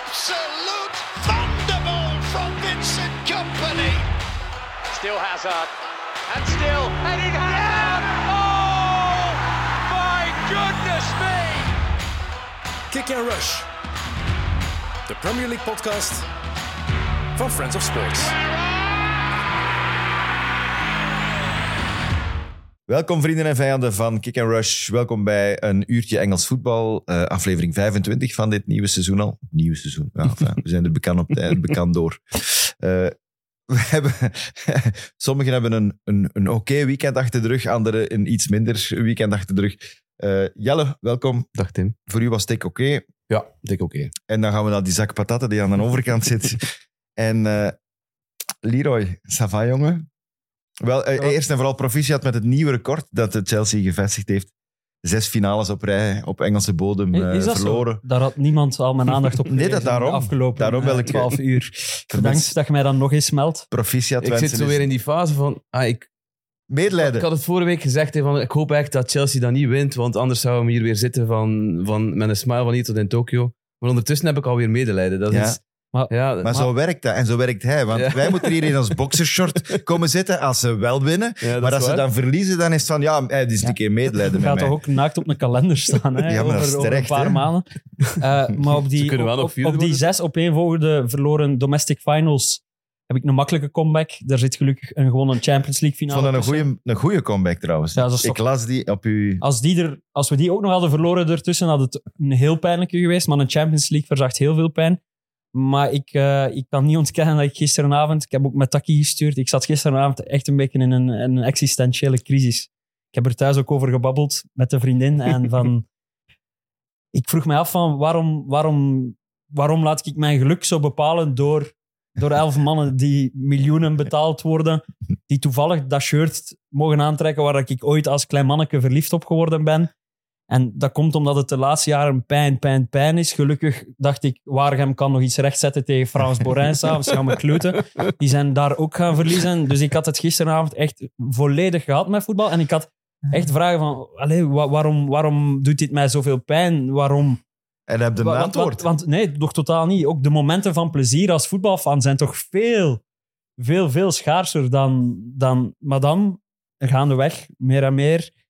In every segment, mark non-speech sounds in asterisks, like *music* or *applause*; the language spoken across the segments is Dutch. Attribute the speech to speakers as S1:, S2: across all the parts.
S1: absolute thunderbolt from Vincent Company.
S2: Still Hazard. And still Eden Hazard. Oh! My goodness me!
S3: Kick and Rush. De Premier League podcast van Friends of Sports.
S4: Welkom vrienden en vijanden van Kick and Rush. Welkom bij een uurtje Engels voetbal, eh, aflevering 25 van dit nieuwe seizoen al. Nieuw seizoen, ja, enfin, we zijn er bekend, op,
S5: *laughs*
S4: eh, bekend door. Eh, we hebben, *laughs* sommigen hebben een, een, een oké weekend achter de rug, anderen een iets minder weekend achter de rug. Eh, Jelle, welkom.
S5: Dag Tim.
S4: Voor u was het ik oké.
S5: Ja, dik oké.
S4: En dan gaan we naar die zak patatten die aan de overkant
S5: *laughs*
S4: zit. En eh Leroy, ça va, jongen? Wel, eh,
S5: Ja.
S4: eerst en vooral proficiat met het nieuwe record dat de Chelsea gevestigd heeft. Zes finales op rij op Engelse bodem eh,
S6: Is dat
S4: verloren.
S6: zo? Daar had niemand al mijn
S4: *laughs*
S6: aandacht op
S4: Nee, dat
S6: gegeven in
S4: daarom.
S6: de afgelopen
S4: Daarom
S6: eh,
S4: wil ik-
S6: 12 uur. Bedankt dat je mij dan nog eens meldt.
S4: Proficiat
S5: Ik zit
S4: wensen
S5: zo
S4: is-
S5: weer in die fase van... Ah, ik, ik
S4: medelijden.
S5: had het vorige week gezegd, hè, van, ik hoop echt dat Chelsea dat niet wint, want anders zouden we hier weer zitten van, van, met een smile van hier tot in Tokio. Maar ondertussen heb ik alweer medelijden. Dat
S4: Ja.
S5: is,
S6: Maar-
S5: ja,
S4: Maar zo werkt dat en zo werkt hij. Want
S5: Ja.
S4: wij moeten hier in ons
S6: *laughs*
S4: boxershort komen zitten als ze wel winnen.
S5: ja, dat
S4: maar
S5: is
S4: als ze
S5: waar.
S4: dan verliezen, dan is het van ja, het is een keer medelijden
S6: Je
S4: met
S6: gaat
S4: mij.
S6: toch ook naakt op een kalender staan, hè?
S4: *laughs* Ja, maar dat is
S6: over, over
S4: terecht,
S6: een paar
S4: hè?
S6: maanden. Eh,
S4: *laughs*
S6: maar op
S5: Ze
S6: die,
S5: kunnen wel
S6: op,
S5: nog
S6: op-
S5: vierde
S6: op die
S5: worden.
S6: zes opeenvolgende verloren domestic finals heb ik een makkelijke comeback. Daar zit gelukkig een, gewoon een Champions League
S4: Ik
S6: finale.
S4: vond dat een
S6: tussen.
S4: goede een goeie comeback trouwens.
S6: Ja, dat is
S4: ik
S6: toch-
S4: las die op uw
S6: Als, die er, als we die ook nog hadden verloren ertussen, had het een heel pijnlijke geweest. Maar een Champions League verzacht heel veel pijn. Maar ik, eh, ik kan niet ontkennen dat ik gisteravond... Ik heb ook met Taki gestuurd. Ik zat gisteravond echt een beetje in een, in een existentiële crisis. Ik heb er thuis ook over gebabbeld met een vriendin. En van... ik vroeg mij af van waarom, waarom, waarom laat ik mijn geluk zo bepalen door, door elf mannen die miljoenen betaald worden, die toevallig dat shirt mogen aantrekken waar ik ooit als klein manneke verliefd op geworden ben. En dat komt omdat het de laatste jaren pijn, pijn, pijn is. Gelukkig dacht ik, Waregem kan nog iets rechtzetten tegen Frans Borijn s'avonds. Gaan we kluten. Die zijn daar ook gaan verliezen. Dus ik had het gisteravond echt volledig gehad met voetbal. En ik had echt vragen van, allee, wa- waarom, waarom doet dit mij zoveel pijn? Waarom?
S4: En heb je een
S6: Wa- want-
S4: antwoord?
S6: Want, want nee, nog totaal niet. Ook de momenten van plezier als voetbalfan zijn toch veel, veel, veel schaarser dan, dan madame. En Gaandeweg, meer en meer,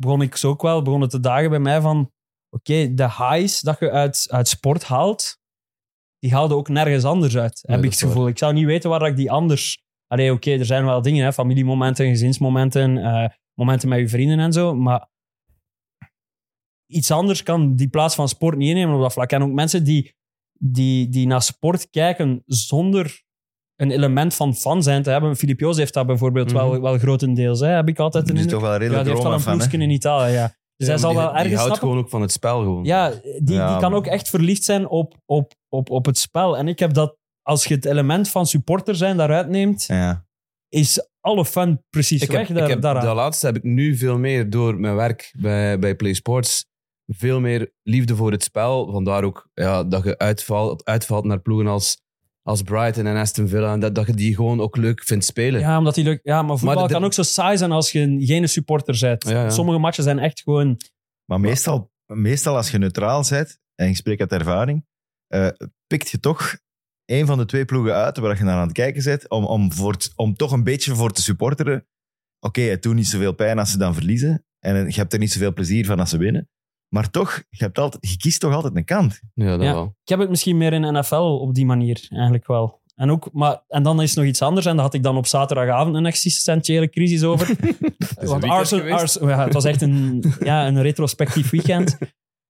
S6: begon ik zo ook wel, begonnen te dagen bij mij van, oké, de highs dat je uit, uit sport haalt, die haalden ook nergens anders uit,
S5: Nee, dat
S6: heb ik het
S5: is waar.
S6: gevoel. Ik zou niet weten waar ik die anders... Allee, oké, er zijn wel dingen, hè, familiemomenten, gezinsmomenten, eh, momenten met je vrienden en zo, maar iets anders kan die plaats van sport niet innemen op dat vlak. En ook mensen die, die, die naar sport kijken zonder een element van fan zijn te hebben. Filip Joos heeft dat bijvoorbeeld wel,
S5: Mhm.
S6: wel grotendeels. Hè? Heb ik altijd
S4: Die
S6: een
S4: is
S6: indruk.
S4: toch wel
S6: Ja,
S4: redelijk
S6: die heeft wel
S4: Roma
S6: een
S4: fan, hè?
S6: ploegje in Italië. Ja. Dus hij zal
S5: die,
S6: wel
S5: die
S6: ergens
S5: houdt
S6: snappen.
S5: gewoon ook van het spel gewoon.
S6: Ja, die,
S4: Ja,
S6: die kan
S4: maar-
S6: ook echt verliefd zijn op, op, op, op het spel. En ik heb dat, als je het element van supporter zijn daaruit neemt,
S4: Ja.
S6: is alle fun precies
S5: ik
S6: weg
S5: heb,
S6: daar,
S5: ik heb,
S6: daaraan.
S5: dat laatste heb ik nu veel meer door mijn werk bij, bij Play Sports. Veel meer liefde voor het spel. Vandaar ook ja, dat je uitvalt, uitvalt naar ploegen als, als Brighton en Aston Villa. En dat, dat je die gewoon ook leuk vindt spelen.
S6: Ja, omdat die leuk, ja, maar voetbal
S5: de-
S6: kan ook zo saai zijn als je geen supporter bent.
S5: Ja, ja.
S6: Sommige matchen zijn echt gewoon...
S4: Maar meestal, meestal als je neutraal bent, en ik spreek uit ervaring, eh, pikt je toch een van de twee ploegen uit waar je naar aan het kijken bent, om, om, voor het- om toch een beetje voor te supporteren. Oké, het doet niet zoveel pijn als ze dan verliezen. En je hebt er niet zoveel plezier van als ze winnen. Maar toch, je, hebt altijd, je kiest toch altijd een kant.
S5: Ja, dat
S6: Ja.
S5: wel.
S6: Ik heb het misschien meer in NFL op die manier, eigenlijk wel. En, ook, maar, en dan is nog iets anders, en daar had ik dan op zaterdagavond een existentiële crisis over. Want
S5: weekend
S6: Arsenal,
S5: geweest.
S6: Ars- ja, het was echt een, ja, een retrospectief weekend.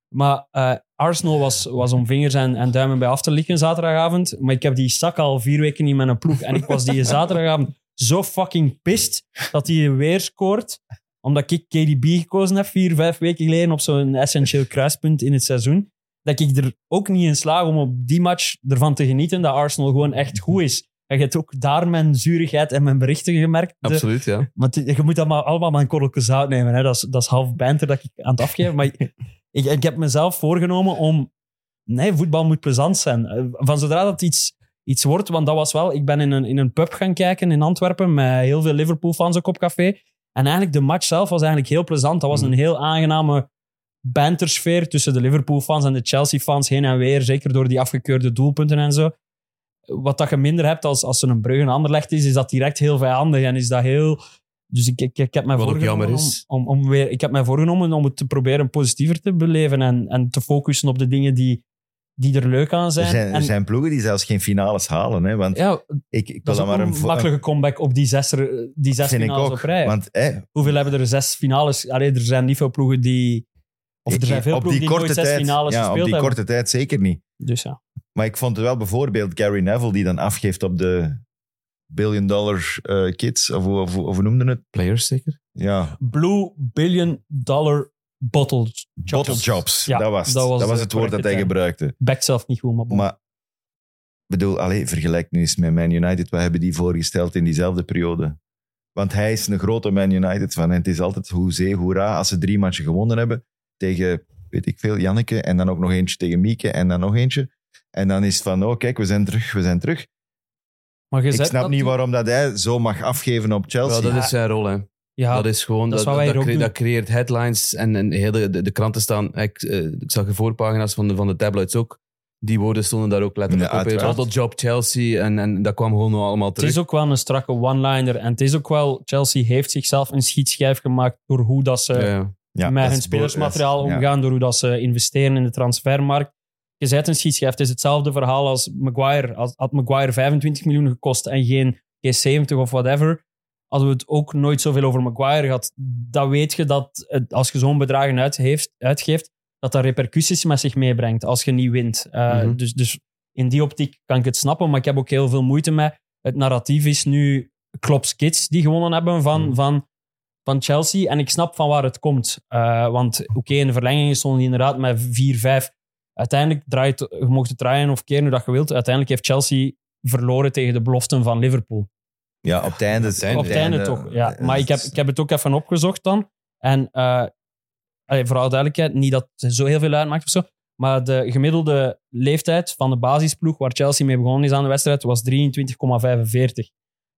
S6: Maar eh, Arsenal was, was om vingers en, en duimen bij af te likken zaterdagavond. Maar ik heb die zak al vier weken niet met een ploeg. En ik
S5: *laughs*
S6: was die zaterdagavond zo fucking pist dat hij weer scoort. Omdat ik KDB gekozen heb vier, vijf weken geleden op zo'n essentieel kruispunt in het seizoen. Dat ik er ook niet in slaag om op die match ervan te genieten dat Arsenal gewoon echt goed is. En je hebt ook daar mijn zurigheid en mijn berichten gemerkt. De-
S5: Absoluut,
S6: *laughs*
S5: ja.
S6: want je moet dat maar allemaal maar een korreltje zout nemen. Hè. Dat, is, dat is half banter dat ik aan het afgeven. Maar ik, ik, ik heb mezelf voorgenomen om... Nee, voetbal moet plezant zijn. Eh, Van zodra dat iets, iets wordt... Want dat was wel... Ik ben in een, in een pub gaan kijken in Antwerpen met heel veel
S5: Hmm.
S6: Liverpool-fans ook op café. En eigenlijk de match zelf was eigenlijk heel plezant. Dat was een heel aangename bantersfeer tussen de Liverpool-fans en de Chelsea-fans heen en weer. Zeker door die afgekeurde doelpunten en zo. Wat dat je minder hebt als, als er een brug en anderlecht is, is dat direct heel vijandig en is dat heel... Dus ik, ik, ik heb mij
S5: Wat ook
S6: voorgenomen
S5: jammer is.
S6: Om, om, om weer, ik heb mij voorgenomen om het te proberen positiever te beleven en, en te focussen op de dingen die, die er leuk aan zijn.
S4: Er zijn, er
S6: en,
S4: zijn ploegen die zelfs geen finales halen. Hè, want
S6: ja,
S4: ik, ik wil
S6: dat is
S4: dan
S6: ook
S4: maar
S6: een
S4: een vo-
S6: makkelijke comeback op die zes, er- die zes
S4: vind ik
S6: finales op
S4: ook.
S6: rij.
S4: Want hè,
S6: Hoeveel hebben er zes finales? Allee, er zijn niet veel ploegen die... Of er zijn veel
S4: op
S6: ploegen
S4: die
S6: die,
S4: korte
S6: nooit zes
S4: tijd,
S6: finales
S4: ja, op
S6: gespeeld
S4: die
S6: hebben.
S4: korte tijd zeker niet.
S6: Dus ja.
S4: Maar ik vond het wel bijvoorbeeld Gary Neville die dan afgeeft op de billion dollar eh, kids, of hoe, of, hoe- of hoe noemde het?
S5: Players zeker?
S4: Ja,
S6: Blue Billion Dollar Bottle Jobs.
S4: bottle jobs.
S6: Ja,
S4: dat was het,
S6: dat
S4: dat
S6: was
S4: was,
S6: de
S4: het woord dat
S6: correcte
S4: hij
S6: term.
S4: gebruikte.
S6: Bekt zelf niet goed, maar bon.
S4: Maar ik bedoel, allee, vergelijk nu eens met Man United. Wat hebben die voorgesteld in diezelfde periode? Want hij is een grote Man United fan. En het is altijd hoezee, hoera, als ze drie matchen gewonnen hebben. Tegen, weet ik veel, Janneke. En dan ook nog eentje tegen Mieke. En dan nog eentje. En dan is het van, oh kijk, we zijn terug, we zijn terug.
S6: Maar je
S4: Ik
S6: zet
S4: snap
S6: dat
S4: niet
S6: die-
S4: waarom dat hij zo mag afgeven op Chelsea.
S5: Wel, dat is zijn rol, hè.
S6: Ja,
S5: dat is gewoon,
S6: dat
S5: dat,
S6: is wat wij
S5: dat,
S6: hier ook
S5: creë-
S6: doen.
S5: dat creëert headlines en, en heel de, de, de kranten staan. Ik, eh, ik zag de voorpagina's van de, van de tabloids ook. Die woorden stonden daar ook letterlijk
S4: Ja,
S5: op. Heel
S4: uiteraard.
S5: Bottle job Chelsea en, en dat kwam gewoon allemaal
S6: het
S5: terug.
S6: is ook wel een strakke one-liner. En het is ook wel... Chelsea heeft zichzelf een schietschijf gemaakt door hoe dat ze...
S5: Ja.
S4: Ja,
S6: met
S4: dat
S6: hun
S4: is bo-
S6: spelersmateriaal
S4: dat is- ja.
S6: omgaan, door hoe dat ze investeren in de transfermarkt. Je zet een schietschijf. Het is hetzelfde verhaal als Maguire. Als, had Maguire 25 miljoen gekost en geen G70 of whatever, hadden we het ook nooit zoveel over Maguire gehad. Dan weet je dat het- als je zo'n bedragen uitgeeft, uitgeeft, dat dat repercussies met zich meebrengt als je niet wint. Uh,
S5: Mhm.
S6: dus, dus in die optiek kan ik het snappen, maar ik heb ook heel veel moeite mee. Het narratief is nu Klopp's kids die gewonnen hebben van,
S5: Mhm.
S6: van van Chelsea. En ik snap van waar het komt. Eh, want oké, in de verlenging stonden die inderdaad met 4-5. Uiteindelijk draait, je mocht het draaien of keren hoe dat je wilt. Uiteindelijk heeft Chelsea verloren tegen de beloften van Liverpool.
S4: Ja, op het einde. eh,
S5: Op
S6: Op het einde toch, ja. Maar ik heb, ik heb het ook even opgezocht dan. En eh allee, voor alle duidelijkheid, niet dat het zo heel veel uitmaakt of zo. Maar de gemiddelde leeftijd van de basisploeg waar Chelsea mee begonnen is aan de wedstrijd was 23,45.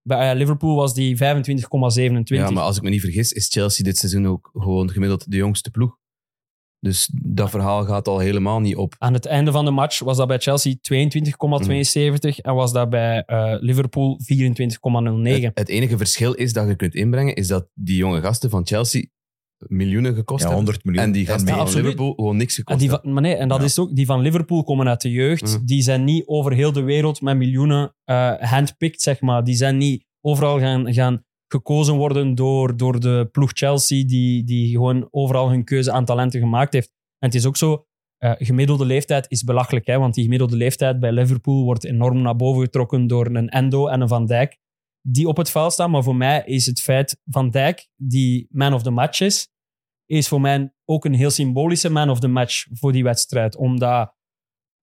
S6: Bij eh, Liverpool was die 25,27.
S5: ja, maar als ik me niet vergis, is Chelsea dit seizoen ook gewoon gemiddeld de jongste ploeg. Dus dat verhaal gaat al helemaal niet op.
S6: Aan het einde van de match was dat bij Chelsea 22,72 en was dat bij eh, Liverpool 24,09.
S5: Het, het enige verschil is dat je kunt inbrengen, is dat die jonge gasten van Chelsea miljoenen gekost
S4: Ja,
S5: hebben.
S4: 100 miljoen.
S5: En die gasten
S4: meer.
S5: van
S6: absoluut.
S5: Liverpool gewoon niks
S6: En,
S5: gekost
S6: die
S5: hebben.
S6: van, maar nee, en dat
S4: Ja.
S6: is ook, die van Liverpool komen uit de jeugd.
S5: Mhm.
S6: Die zijn niet over heel de wereld met miljoenen eh handpicked, zeg maar. Die zijn niet overal gaan, gaan gekozen worden door, door de ploeg Chelsea, die, die gewoon overal hun keuze aan talenten gemaakt heeft. En het is ook zo, eh, gemiddelde leeftijd is belachelijk, hè, want die gemiddelde leeftijd bij Liverpool wordt enorm naar boven getrokken door een Endo en een Van Dijk, die op het veld staan. Maar voor mij is het feit Van Dijk, die man of the match is, is voor mij ook een heel symbolische man of the match voor die wedstrijd. Omdat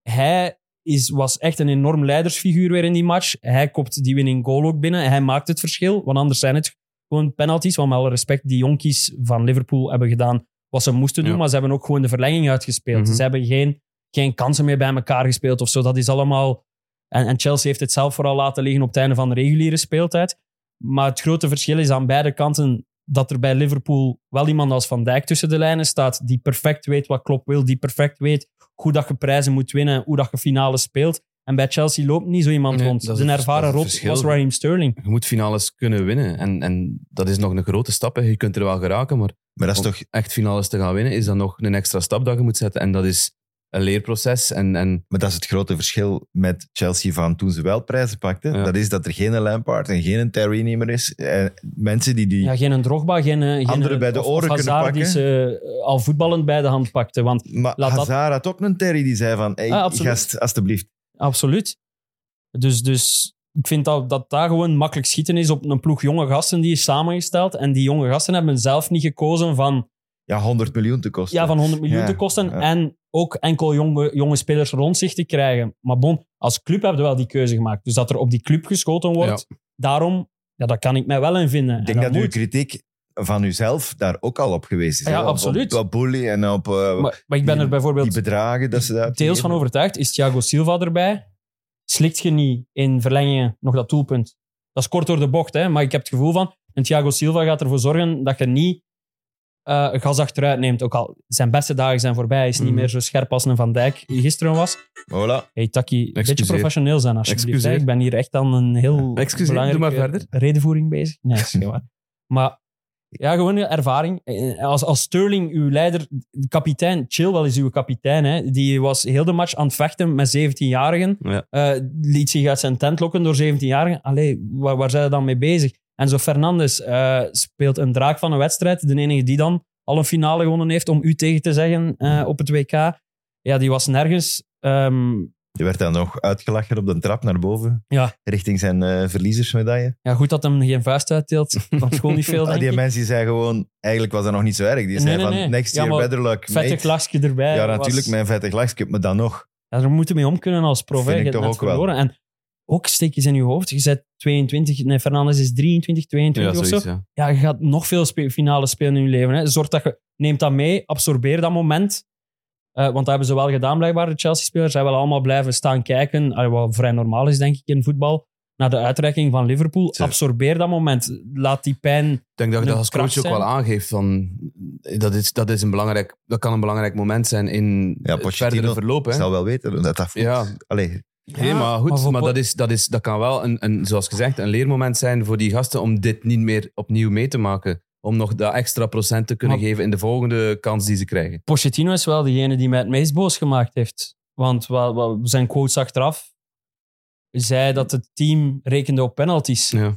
S6: hij is, was echt een enorm leidersfiguur weer in die match. Hij kopt die winning goal ook binnen. Hij maakt het verschil, want anders zijn het gewoon penalties. Want met alle respect, die jonkies van Liverpool hebben gedaan wat ze moesten doen,
S5: Ja.
S6: maar ze hebben ook gewoon de verlenging uitgespeeld.
S5: Mhm.
S6: Ze hebben geen, geen kansen meer bij elkaar gespeeld of zo. Dat is allemaal... En, en Chelsea heeft het zelf vooral laten liggen op het einde van de reguliere speeltijd. Maar het grote verschil is aan beide kanten dat er bij Liverpool wel iemand als Van Dijk tussen de lijnen staat, die perfect weet wat Klopp wil, die perfect weet hoe dat je prijzen moet winnen, hoe dat je finale speelt. En bij Chelsea loopt niet zo iemand
S5: Nee,
S6: rond.
S5: dat is
S6: Zijn
S5: het-
S6: ervaren
S5: dat is het
S6: rot
S5: verschil.
S6: was Raheem Sterling.
S5: Je moet finales kunnen winnen. En, en dat is nog een grote stap. hè. Je kunt er wel geraken, maar
S4: Maar dat is
S5: om
S4: toch
S5: echt finales te gaan winnen, is dan nog een extra stap dat je moet zetten. En dat is een leerproces. En, en
S4: Maar dat is het grote verschil met Chelsea van toen ze wel prijzen pakten.
S5: Ja.
S4: Dat is dat er geen Lampard en geen Terry meer is. En mensen die die...
S6: Ja, geen een Drogba, geen... eh, geen
S4: Anderen bij de
S6: of- of
S4: oren kunnen
S6: Hazard die
S4: pakken.
S6: ze eh, al voetballend bij de hand pakte. Want
S4: maar
S6: laat dat-
S4: Hazard had ook een Terry die zei van... Hey,
S6: Ah, absoluut.
S4: gast, alstublieft.
S6: absoluut. Dus, dus ik vind dat, dat daar gewoon makkelijk schieten is op een ploeg jonge gasten die is samengesteld. En die jonge gasten hebben zelf niet gekozen van...
S4: Ja, 100 miljoen te kosten.
S6: Ja, van 100 miljoen
S4: Ja,
S6: te kosten.
S4: ja.
S6: En ook enkel jonge, jonge spelers rond zich te krijgen. Maar bon, als club hebben we wel die keuze gemaakt. Dus dat er op die club geschoten wordt, daarom, ja, daar kan ik mij wel in vinden.
S4: Ik
S6: En
S4: denk dat, uw
S6: moet.
S4: kritiek van uzelf daar ook al op geweest is.
S6: Ja,
S4: hè? Op-
S6: absoluut.
S4: Op, op Bully en op eh,
S6: Maar, maar ik ben er bijvoorbeeld
S4: die bedragen dat ze daar...
S6: deels van overtuigd. Is Thiago Silva erbij? Slikt je niet in verlengingen nog dat doelpunt? Dat is kort door de bocht, hè? maar ik heb het gevoel van... En Thiago Silva gaat ervoor zorgen dat je niet eh, gas achteruit neemt. Ook al zijn beste dagen zijn voorbij, hij is niet
S5: Mhm.
S6: meer zo scherp als een Van Dijk die gisteren was.
S4: Voilà.
S6: Hey Taki, een beetje
S5: Excuseer.
S6: professioneel zijn alsjeblieft.
S5: Excuseer.
S6: hè. Ik ben hier echt aan een heel
S5: Excuseer,
S6: belangrijke
S5: doe maar verder.
S6: redenvoering bezig. Nee, dat is niet waar. Maar ja, gewoon je ervaring. Eh, Als, als Sterling, uw leider, de kapitein, Chilwell is uw kapitein. Hè. Die was heel de match aan het vechten met 17-jarigen.
S5: Ja.
S6: Eh, liet zich uit zijn tent lokken door 17-jarigen. Allee, waar, waar zijn we dan mee bezig? En zo Fernandes eh, speelt een draak van een wedstrijd. De enige die dan al een finale gewonnen heeft, om u tegen te zeggen, eh, op het WK. Ja, die was nergens. Ehm,
S4: Je werd dan nog uitgelachen op de trap naar boven.
S6: Ja.
S4: Richting zijn eh, verliezersmedaille.
S6: ja, goed dat hem geen vuist uitdeelt. Dat school
S4: *laughs*
S6: niet veel,
S4: Ah,
S6: denk
S4: die
S6: ik.
S4: mensen die zei gewoon... Eigenlijk was dat nog niet zo erg. Die
S6: Nee,
S4: zei
S6: nee,
S4: van,
S6: nee.
S4: next
S6: Ja,
S4: year
S6: maar
S4: better luck,
S6: Vettig
S4: mate.
S6: lachje erbij.
S4: Ja,
S6: was-
S4: natuurlijk, mijn vettig lachje, maar dan nog.
S6: Ja, daar moeten we mee om kunnen als prof. hè.
S4: Vind
S6: Je
S4: ik
S6: hebt
S4: toch
S6: net
S4: ook wel.
S6: verloren. En ook steek eens in je hoofd. Je zet 22, nee, Fernandes is 23, 22 of zo.
S5: ja.
S6: Ja, je gaat nog veel spe- finales spelen in je leven. Hè. Zorg dat je, neem dat mee, absorbeer dat moment. Eh, want dat hebben ze wel gedaan, blijkbaar, de Chelsea-spelers. Zij willen allemaal blijven staan kijken, eh, wat vrij normaal is, denk ik, in voetbal, naar de uitreiking van Liverpool.
S4: Zeker.
S6: Absorbeer dat moment. Laat die pijn...
S5: Ik denk dat je
S6: Een
S5: dat als coach
S6: kracht
S5: ook
S6: zijn.
S5: wel aangeeft. Van, dat, is, dat, is een belangrijk, dat kan een belangrijk moment zijn in
S4: Ja,
S5: het
S4: Pochettino
S5: verdere verloop. Hè.
S4: Ik zal wel weten dat dat voelt.
S5: Ja.
S4: Allee,
S5: Nee, maar goed,
S6: Ah, maar voor
S5: maar,
S6: Pot-
S5: dat, is, dat, is, dat kan wel, een, een, zoals gezegd, een leermoment zijn voor die gasten om dit niet meer opnieuw mee te maken. Om nog dat extra procent te kunnen
S6: Maar-
S5: geven in de volgende kans die ze krijgen.
S6: Pochettino is wel degene die mij het meest boos gemaakt heeft. Want wel, wel, zijn quotes achteraf zei dat het team rekende op penalties.
S5: Ja.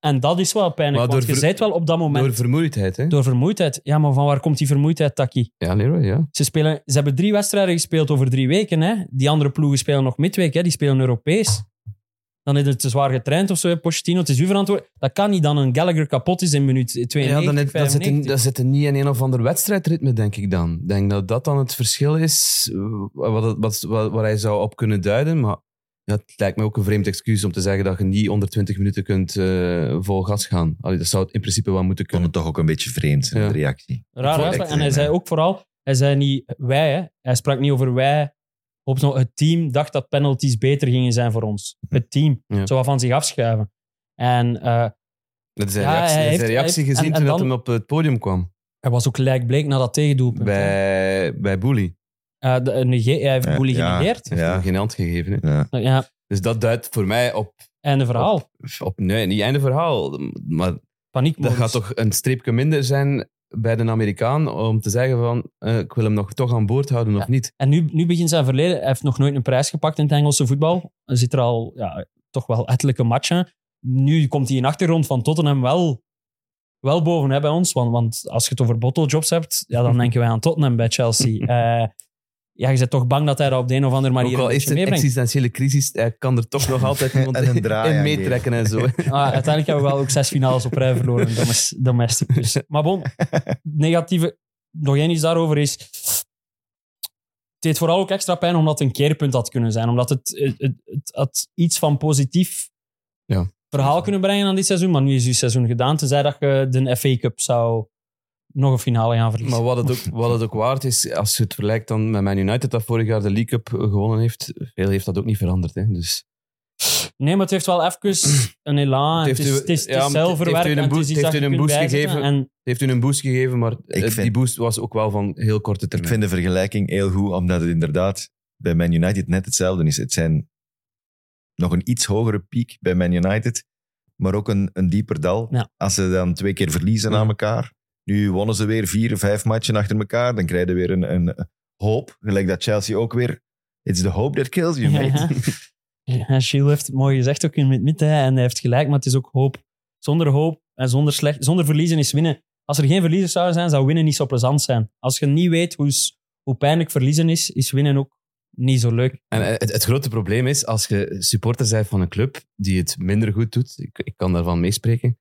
S6: En dat is wel pijnlijk,
S5: Maar
S6: want
S5: door
S6: je
S5: ver-
S6: bent wel op dat moment
S5: Door
S6: door,
S5: vermoeidheid, hè?
S6: vermoeidheid. Ja, maar van waar komt die vermoeidheid, Taki?
S5: Ja, Leroy, ja.
S6: Ze, spelen, ze hebben drie wedstrijden gespeeld over drie weken. Hè? Die andere ploegen spelen nog midweek, hè? die spelen Europees. Dan is het te zwaar getraind of zo. hè, Pochettino, het is uw verantwoording. Dat kan niet dan een Gallagher kapot is in minuut 92,
S5: ja dan, het- dat, zit in,
S6: 95.
S5: dat zit in niet in een of ander wedstrijdritme, denk ik dan. Ik denk dat dat dan het verschil is eh, wat, het- wat, wat, waar hij zou op kunnen duiden. Maar ja, het lijkt me ook een vreemd excuus om te zeggen dat je niet onder 20 minuten kunt eh, vol gas gaan. Allee, dat zou in principe wel moeten
S4: ik vond
S5: kunnen.
S4: het toch ook een beetje vreemd, zijn,
S5: Ja.
S4: de reactie.
S6: Raar
S4: Correct,
S6: uitspraak. En hij
S4: ja.
S6: zei ook vooral, hij zei niet wij, hè. hij sprak niet over wij. Op zo'n- het team dacht dat penalties beter gingen zijn voor ons. Het team.
S5: Ja.
S6: Zo wat van zich afschuiven. En eh,
S5: Dat is zijn
S6: Ja,
S5: reactie,
S6: hij
S5: hij
S6: heeft-
S5: zijn reactie
S6: hij heeft-
S5: gezien
S6: en-
S5: toen
S6: en
S5: dat
S6: dan-
S5: hem op het podium kwam.
S6: hij was ook gelijkbleek na dat tegendoelpunt. hè.
S5: Bij, bij Boelie.
S6: Eh, de- nege- hij heeft
S4: Ja,
S6: Boelie
S4: ja.
S6: genegeerd.
S5: Hij heeft
S4: Ja.
S5: hem geen hand gegeven. hè.
S4: Ja.
S6: Ja,
S5: Dus dat duidt voor mij op...
S6: einde verhaal.
S5: op nee, niet einde verhaal. Maar dat
S6: Paniekmodus.
S5: gaat toch een streepje minder zijn bij de Amerikaan om te zeggen van eh, ik wil hem nog toch aan boord houden of
S6: Ja.
S5: niet.
S6: En nu, nu begint zijn verleden. Hij heeft nog nooit een prijs gepakt in het Engelse voetbal. Er zit er al ja, toch wel ettelijke matchen. Nu komt hij in achtergrond van Tottenham wel, wel boven hè, bij ons. Want, want als je het over botteljobs hebt, ja, dan denken wij aan Tottenham bij
S5: *laughs*
S6: Chelsea. Eh, ja, je bent toch bang dat hij dat op de een of andere manier
S5: Ook al
S6: een
S5: is
S6: beetje
S5: het een
S6: meebrengt.
S5: existentiële crisis, hij kan er
S4: *laughs*
S5: toch nog altijd iemand
S4: En een draai
S5: in
S4: aan
S5: meetrekken en
S4: *laughs*
S5: zo.
S6: Ah, uiteindelijk hebben we wel ook zes finales op rij verloren. domes- Domestic dus. Maar bon, negatieve... Nog één iets daarover is... Het deed vooral ook extra pijn omdat het een keerpunt had kunnen zijn. Omdat het, het, het, het had iets van positief
S5: Ja.
S6: verhaal kunnen brengen aan dit seizoen. Maar nu is je seizoen gedaan. Tenzij dat je de FA Cup zou nog een finale gaan verliezen.
S5: Maar wat het, ook, wat het ook waard is, als je het vergelijkt dan met Man United dat vorig jaar de League Cup gewonnen heeft, veel heeft dat ook niet veranderd. Hè. Dus
S6: Nee, maar het heeft wel even een elan. Het,
S5: Het heeft
S6: is,
S5: u-
S6: het is, het
S5: ja,
S6: is
S5: maar het heeft u
S6: zelfverwerkt
S5: een
S6: en het is
S5: boost-
S6: iets dat
S5: heeft u
S6: je
S5: een
S6: kunt
S5: boost
S6: bijzetten.
S5: gegeven?
S6: En
S5: het heeft hun een boost gegeven, maar eh,
S4: vind-
S5: die boost was ook wel van heel korte
S4: Ik
S5: termijn.
S4: vind de vergelijking heel goed, omdat het inderdaad bij Man United net hetzelfde is. Het zijn nog een iets hogere piek bij Man United, maar ook een, een dieper dal.
S6: Ja.
S4: Als ze dan twee keer verliezen
S5: Ja.
S4: aan elkaar, nu wonnen ze weer vier, vijf matchen achter elkaar, dan krijgen we weer een, een hoop, gelijk dat Chelsea ook weer... It's the hope that kills you, mate.
S6: Ja. Ja, Shield heeft het mooi gezegd ook in het midden. hè. En hij heeft gelijk, maar het is ook hoop. Zonder hoop en zonder, slecht, zonder verliezen is winnen. Als er geen verliezers zouden zijn, zou winnen niet zo plezant zijn. Als je niet weet hoe, s- hoe pijnlijk verliezen is, is winnen ook niet zo leuk.
S5: En eh, het, het grote probleem is, als je supporter bent van een club die het minder goed doet, ik, ik kan daarvan meespreken,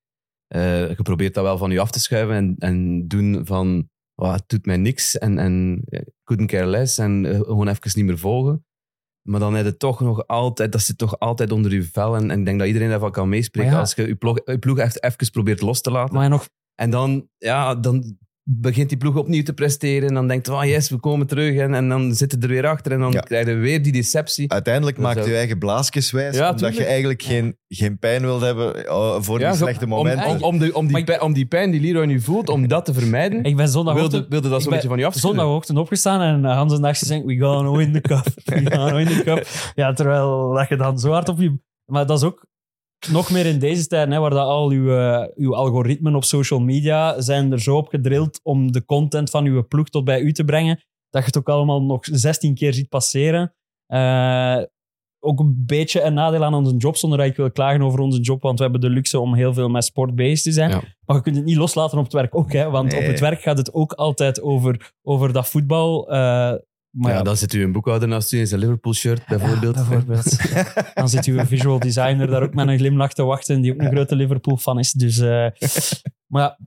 S5: eh, je probeert dat wel van je af te schuiven en, en doen van, "Ah, het doet mij niks en, en eh, couldn't care less en eh, gewoon even niet meer volgen. Maar dan heb je toch nog altijd, dat zit toch altijd onder je vel en, en ik denk dat iedereen daarvan kan meespreken
S6: Maar ja.
S5: als je je ploeg, je ploeg echt even probeert los te laten.
S6: Maar nog,
S5: En dan, ja, dan begint die ploeg opnieuw te presteren. En dan denkt van, ah, yes, we komen terug. En, en dan zitten er weer achter. En dan
S4: Ja.
S5: krijgen we weer die
S4: *laughs*
S5: deceptie.
S4: Uiteindelijk
S5: Dat
S4: maakt
S5: zou-
S4: je eigen blaasjes wijs,
S5: Ja,
S4: omdat je
S5: tuurlijk.
S4: eigenlijk geen, geen pijn wilt hebben eh, voor
S5: Ja,
S4: die
S5: zo-
S4: slechte
S5: om-
S4: momenten.
S5: Om, om, de, om,
S6: Maar
S5: die
S6: ik-
S5: pijn, om die pijn die Leroy nu voelt, om *laughs* dat te vermijden,
S6: Ik ben zondagochtend...
S5: wilde, wilde dat zo'n
S6: ik ben
S5: beetje van je afschudden.
S6: zondagochtend opgestaan en eh, Hans en Dag zegt, we gaan win the cup.
S5: *laughs*
S6: We gaan win the cup. Ja, terwijl dat je dan zo hard op je... Maar dat is ook nog meer in deze tijd, hè, waar dat al uw, eh, uw algoritmen op social media zijn er zo op gedrild om de content van uw ploeg tot bij u te brengen, dat je het ook allemaal nog 16 keer ziet passeren. Eh, ook een beetje een nadeel aan onze job, zonder dat ik wil klagen over onze job, want we hebben de luxe om heel veel met sport bezig te zijn.
S5: Ja.
S6: Maar je kunt het niet loslaten op het werk ook, hè, want op
S4: Nee.
S6: het werk gaat het ook altijd over, over dat voetbal. eh, maar
S5: Maar ja,
S6: ja,
S5: dan zit u een boekhouder naast u in zijn Liverpool-shirt, bijvoorbeeld.
S6: bijvoorbeeld. Dan zit uw visual designer daar ook met een glimlach te wachten, die ook een grote Liverpool-fan is. Dus, eh, maar ja,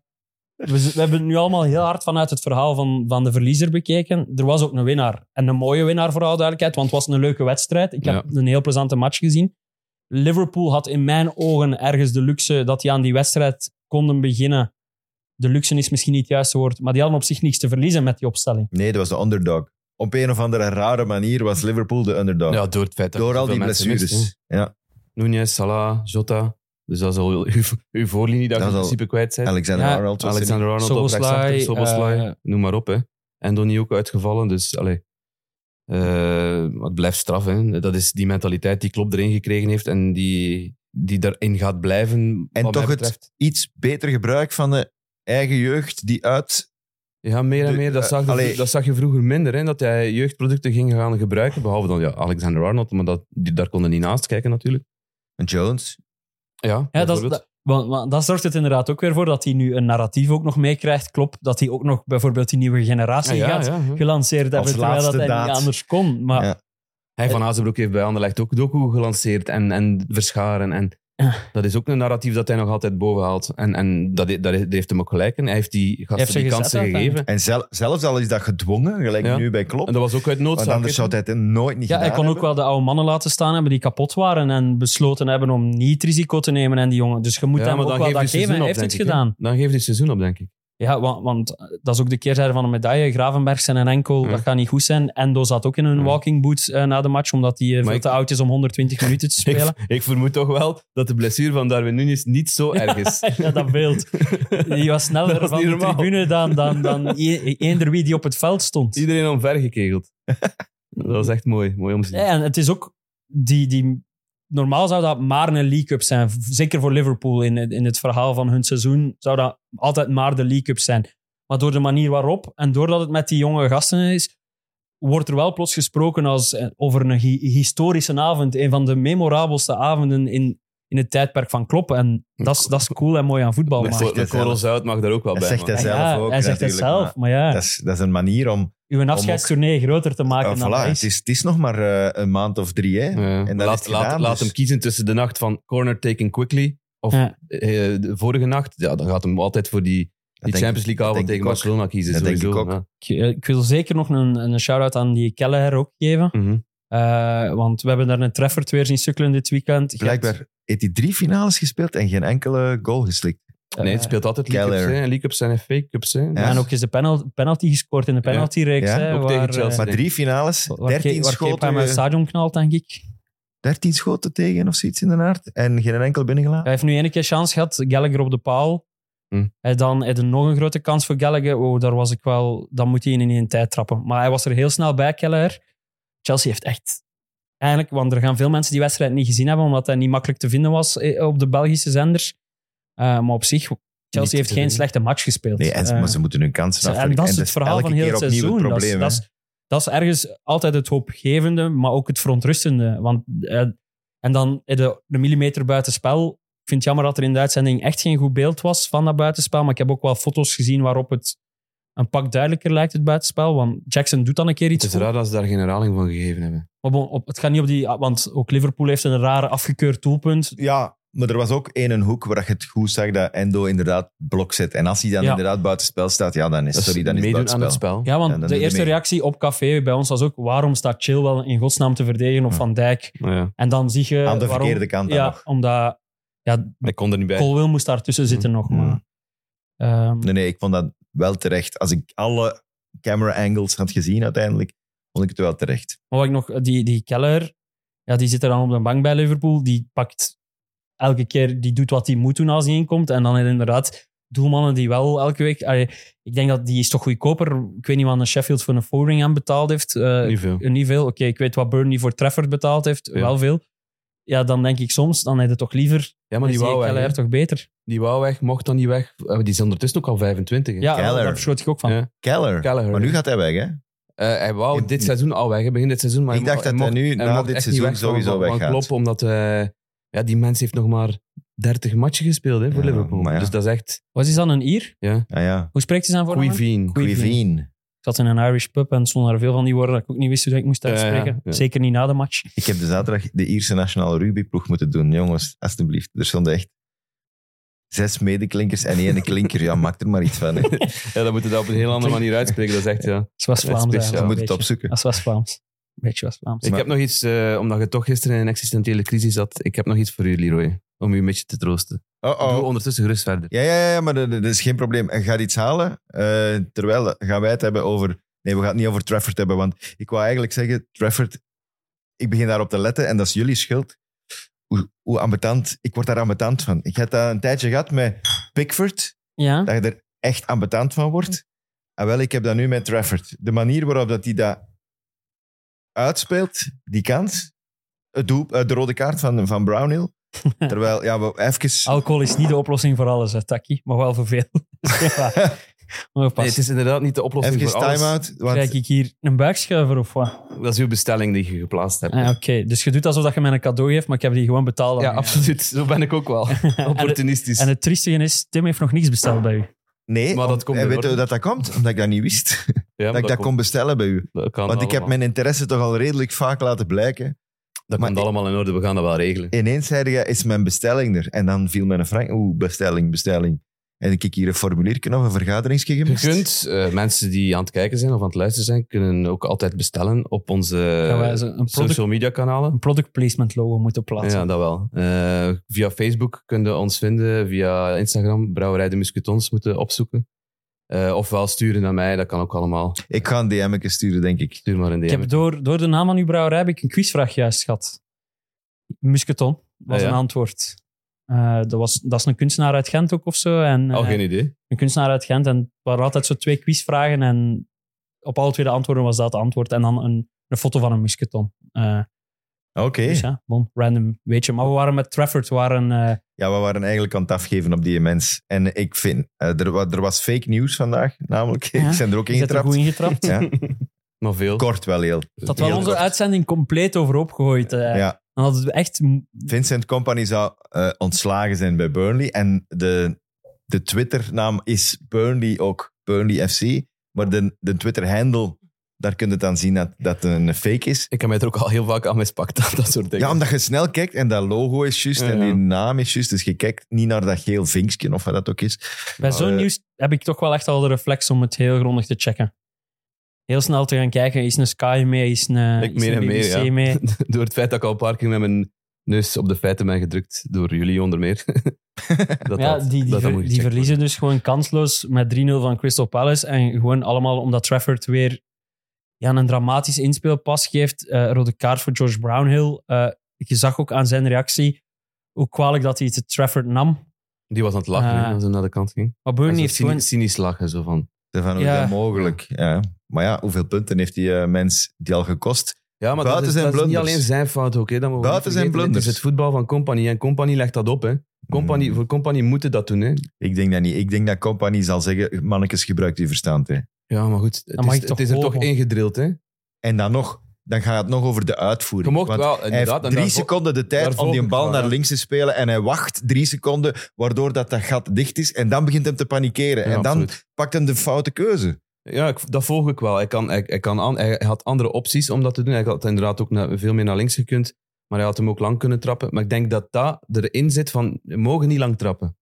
S6: we, z- we hebben het nu allemaal heel hard vanuit het verhaal van, van de verliezer bekeken. Er was ook een winnaar. En een mooie winnaar, voor alle duidelijkheid, want het was een leuke wedstrijd. Ik heb een heel plezante match gezien. Liverpool had in mijn ogen ergens de luxe dat die aan die wedstrijd konden beginnen. De luxe is misschien niet het juiste woord, maar die hadden op zich niets te verliezen met die opstelling.
S4: Nee, dat was de underdog. Op een of andere rare manier was Liverpool de underdog.
S5: Ja, door het feit dat
S4: Door al
S5: veel
S4: die
S5: mensen
S4: blessures.
S5: mist,
S4: ja.
S5: hè. Nunes, Salah, Jota. Dus dat is al uw, uw voorlinie
S4: Dat
S5: dat, je
S4: is
S5: in
S4: al-
S5: principe kwijt bent.
S4: Alexander
S6: Ja,
S4: Arnold was er
S5: Alexander Arnold op
S6: Soboslai,
S5: rechtsachter, Soboslai,
S6: eh,
S5: noem maar op. Hè. En Donny ook uitgevallen, dus allee. Eh, maar het blijft straf. Hè. Dat is die mentaliteit die Klopp erin gekregen heeft en die, die daarin gaat blijven.
S4: En
S5: wat
S4: toch
S5: mij
S4: het-
S5: betreft.
S4: niet. iets beter gebruik van de eigen jeugd die uit...
S5: Ja, meer en
S4: de-
S5: meer. Dat
S4: eh,
S5: zag, je-
S4: allee.
S5: dat zag je vroeger minder, hè, dat hij jeugdproducten ging gaan gebruiken. Behalve dan ja, Alexander Arnold, maar dat, die, daar konden niet naast kijken natuurlijk.
S4: Jones.
S5: Ja,
S6: Ja, dat, is-
S5: bijvoorbeeld.
S6: dat, want, want dat zorgt het inderdaad ook weer voor dat hij nu een narratief ook nog meekrijgt. Klopt, dat hij ook nog bijvoorbeeld die nieuwe generatie
S5: Ja, ja,
S6: gaat
S5: ja, ja.
S6: gelanceerd hebben,
S4: Als
S6: terwijl dat
S4: laatste
S6: hij niet
S4: daad.
S6: anders kon. Maar
S4: Ja.
S5: Hij van Hazenbroek heeft bij Anderlecht ook Doku gelanceerd en, en Verscharen. En dat is ook een narratief dat hij nog altijd bovenhaalt. En, en dat, dat heeft hem ook gelijk in. Hij heeft die gasten
S6: heeft ze
S5: die
S6: gezet
S5: kansen gegeven.
S6: uiteindelijk.
S4: En zel- zelfs al is dat gedwongen, gelijk
S5: Ja.
S4: nu bij Klopp.
S5: En dat was ook uit
S4: want
S5: noodzaak.
S4: anders
S5: hè.
S4: zou hij het nooit niet
S6: ja, hij
S4: gedaan
S6: kon ook
S4: hebben.
S6: wel de oude mannen laten staan hebben die kapot waren en besloten hebben om niet risico te nemen en die jongen. Dus je moet
S5: Ja,
S6: hem
S5: maar
S6: ook
S5: dan
S6: wel
S5: geeft hij het
S6: dat geven.
S5: seizoen
S6: Hij
S5: op,
S6: heeft
S5: denk
S6: het
S5: ik, hè.
S6: gedaan.
S5: Dan geeft hij het seizoen op, denk ik.
S6: Ja, want, want eh, dat is ook de keerzijde van een medaille. Gravenberg zijn een enkel,
S5: Ja.
S6: dat gaat niet goed zijn. Endo zat ook in een
S5: Ja.
S6: walking boot eh, na de match, omdat hij eh,
S5: Maar
S6: veel
S5: ik-
S6: te oud is om 120 minuten te spelen.
S5: *laughs* Ik, ik vermoed toch wel dat de blessure van Darwin Nunes niet zo erg is.
S6: *laughs* ja, dat beeld.
S5: *laughs*
S6: Die
S4: *laughs*
S6: was
S5: Dat
S6: sneller
S5: was
S6: van
S5: niet
S6: de
S5: normaal.
S6: tribune dan, dan, dan i- eender wie die op het veld stond.
S5: Iedereen
S6: *laughs*
S5: omvergekegeld. Dat was echt mooi. Mooi om te zien.
S6: Ja, en het is ook... Die, die, normaal zou dat maar een League Cup zijn. V- Zeker voor Liverpool in, het- in het verhaal van hun seizoen zou dat altijd maar de League Cup zijn. Maar door de manier waarop en doordat het met die jonge gasten is, wordt er wel plots gesproken als, eh, over een hi- historische avond. Een van de memorabelste avonden in, in het tijdperk van Klopp. En dat is- dat is cool en mooi aan voetbal.
S5: De,
S6: Maar,
S4: zegt
S5: ko-
S4: hij
S5: de korrel
S4: zelf.
S5: zout mag daar ook wel
S4: Dat
S5: bij.
S4: zegt
S5: man.
S4: hij zelf
S6: Ja,
S4: ook
S6: hij zegt het
S4: natuurlijk,
S6: zelf,
S4: maar
S6: maar ja.
S4: Dat, is, dat is een manier om...
S6: uw afscheidstournee groter te maken
S4: Ah,
S6: dan
S4: voilà,
S6: dat
S4: het
S6: is.
S4: is, het is nog maar eh, een maand of drie, hè.
S5: Ja.
S4: En dan is
S5: laat,
S4: het
S5: laat,
S4: gedaan,
S5: laat
S4: dus-
S5: hem kiezen tussen de nacht van corner taking quickly of
S6: Ja.
S5: eh, de vorige nacht. Ja, dan gaat hem altijd voor die, die
S4: denk ik-
S5: Champions League
S4: dat
S5: avond
S4: denk
S5: tegen
S4: ik ook.
S5: Barcelona kiezen.
S4: Dat denk
S5: sowieso.
S4: ik ook.
S5: Ja.
S6: Ik, eh, ik wil zeker nog een, een shout-out aan die Kelleher ook geven.
S5: Mhm.
S6: Eh, want we hebben daar een treffer weer zien sukkelen dit weekend. Je hebt,
S4: Blijkbaar heeft hij drie finales gespeeld en geen enkele goal geslikt.
S6: eh,
S5: Nee, het speelt altijd League Cups.
S4: Keller.
S5: hè. League Cups en FA Cups. hè.
S4: Ja.
S6: En ook eens de penal- penalty gescoord in de penaltyreeks.
S4: Ja,
S6: hè,
S5: ook
S6: waar,
S5: tegen
S6: eh,
S5: Chelsea.
S4: Maar drie finales,
S6: waar Ke-
S4: dertien
S6: waar Kepa
S4: schoten,
S6: hem uit het
S4: eh,
S6: stadion knalt, denk ik.
S4: 13 schoten tegen of zoiets in de aard en geen enkel binnengelaten.
S6: Hij heeft nu één keer chance gehad. Gallagher op de paal.
S5: Hm.
S6: Hij dan hij had nog een grote kans voor Gallagher. Oh, daar was ik wel... Dan moet hij in één tijd trappen. Maar hij was er heel snel bij, Gallagher. Chelsea heeft echt... Eigenlijk, want er gaan veel mensen die wedstrijd niet gezien hebben, omdat hij niet makkelijk te vinden was eh, op de Belgische zenders. Eh, maar op zich, Chelsea
S5: te
S6: heeft geen
S5: vinden.
S6: slechte match gespeeld.
S4: Nee, en, ze-
S6: Eh,
S4: maar ze moeten hun kansen
S6: en
S4: afwerken.
S6: dat is
S4: En dus
S6: het verhaal
S4: elke
S6: van heel
S4: keer
S6: het
S4: opnieuw
S6: seizoen. Dat is-
S4: probleem,
S6: dat,
S4: hè.
S6: is, dat is ergens altijd het hoopgevende, maar ook het verontrustende. Want, eh, en dan eh, de, de millimeter buitenspel. Ik vind het jammer dat er in de uitzending echt geen goed beeld was van dat buitenspel. Maar ik heb ook wel foto's gezien waarop het een pak duidelijker lijkt, het buitenspel. Want Jackson doet dan een keer
S5: Het
S6: iets
S5: is
S6: goed.
S5: raar dat ze daar geen herhaling van gegeven hebben.
S6: Maar bon, op, het gaat niet op die... Want ook Liverpool heeft een rare afgekeurd doelpunt.
S4: Ja, maar er was ook één een hoek waar je het goed zag dat Endo inderdaad blok zet. En als hij dan
S6: Ja.
S4: inderdaad buitenspel staat, ja, dan is,
S5: Dat
S4: sorry, dan is het
S5: meedoen aan het
S4: buitenspel.
S5: spel.
S6: Ja,
S4: Ja,
S6: want
S4: dan
S6: de
S4: doe je
S6: eerste
S4: mee.
S6: reactie op café bij ons was ook... Waarom staat Chill wel in godsnaam te verdedigen of
S4: Ja.
S6: Van Dijk?
S5: Ja.
S6: En dan zie je...
S4: Aan de
S6: waarom-
S4: verkeerde kant dan
S6: Ja,
S4: nog.
S6: omdat... Ja,
S5: Hij kon er niet bij.
S6: Colwell moest daartussen zitten nog,
S4: Hmm.
S6: maar... Ehm,
S4: Nee, nee, ik vond dat wel terecht. Als ik alle camera angles had gezien uiteindelijk, vond ik het wel terecht.
S6: Maar wat ik nog, die, die Keller, ja, die zit er dan op de bank bij Liverpool. Die pakt elke keer, die doet wat hij moet doen als hij inkomt. En dan inderdaad doelmannen die wel elke week. allee, ik denk dat die is toch goedkoper. Ik weet niet wat een Sheffield voor een Foring aan betaald heeft. Eh,
S5: Niet veel.
S6: niet veel. Oké, ik weet wat Burnley voor Trefford betaald heeft.
S5: Ja.
S6: Wel veel. Ja, dan denk ik soms, dan heb je toch liever.
S5: Ja, maar die
S6: is
S5: wou weg.
S6: Keller
S5: hè.
S6: toch beter?
S5: Die wou weg, mocht dan niet weg. Eh, Die is ondertussen ook al 25. hè.
S6: Ja,
S4: Keller.
S6: daar schoot ik ook van.
S5: Ja.
S4: Keller.
S5: Gallagher.
S4: Maar nu gaat hij weg, hè?
S5: Eh, hij wou
S4: Ik-
S5: dit seizoen al weg, hè, begin dit seizoen. Maar
S4: Ik dacht dat hij nu na dit seizoen sowieso weggaat.
S5: Klopt, omdat eh, ja, die mens heeft nog maar 30 matchen gespeeld hè, voor
S4: Ja,
S5: Liverpool.
S4: maar ja.
S5: Dus dat is echt
S6: Was is dan een Ier?
S4: Ah ja,
S6: Hoe spreekt ze zijn voornaam? Ik
S5: quiveen.
S4: Quiveen.
S6: zat in een Irish pub en stonden er veel van die woorden dat ik ook niet wist hoe ik moest
S5: Ja, ja,
S6: uitspreken.
S5: ja.
S6: Zeker niet na de match.
S4: Ik heb de zaterdag de Ierse nationale rugbyploeg moeten doen. Jongens, alstublieft. Er stonden echt zes medeklinkers en één klinker. Ja, maak er maar iets van. Hè.
S5: Ja, dat moet je dat op een heel andere manier uitspreken. Dat is echt, ja.
S6: Het was
S5: Dat is
S6: Vlaams.
S5: speciaal.
S4: Je
S6: eigenlijk,
S4: moet het
S6: een beetje.
S4: opzoeken.
S6: Dat is was Vlaams. Een beetje was Vlaams.
S5: Ik
S4: Maar-
S5: heb nog iets, eh, omdat je toch gisteren in een existentiële crisis zat. Ik heb nog iets voor u, Leroy. Om u een beetje te troosten.
S4: Oh,
S5: Doe
S4: oh.
S5: ondertussen gerust verder.
S4: Ja, ja, ja, maar dat, dat is geen probleem. En gaat iets halen, eh, terwijl gaan wij het hebben over... Nee, we gaan het niet over Trafford hebben, want ik wou eigenlijk zeggen, Trafford, ik begin daarop te letten en dat is jullie schuld. Hoe, hoe ambetant, ik word daar ambetant van. Ik heb dat een tijdje gehad met Pickford,
S6: Ja,
S4: dat je er echt ambetant van wordt. En wel, ik heb dat nu met Trafford. De manier waarop dat hij dat uitspeelt, die kans, het doel, eh, de rode kaart van, van
S5: *laughs*
S4: Brownhill, terwijl, ja, we even...
S6: alcohol is niet de oplossing voor alles, hè, Taki. Maar wel voor veel.
S5: *laughs*
S6: *laughs* ja, maar pas.
S5: Nee, het is inderdaad niet de oplossing
S4: Even
S5: voor alles.
S4: time-out, want
S6: Krijg ik hier een buikschuiver of wat?
S5: Dat is uw bestelling die je geplaatst hebt.
S6: Ah, Oké, dus je doet alsof dat je mij een cadeau geeft, maar ik heb die gewoon betaald. aan
S5: ja,
S6: u.
S5: absoluut. Zo ben ik ook wel.
S6: *laughs* en, het,
S5: Opportunistisch.
S6: en het triestige is, Tim heeft nog niets besteld bij u.
S4: Nee,
S5: Maar
S4: om-
S5: dat komt
S4: en
S5: door-
S4: weet je hoe dat dat komt? Omdat ik dat niet wist. dat
S5: Ja, maar
S4: ik dat kon bestellen bij u.
S5: dat kan
S4: Want ik heb
S5: allemaal.
S4: mijn interesse toch al redelijk vaak laten blijken.
S5: Dat
S4: Maar
S5: komt
S4: ik-
S5: allemaal in orde, we gaan dat wel regelen.
S4: Ineens zei je, is mijn bestelling er? En dan viel mijn frank, oeh, bestelling, bestelling. En ik heb hier een formuliertje of een vergaderingsje
S5: Je
S4: gemist.
S5: kunt, eh, mensen die aan het kijken zijn of aan het luisteren zijn, kunnen ook altijd bestellen op onze
S6: Gaan wij zo een, product,
S5: social media kanalen.
S6: een product placement logo moeten plaatsen.
S5: Ja, dat wel. Eh, via Facebook kunnen ons vinden, via Instagram, Brouwerij de Muscutons moeten opzoeken. Eh, ofwel sturen naar mij, dat kan ook allemaal.
S4: Ik ga een DM'tje sturen, denk ik.
S5: Stuur maar een DM.
S6: ik heb door, door de naam van uw brouwerij heb ik een quizvraag juist gehad. Musketon was
S5: Ah, ja.
S6: een antwoord. Eh, dat, was, dat is een kunstenaar uit Gent ook of zo.
S5: Al
S6: En,
S4: Oh,
S6: eh,
S5: Oh, geen idee.
S6: een kunstenaar uit Gent. En er waren altijd zo twee quizvragen. En op alle twee de antwoorden was dat het antwoord. En dan een, een foto van een musketon. Eh,
S4: Oké.
S6: Dus ja, bon, random weetje. Maar we waren met Trafford. We waren, eh,
S4: Ja, we waren eigenlijk aan het afgeven op die mens. En ik vind, eh, er, wa- er was fake news vandaag, *laughs* namelijk.
S6: Ja,
S4: ik ben er ook
S6: je zet er
S4: ingetrapt.
S6: goed ingetrapt.
S4: *laughs* Ja,
S5: Maar veel.
S4: kort wel heel.
S6: Dat had wel
S4: Heel
S6: onze
S4: kort.
S6: uitzending compleet overhoop gegooid. eh.
S4: Ja.
S6: Dan hadden we echt... m-
S4: Vincent Company zou eh, ontslagen zijn bij Burnley. En de, de Twitternaam is Burnley ook Burnley FC. Maar de, de Twitter-handle, daar kun je dan zien dat dat een fake is.
S5: Ik heb mij er ook al heel vaak aan mispakt, aan *laughs* dat soort dingen.
S4: Ja, omdat je snel kijkt en dat logo is juist
S5: Ja,
S4: en
S5: ja.
S4: die naam is juist. Dus je kijkt niet naar dat geel vinkje of wat dat ook is.
S6: Bij zo'n
S4: eh,
S6: nieuws heb ik toch wel echt al de reflex om het heel grondig te checken. Heel snel te gaan kijken, is een Sky mee, is een,
S5: Ik
S6: is
S5: meer
S6: een
S5: en meer,
S6: BBC
S5: ja.
S6: mee.
S5: door het feit dat ik al een paar keer met mijn neus op de feiten ben gedrukt, door jullie onder meer. *laughs* *laughs* dat,
S6: ja,
S5: dat-
S6: die, die,
S5: dat dat
S6: ver-
S5: moet
S6: die
S5: gecheckt
S6: verliezen dus gewoon kansloos met 3-0 van Crystal Palace. En gewoon allemaal omdat Trafford weer ja, een dramatisch inspeelpas geeft. Eh, rode kaart voor George Brownhill. Eh, je zag ook aan zijn reactie hoe kwalijk dat hij het Trafford nam.
S5: worden. Die was aan het lachen hè,
S6: Ah.
S5: als hij naar de kant ging.
S6: Maar Burnley
S5: Hij
S6: heeft
S5: cyni-
S6: gewoon...
S5: cynisch lachen, zo van...
S4: Zo Van, hoe
S6: Ja.
S4: is dat mogelijk? Ja. Maar ja, hoeveel punten heeft die eh, mens die al gekost?
S5: Ja, maar
S4: Buiten
S5: dat, is,
S4: zijn
S5: dat is niet
S4: blunders.
S5: alleen zijn fout ook. Hè. Dat mogen we
S4: Buiten
S5: niet
S4: zijn
S5: vergeten.
S4: blunders.
S5: Het is het voetbal van Company. En Company legt dat op. Hè. Company,
S4: Mm.
S5: Voor Company moeten dat doen. Hè.
S4: Ik denk dat niet. Ik denk dat Company zal zeggen, mannetjes, gebruikt uw verstand. Hè.
S5: Ja, maar goed. Het,
S6: Dan mag
S5: is,
S6: ik toch
S5: het is er toch
S6: hopen.
S5: ingedrild. Hè.
S4: En dan nog, dan gaat het nog over de uitvoering.
S5: Je mocht
S4: Want
S5: wel,
S4: Hij
S5: inderdaad.
S4: heeft
S5: en
S4: drie
S5: daarvoor-
S4: seconden de
S5: daar
S4: tijd om
S5: volg
S4: die
S5: ik
S4: bal
S5: wel,
S4: naar
S5: ja.
S4: links te spelen. En hij wacht drie seconden, waardoor dat, dat gat dicht is. En dan begint hem te panikeren.
S5: Ja,
S4: en dan
S5: absoluut.
S4: pakt hem de foute keuze.
S5: Ja, ik- dat volg ik wel. Hij, kan, hij, hij kan aan, hij had andere opties om dat te doen. Hij had inderdaad ook naar- veel meer naar links gekund. Maar hij had hem ook lang kunnen trappen. Maar ik denk dat dat erin zit van... We mogen niet lang trappen.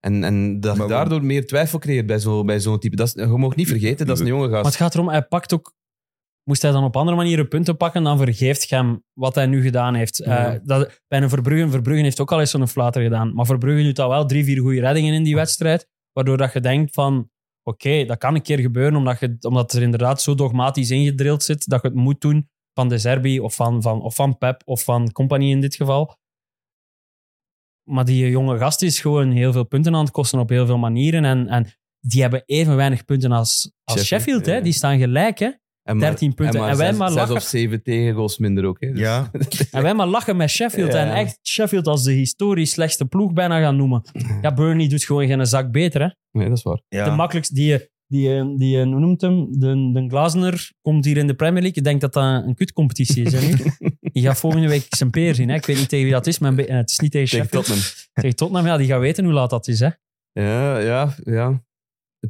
S5: En, en dat je
S4: Maar we-
S5: daardoor meer twijfel creëert bij zo'n bij zo'n type. Dat is, je mag niet vergeten, dat is een jonge gast.
S6: Maar het gaat erom, hij pakt ook... Moest hij dan op andere manieren punten pakken, dan vergeeft je hem wat hij nu gedaan heeft.
S5: Ja.
S6: Eh, dat, bij een Verbruggen, Verbruggen heeft ook al eens zo'n flater gedaan. Maar Verbruggen doet al wel drie, vier goede reddingen in die wedstrijd. waardoor dat je denkt van... Oké, dat kan een keer gebeuren, omdat, je, omdat er inderdaad zo dogmatisch ingedrild zit dat je het moet doen van De Zerbi of van, van, of van Pep of van Company in dit geval. Maar die jonge gast is gewoon heel veel punten aan het kosten op heel veel manieren. En, en die hebben even weinig punten als, als
S5: Sheffield,
S6: Sheffield. hè?
S5: ja.
S6: Die staan gelijk, hè?
S5: En
S6: 13 punten. En wij
S5: zes,
S6: maar
S5: zes
S6: lachen.
S5: of zeven tegengoals minder ook. Hè. Dus *laughs*
S4: Ja,
S6: En wij maar lachen met Sheffield.
S5: Ja.
S6: En echt Sheffield als de historisch slechtste ploeg bijna gaan
S5: *laughs*
S6: noemen. Ja, Burnley doet gewoon geen zak beter. Hè?
S5: Nee, dat is waar.
S6: De
S4: ja.
S6: makkelijkst die, die, die, hoe noemt hem? De, de Glasner komt hier in de Premier League. Ik denk dat dat een kutcompetitie is. Hè,
S5: *laughs*
S6: nu. Die gaat volgende week zijn peer zien. Hè? Ik weet niet tegen wie dat is, maar een be- en het is niet tegen
S5: Tegen
S6: Sheffield.
S5: Tottenham.
S6: Tegen Tottenham, ja, die gaat weten hoe laat dat is. Hè?
S5: Ja, ja, ja.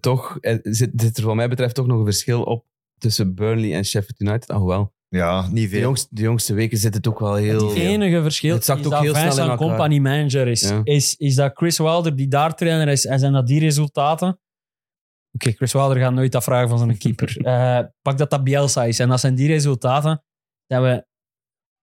S5: Toch er zit, zit er wat mij betreft toch nog een verschil op tussen Burnley en Sheffield United. Alhoewel,
S4: ja, niet
S5: de
S4: veel.
S5: jongste, de jongste weken zit het ook wel heel...
S6: Het enige verschil
S5: Het zakt
S6: is
S5: ook
S6: dat
S5: heel snel in
S6: Vincent
S5: elkaar.
S6: Company manager is,
S5: Ja.
S6: is. Is dat Chris Wilder die daar trainer is en zijn dat die resultaten? Oké, Chris Wilder gaat nooit dat vragen
S5: *laughs*
S6: van zijn keeper. Eh, pak dat dat Bielsa is en dat zijn die resultaten. Dat we,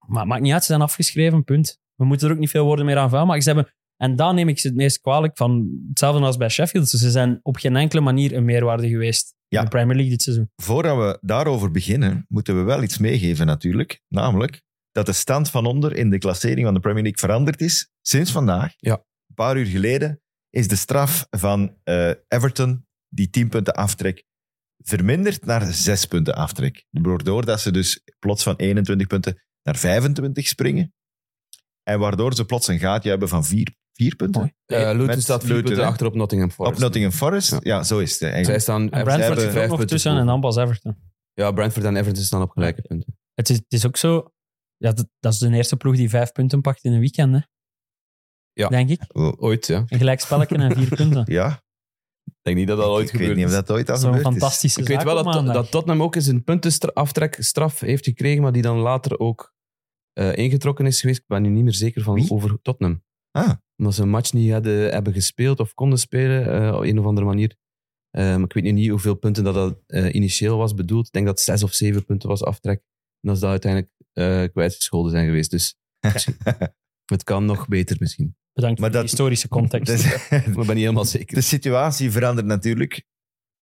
S6: maar het maakt niet uit, ze zijn afgeschreven, punt. We moeten er ook niet veel woorden meer aan vuilmaken. Ze hebben, en daar neem ik ze het meest kwalijk van. Hetzelfde als bij Sheffield. Ze zijn op geen enkele manier een meerwaarde geweest
S4: Ja.
S6: in de Premier League dit seizoen.
S4: Voordat we daarover beginnen, moeten we wel iets meegeven natuurlijk. Namelijk dat de stand van onder in de klassering van de Premier League veranderd is sinds vandaag.
S5: Ja.
S4: Een paar uur geleden is de straf van eh, Everton, die 10 punten aftrek, verminderd naar 6 punten aftrek. Waardoor dat ze dus plots van 21 punten naar 25 springen. En waardoor ze plots een gaatje hebben van 4, punten.
S6: Mooi.
S5: Eh, Luton
S4: Met
S5: staat vier
S4: Luton,
S5: punten
S4: hè?
S5: achter op Nottingham Forest.
S4: Op Nottingham Forest? Ja,
S5: Ja.
S4: zo is het. hè,
S5: Zij
S4: Eigenlijk.
S5: staan...
S6: En
S5: zij
S6: Brentford
S5: hebben
S6: zit
S5: vijf
S6: er ook nog
S5: punten
S6: tussen en
S5: voor.
S6: dan pas Everton.
S5: Ja, Brentford en Everton staan op gelijke punten.
S6: Het is, het is ook zo... Ja, dat, dat is de eerste ploeg die vijf punten pakt in een weekend, hè?
S5: Ja.
S6: denk ik.
S5: Ooit, ja. Ik
S6: Een gelijkspelletje en vier
S5: *laughs*
S6: punten.
S4: Ja,
S5: denk niet dat dat ooit
S4: ik weet
S5: gebeurd
S4: niet of
S5: is.
S4: dat ooit al
S6: Dat is een
S4: gebeurd is.
S6: fantastische
S5: Ik weet
S6: zaak
S5: wel
S6: op
S5: dat,
S6: maandag.
S5: dat Tottenham ook eens een puntenaftrekstraf heeft gekregen, maar die dan later ook eh, ingetrokken is geweest. Ik ben nu niet meer zeker van
S4: Wie?
S5: over Tottenham.
S4: Ah.
S5: Omdat ze een match niet hadden, hebben gespeeld of konden spelen eh, op een of andere manier. Ehm, ik weet nu niet hoeveel punten dat, dat eh, initieel was bedoeld. Ik denk dat het zes of zeven punten was aftrek. En dat ze dat uiteindelijk eh, kwijtgescholden zijn geweest. Dus
S4: *laughs*
S5: het kan nog beter misschien.
S6: Bedankt
S4: Maar
S6: voor
S4: dat-
S5: *laughs*
S6: de historische context.
S4: Dus- *laughs*
S5: Maar ik ben niet helemaal
S4: De
S5: zeker.
S4: situatie verandert natuurlijk.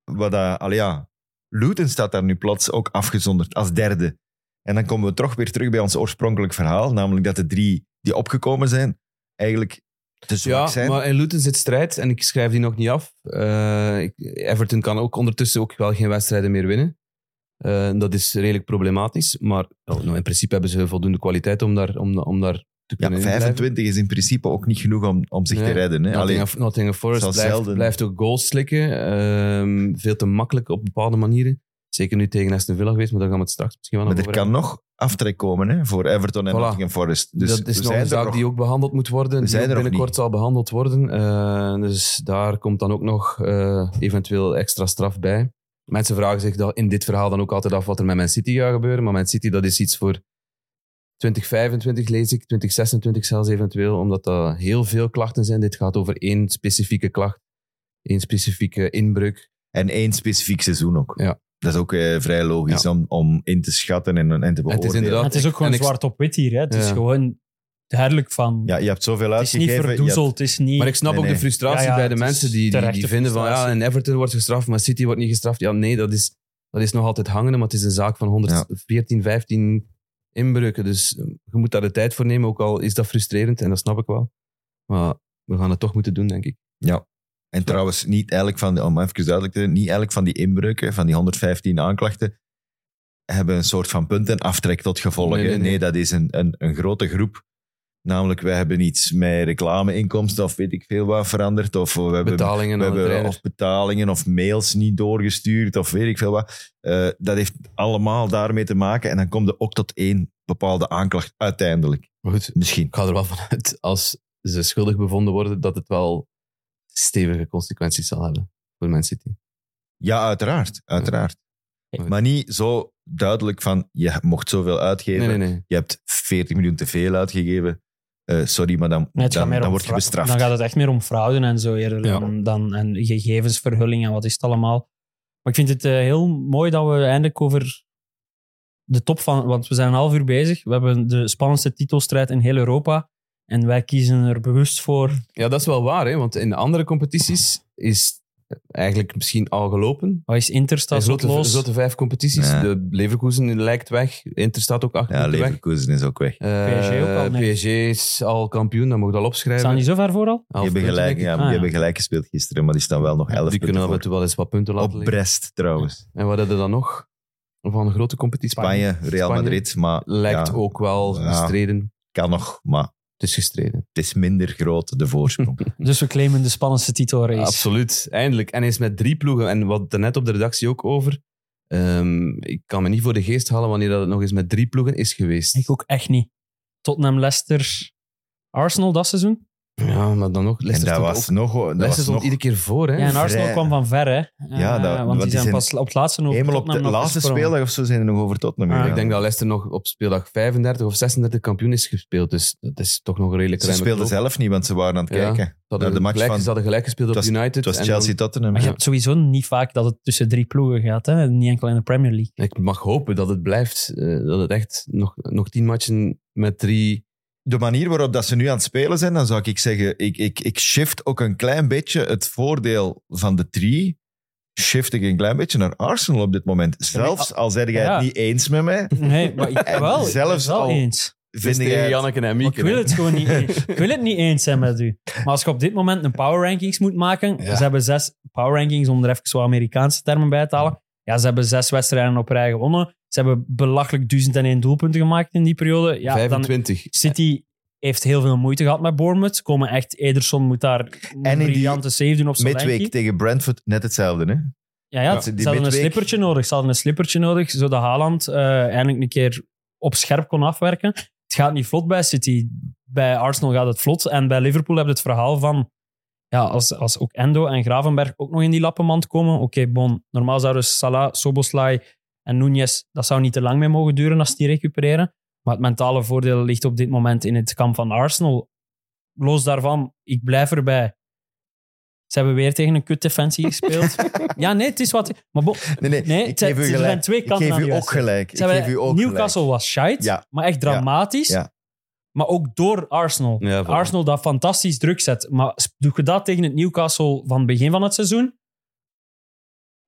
S4: Wat, eh, allee, ja, Luton staat daar nu plots ook afgezonderd als derde. En dan komen we toch weer terug bij ons oorspronkelijk verhaal, namelijk dat de drie die opgekomen zijn, eigenlijk te zwak
S5: Ja,
S4: zijn.
S5: maar in Luton zit strijd en ik schrijf die nog niet af. Eh, ik- Everton kan ook ondertussen ook wel geen wedstrijden meer winnen. Eh, dat is redelijk problematisch, maar oh, nou, in principe hebben ze voldoende kwaliteit om daar, om, om daar te
S4: Ja,
S5: kunnen in blijven.
S4: 25 is in principe ook niet genoeg om, om zich te
S5: Nee,
S4: redden. Hè? Allee,
S5: Nottingham, Nottingham Forest
S4: zou
S5: blijft,
S4: zelden-
S5: blijft ook goals slikken. Ehm, veel te makkelijk op bepaalde manieren. Zeker nu tegen Aston Villa geweest, maar daar gaan we het straks misschien wel
S4: maar
S5: nog
S4: er
S5: over
S4: kan
S5: hebben.
S4: nog aftrek komen hè, voor Everton en
S5: Voilà.
S4: Nottingham Forest. Dus
S5: dat is
S4: we
S5: nog
S4: zijn
S5: een
S4: er
S5: zaak
S4: nog.
S5: die ook behandeld moet worden. Die
S4: zijn
S5: ook
S4: er nog
S5: binnenkort
S4: niet.
S5: zal behandeld worden. Eh, dus daar komt dan ook nog eh, eventueel extra straf bij. Mensen vragen zich dan in dit verhaal dan ook altijd af wat er met Man City gaat gebeuren. Maar Man City, dat is iets voor 2025, lees ik. 2026 zelfs eventueel, omdat er heel veel klachten zijn. Dit gaat over één specifieke klacht. één specifieke inbreuk.
S4: En één specifiek seizoen ook.
S5: Ja.
S4: Dat is ook eh, vrij logisch om, om in te schatten en, en te beoordelen.
S5: inderdaad-
S6: het is ook gewoon
S5: en ik-
S6: zwart op wit hier. Hè. Het is
S5: Ja.
S6: gewoon duidelijk van...
S4: ja, je hebt zoveel
S6: het is niet
S4: uitgegeven. je hebt-
S6: verdoezeld, het is niet...
S5: Maar ik snap
S4: Nee,
S5: ook
S4: nee.
S5: de frustratie
S6: Ja, ja,
S5: bij de
S6: het is
S5: mensen die, die,
S6: terechte
S5: die vinden van ja,
S6: frustratie.
S5: en Everton wordt gestraft, maar City wordt niet gestraft. Ja, nee, dat is, dat is nog altijd hangende, maar het is een zaak van 114, 15 inbreuken. Dus eh, je moet daar de tijd voor nemen, ook al is dat frustrerend en dat snap ik wel. Maar we gaan het toch moeten doen, denk ik.
S4: En trouwens, niet elk van, om even duidelijk te zijn, niet elk van die inbreuken, van die 115 aanklachten, hebben een soort van puntenaftrek tot gevolg.
S5: Nee,
S4: Nee,
S5: nee, nee.
S4: dat is een, een, een grote groep. Namelijk, wij hebben iets met reclameinkomsten of weet ik veel wat veranderd. Of we hebben,
S5: Betalingen
S4: we
S5: aan de
S4: hebben
S5: trainer.
S4: of betalingen of mails niet doorgestuurd of weet ik veel wat. Eh, dat heeft allemaal daarmee te maken. En dan komt er ook tot één bepaalde aanklacht uiteindelijk.
S5: Maar goed,
S4: Misschien.
S5: ik ga er wel van uit, als ze schuldig bevonden worden, dat het wel stevige consequenties zal hebben voor Man City.
S4: Ja, uiteraard. uiteraard.
S5: Ja.
S4: Maar niet zo duidelijk van, je mocht zoveel uitgeven.
S5: Nee, nee, nee.
S4: je hebt 40 miljoen te veel uitgegeven. Eh, sorry, maar dan,
S6: Nee, het gaat
S4: dan,
S6: meer
S4: dan
S6: om
S4: word je
S6: fra-
S4: bestraft.
S6: Dan gaat het echt meer om fraude en zo eerder
S5: Ja.
S6: dan, dan en gegevensverhulling en wat is het allemaal. Maar ik vind het eh, heel mooi dat we eindelijk over de top van... Want we zijn een half uur bezig. We hebben de spannendste titelstrijd in heel Europa. En wij kiezen er bewust voor.
S5: Ja, dat is wel waar, hè? want in andere competities is eigenlijk misschien al gelopen.
S6: Wat is Interstad?
S5: Zotte,
S6: los?
S5: zotte vijf competities.
S4: Ja.
S5: De Leverkusen lijkt weg. Inter staat ook achter
S4: Ja,
S5: weg.
S4: Leverkusen is ook weg.
S5: Eh,
S6: PSG ook al, nee.
S5: PSG is al kampioen, dat mag ik al opschrijven.
S6: Staan die zo ver voor al?
S5: Elf
S4: Die hebben,
S5: punten,
S4: gelijk,
S5: denk ik.
S4: ja,
S6: Ah,
S4: die
S6: ja.
S4: hebben gelijk gespeeld gisteren, maar die staan wel nog 11
S5: Die
S4: punten
S5: kunnen af en
S4: voor.
S5: toe wel eens wat punten laten
S4: Op
S5: liggen.
S4: Brest trouwens.
S5: En wat hadden we dan nog? Van de grote competitie.
S4: Spanje, Real
S5: Spanje
S4: Madrid, maar
S5: Lijkt
S4: ja,
S5: ook wel
S4: Ja.
S5: gestreden.
S4: kan nog, maar
S5: Het is gestreden.
S4: het is minder groot, de
S5: *laughs*
S4: voorsprong.
S6: Dus we claimen de spannendste titelrace.
S5: Absoluut, eindelijk. En hij is met drie ploegen. En wat daarnet op de redactie ook over. ehm, ik kan me niet voor de geest halen wanneer dat het nog eens met drie ploegen is geweest.
S6: Ik ook echt niet. Tottenham, Leicester, Arsenal dat seizoen.
S5: Ja, maar dan nog.
S4: en
S5: Leicester
S4: dat
S5: stond,
S4: was
S5: ook-
S4: nog... Dat
S5: Leicester
S4: was
S5: stond
S4: nog
S5: iedere keer voor. Hè?
S6: Ja, en Arsenal
S4: vrij.
S6: kwam van ver, hè. Eh,
S4: Ja, dat- want
S6: want
S4: die
S6: die zijn
S4: zijn
S6: pas op het laatste over
S4: Helemaal op de
S6: Tottenham nog
S4: laatste
S6: gesprongen.
S4: speeldag of zo zijn er nog over Tottenham.
S6: Ah,
S4: gegaan.
S5: Ik denk dat Leicester nog op speeldag 35 of 36 kampioen is gespeeld. Dus dat is toch nog een redelijk
S4: Ze
S5: ruime
S4: speelden
S5: kloof.
S4: zelf niet, want ze waren aan het
S5: Ja.
S4: kijken.
S5: Ze hadden,
S4: naar de match
S5: gelijk,
S4: van-
S5: ze hadden gelijk gespeeld
S4: Het
S5: op United.
S4: Het was
S5: en
S4: Chelsea-Tottenham.
S6: Maar je hebt sowieso niet vaak dat het tussen drie ploegen gaat, hè. Niet enkel in de Premier League.
S5: dan- ik mag hopen dat het blijft. eh, dat het echt nog, nog tien matchen met drie...
S4: de manier waarop dat ze nu aan het spelen zijn, dan zou ik zeggen, ik, ik, ik shift ook een klein beetje het voordeel van de drie, shift ik een klein beetje naar Arsenal op dit moment. Zelfs al zeg jij
S6: Ja.
S4: het niet eens met mij,
S6: Nee, maar ik
S4: En
S6: wel. ik
S4: zelfs
S6: ben wel
S4: al-
S6: eens.
S4: vind
S5: Dus
S4: ik
S5: tegen
S4: het-
S5: Janneke en
S6: Maar
S5: Mieke.
S6: ik wil
S5: hè.
S6: het gewoon
S4: *laughs*
S6: niet eens. Ik wil het niet eens zijn met u. Maar als je op dit moment een power rankings moet maken,
S5: Ja.
S6: ze hebben zes power rankings, om er even zo Amerikaanse termen bij te halen. Ja, ze hebben zes wedstrijden op rij gewonnen. Ze hebben belachelijk 1001 doelpunten gemaakt in die periode. Ja, dan
S5: 25.
S6: City heeft heel veel moeite gehad met Bournemouth. Ze Komen echt, Ederson moet daar
S4: in
S6: een
S4: die
S6: briljante save doen op
S4: midweek
S6: Solanke.
S4: tegen Brentford net hetzelfde. Hè?
S6: Ja, ja,
S4: Ja,
S6: ze
S4: die
S6: hadden een
S4: midweek-
S6: slippertje nodig. Ze hadden een slippertje nodig, zodat Haaland eh, eindelijk een keer op scherp kon afwerken. Het gaat niet vlot bij City. Bij Arsenal gaat het vlot. En bij Liverpool heb je het verhaal van... Ja, als, als ook Endo en Gravenberg ook nog in die lappenmand komen... Oké, bon, normaal zouden Salah, Soboslai en Nunez... Dat zou niet te lang mee mogen duren als die recupereren. Maar het mentale voordeel ligt op dit moment in het kamp van Arsenal. Los daarvan, ik blijf erbij. Ze hebben weer tegen een kutdefensie gespeeld. ja, nee, het is wat... Maar bon,
S4: Nee, nee,
S6: Nee,
S4: ik
S6: het zijn-
S4: geef u
S6: er zijn
S4: gelijk.
S6: twee kanten
S4: ik
S6: aan
S4: geef u
S6: die
S4: ook gelijk. Ik
S6: ze hebben-
S4: geef u ook
S6: Newcastle
S4: gelijk.
S6: was shite,
S4: Ja.
S6: maar echt dramatisch.
S4: Ja.
S6: Maar ook door Arsenal.
S5: Ja, voilà.
S6: Arsenal dat fantastisch druk zet. Maar sp- doe je dat tegen het Newcastle van het begin van het seizoen?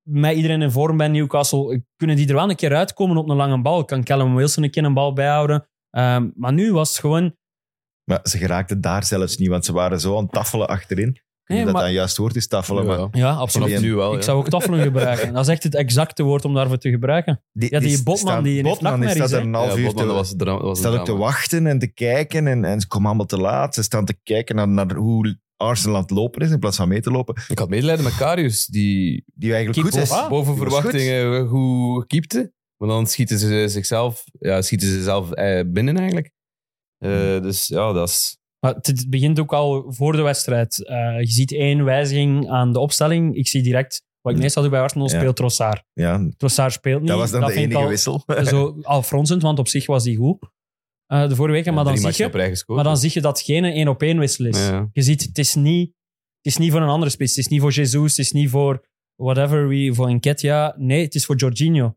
S6: Met iedereen in vorm bij Newcastle eh, kunnen die er wel een keer uitkomen op een lange bal. Kan Callum Wilson een keer een bal bijhouden? Ehm, maar nu was het gewoon...
S4: Maar ze geraakten daar zelfs niet, want ze waren zo aan het taffelen achterin. Ik weet
S6: Nee,
S4: niet dat
S6: maar-
S4: dat een juist woord is, taffelen. Maar
S5: Ja.
S6: Ja, absoluut.
S5: Vanaf
S4: Julien,
S5: nu wel.
S6: Ik
S5: ja.
S6: zou ook taffelen gebruiken. Dat is echt het exacte woord om daarvoor te gebruiken. Ja, die Botman,
S4: staan-
S6: die heeft
S4: Botman die
S6: nachtmerries,
S4: staat er een
S5: Ja,
S4: half uur
S5: Botman,
S4: te
S5: dat was, dra- was
S4: Ze
S5: een
S4: staan ook te
S5: drama.
S4: wachten en te kijken en, en ze komen allemaal te laat. Ze staan te kijken naar, naar hoe Arsenal aan het lopen is in plaats van mee te lopen.
S5: Ik had medelijden met Karius, die
S4: Die eigenlijk
S6: Keep
S4: goed is.
S6: boven-
S4: Die
S5: ah, boven
S4: was
S5: verwachtingen goed keepte. Maar dan schieten ze zichzelf, ja, schieten ze zelf eh, binnen eigenlijk.
S4: Hmm.
S5: Eh, dus ja, dat is...
S6: Maar het- het begint ook al voor de wedstrijd. Eh, je ziet één wijziging aan de opstelling. Ik zie direct, wat ik meestal doe bij Arsenal,
S4: Mm. Ja.
S6: speelt Trossard.
S5: eh.
S4: goed. Ja,
S6: Trossard speelt niet.
S4: dat was dan de
S6: vind
S4: enige
S6: ik al- *laughs* Dus
S4: wissel. *laughs*
S6: Zo, al fronsend, want op zich was die goed eh, de vorige week. maar, dan
S5: drie
S6: zie
S5: matchen
S6: je,
S5: op rij gescoord.
S6: maar dan zie je dat het geen één op één wissel is.
S5: Ja.
S6: Je ziet, het is, niet, het is niet voor een andere spits. Het is niet voor Jesus, het is niet voor whatever, wie, voor Enketia. Nee, het is voor Jorginho.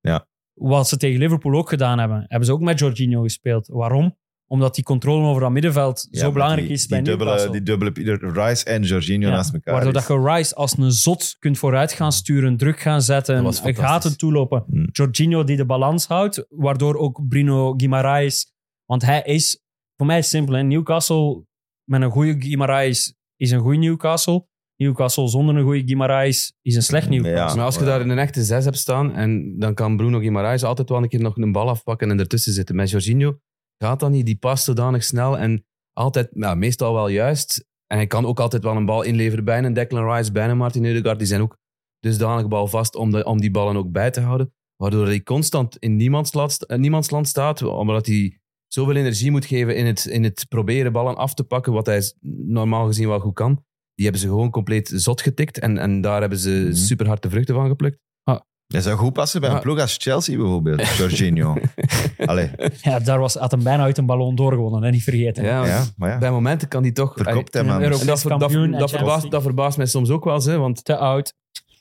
S4: Ja.
S6: Wat ze tegen Liverpool ook gedaan hebben. Hebben ze ook met Jorginho gespeeld. Waarom? Omdat die controle over dat middenveld
S4: Ja,
S6: zo
S4: maar
S6: belangrijk
S4: die-
S6: is bij
S4: die dubbele,
S6: Newcastle.
S4: Die dubbele de Rice en Jorginho
S6: Ja,
S4: naast elkaar.
S6: Waardoor
S4: is.
S6: dat je Rice als een zot kunt vooruit gaan sturen, druk gaan zetten,
S5: Dat was fantastisch. Mm.
S6: gaten toelopen.
S4: Hmm.
S6: Jorginho die de balans houdt, waardoor ook Bruno Guimaraes... Want hij is... Voor mij is het simpel. Hè? Newcastle met een goede Guimaraes is een goede Newcastle. Newcastle zonder een goede Guimaraes is een
S5: Mm,
S6: slecht Newcastle.
S5: maar als je
S4: Ja.
S5: daar in een echte zes hebt staan, en dan kan Bruno Guimaraes altijd wel een keer nog een bal afpakken en ertussen zitten. Met Jorginho gaat dat niet, die past zodanig snel en altijd, ja, meestal wel juist. En hij kan ook altijd wel een bal inleveren bij een Declan Rice, bij een Martin Ødegaard. Die zijn ook dusdanig balvast om, de, om die ballen ook bij te houden. Waardoor hij constant in niemands, lat- eh, niemands land staat, omdat hij zoveel energie moet geven in het, in het proberen ballen af te pakken, wat hij s- normaal gezien wel goed kan. Die hebben ze gewoon compleet zot getikt en, en daar hebben ze
S4: Mhm.
S5: super hard de vruchten van geplukt.
S4: Dat zou goed passen bij een
S5: Ja.
S4: ploeg als Chelsea bijvoorbeeld.
S6: *laughs*
S4: Jorginho. Allee,
S6: Ja, daar was, had hem bijna uit een ballon doorgewonnen, hè? niet vergeten.
S5: Ja,
S4: ja, maar ja.
S5: Bij momenten kan hij toch...
S4: Verkoopt
S5: Allee,
S4: hem aan.
S6: Euro-
S5: en dat, ver- dat,
S6: Kampioen en
S5: dat, verbaast,
S6: Chelsea.
S5: dat verbaast mij soms ook wel eens, hè, want
S6: Te oud.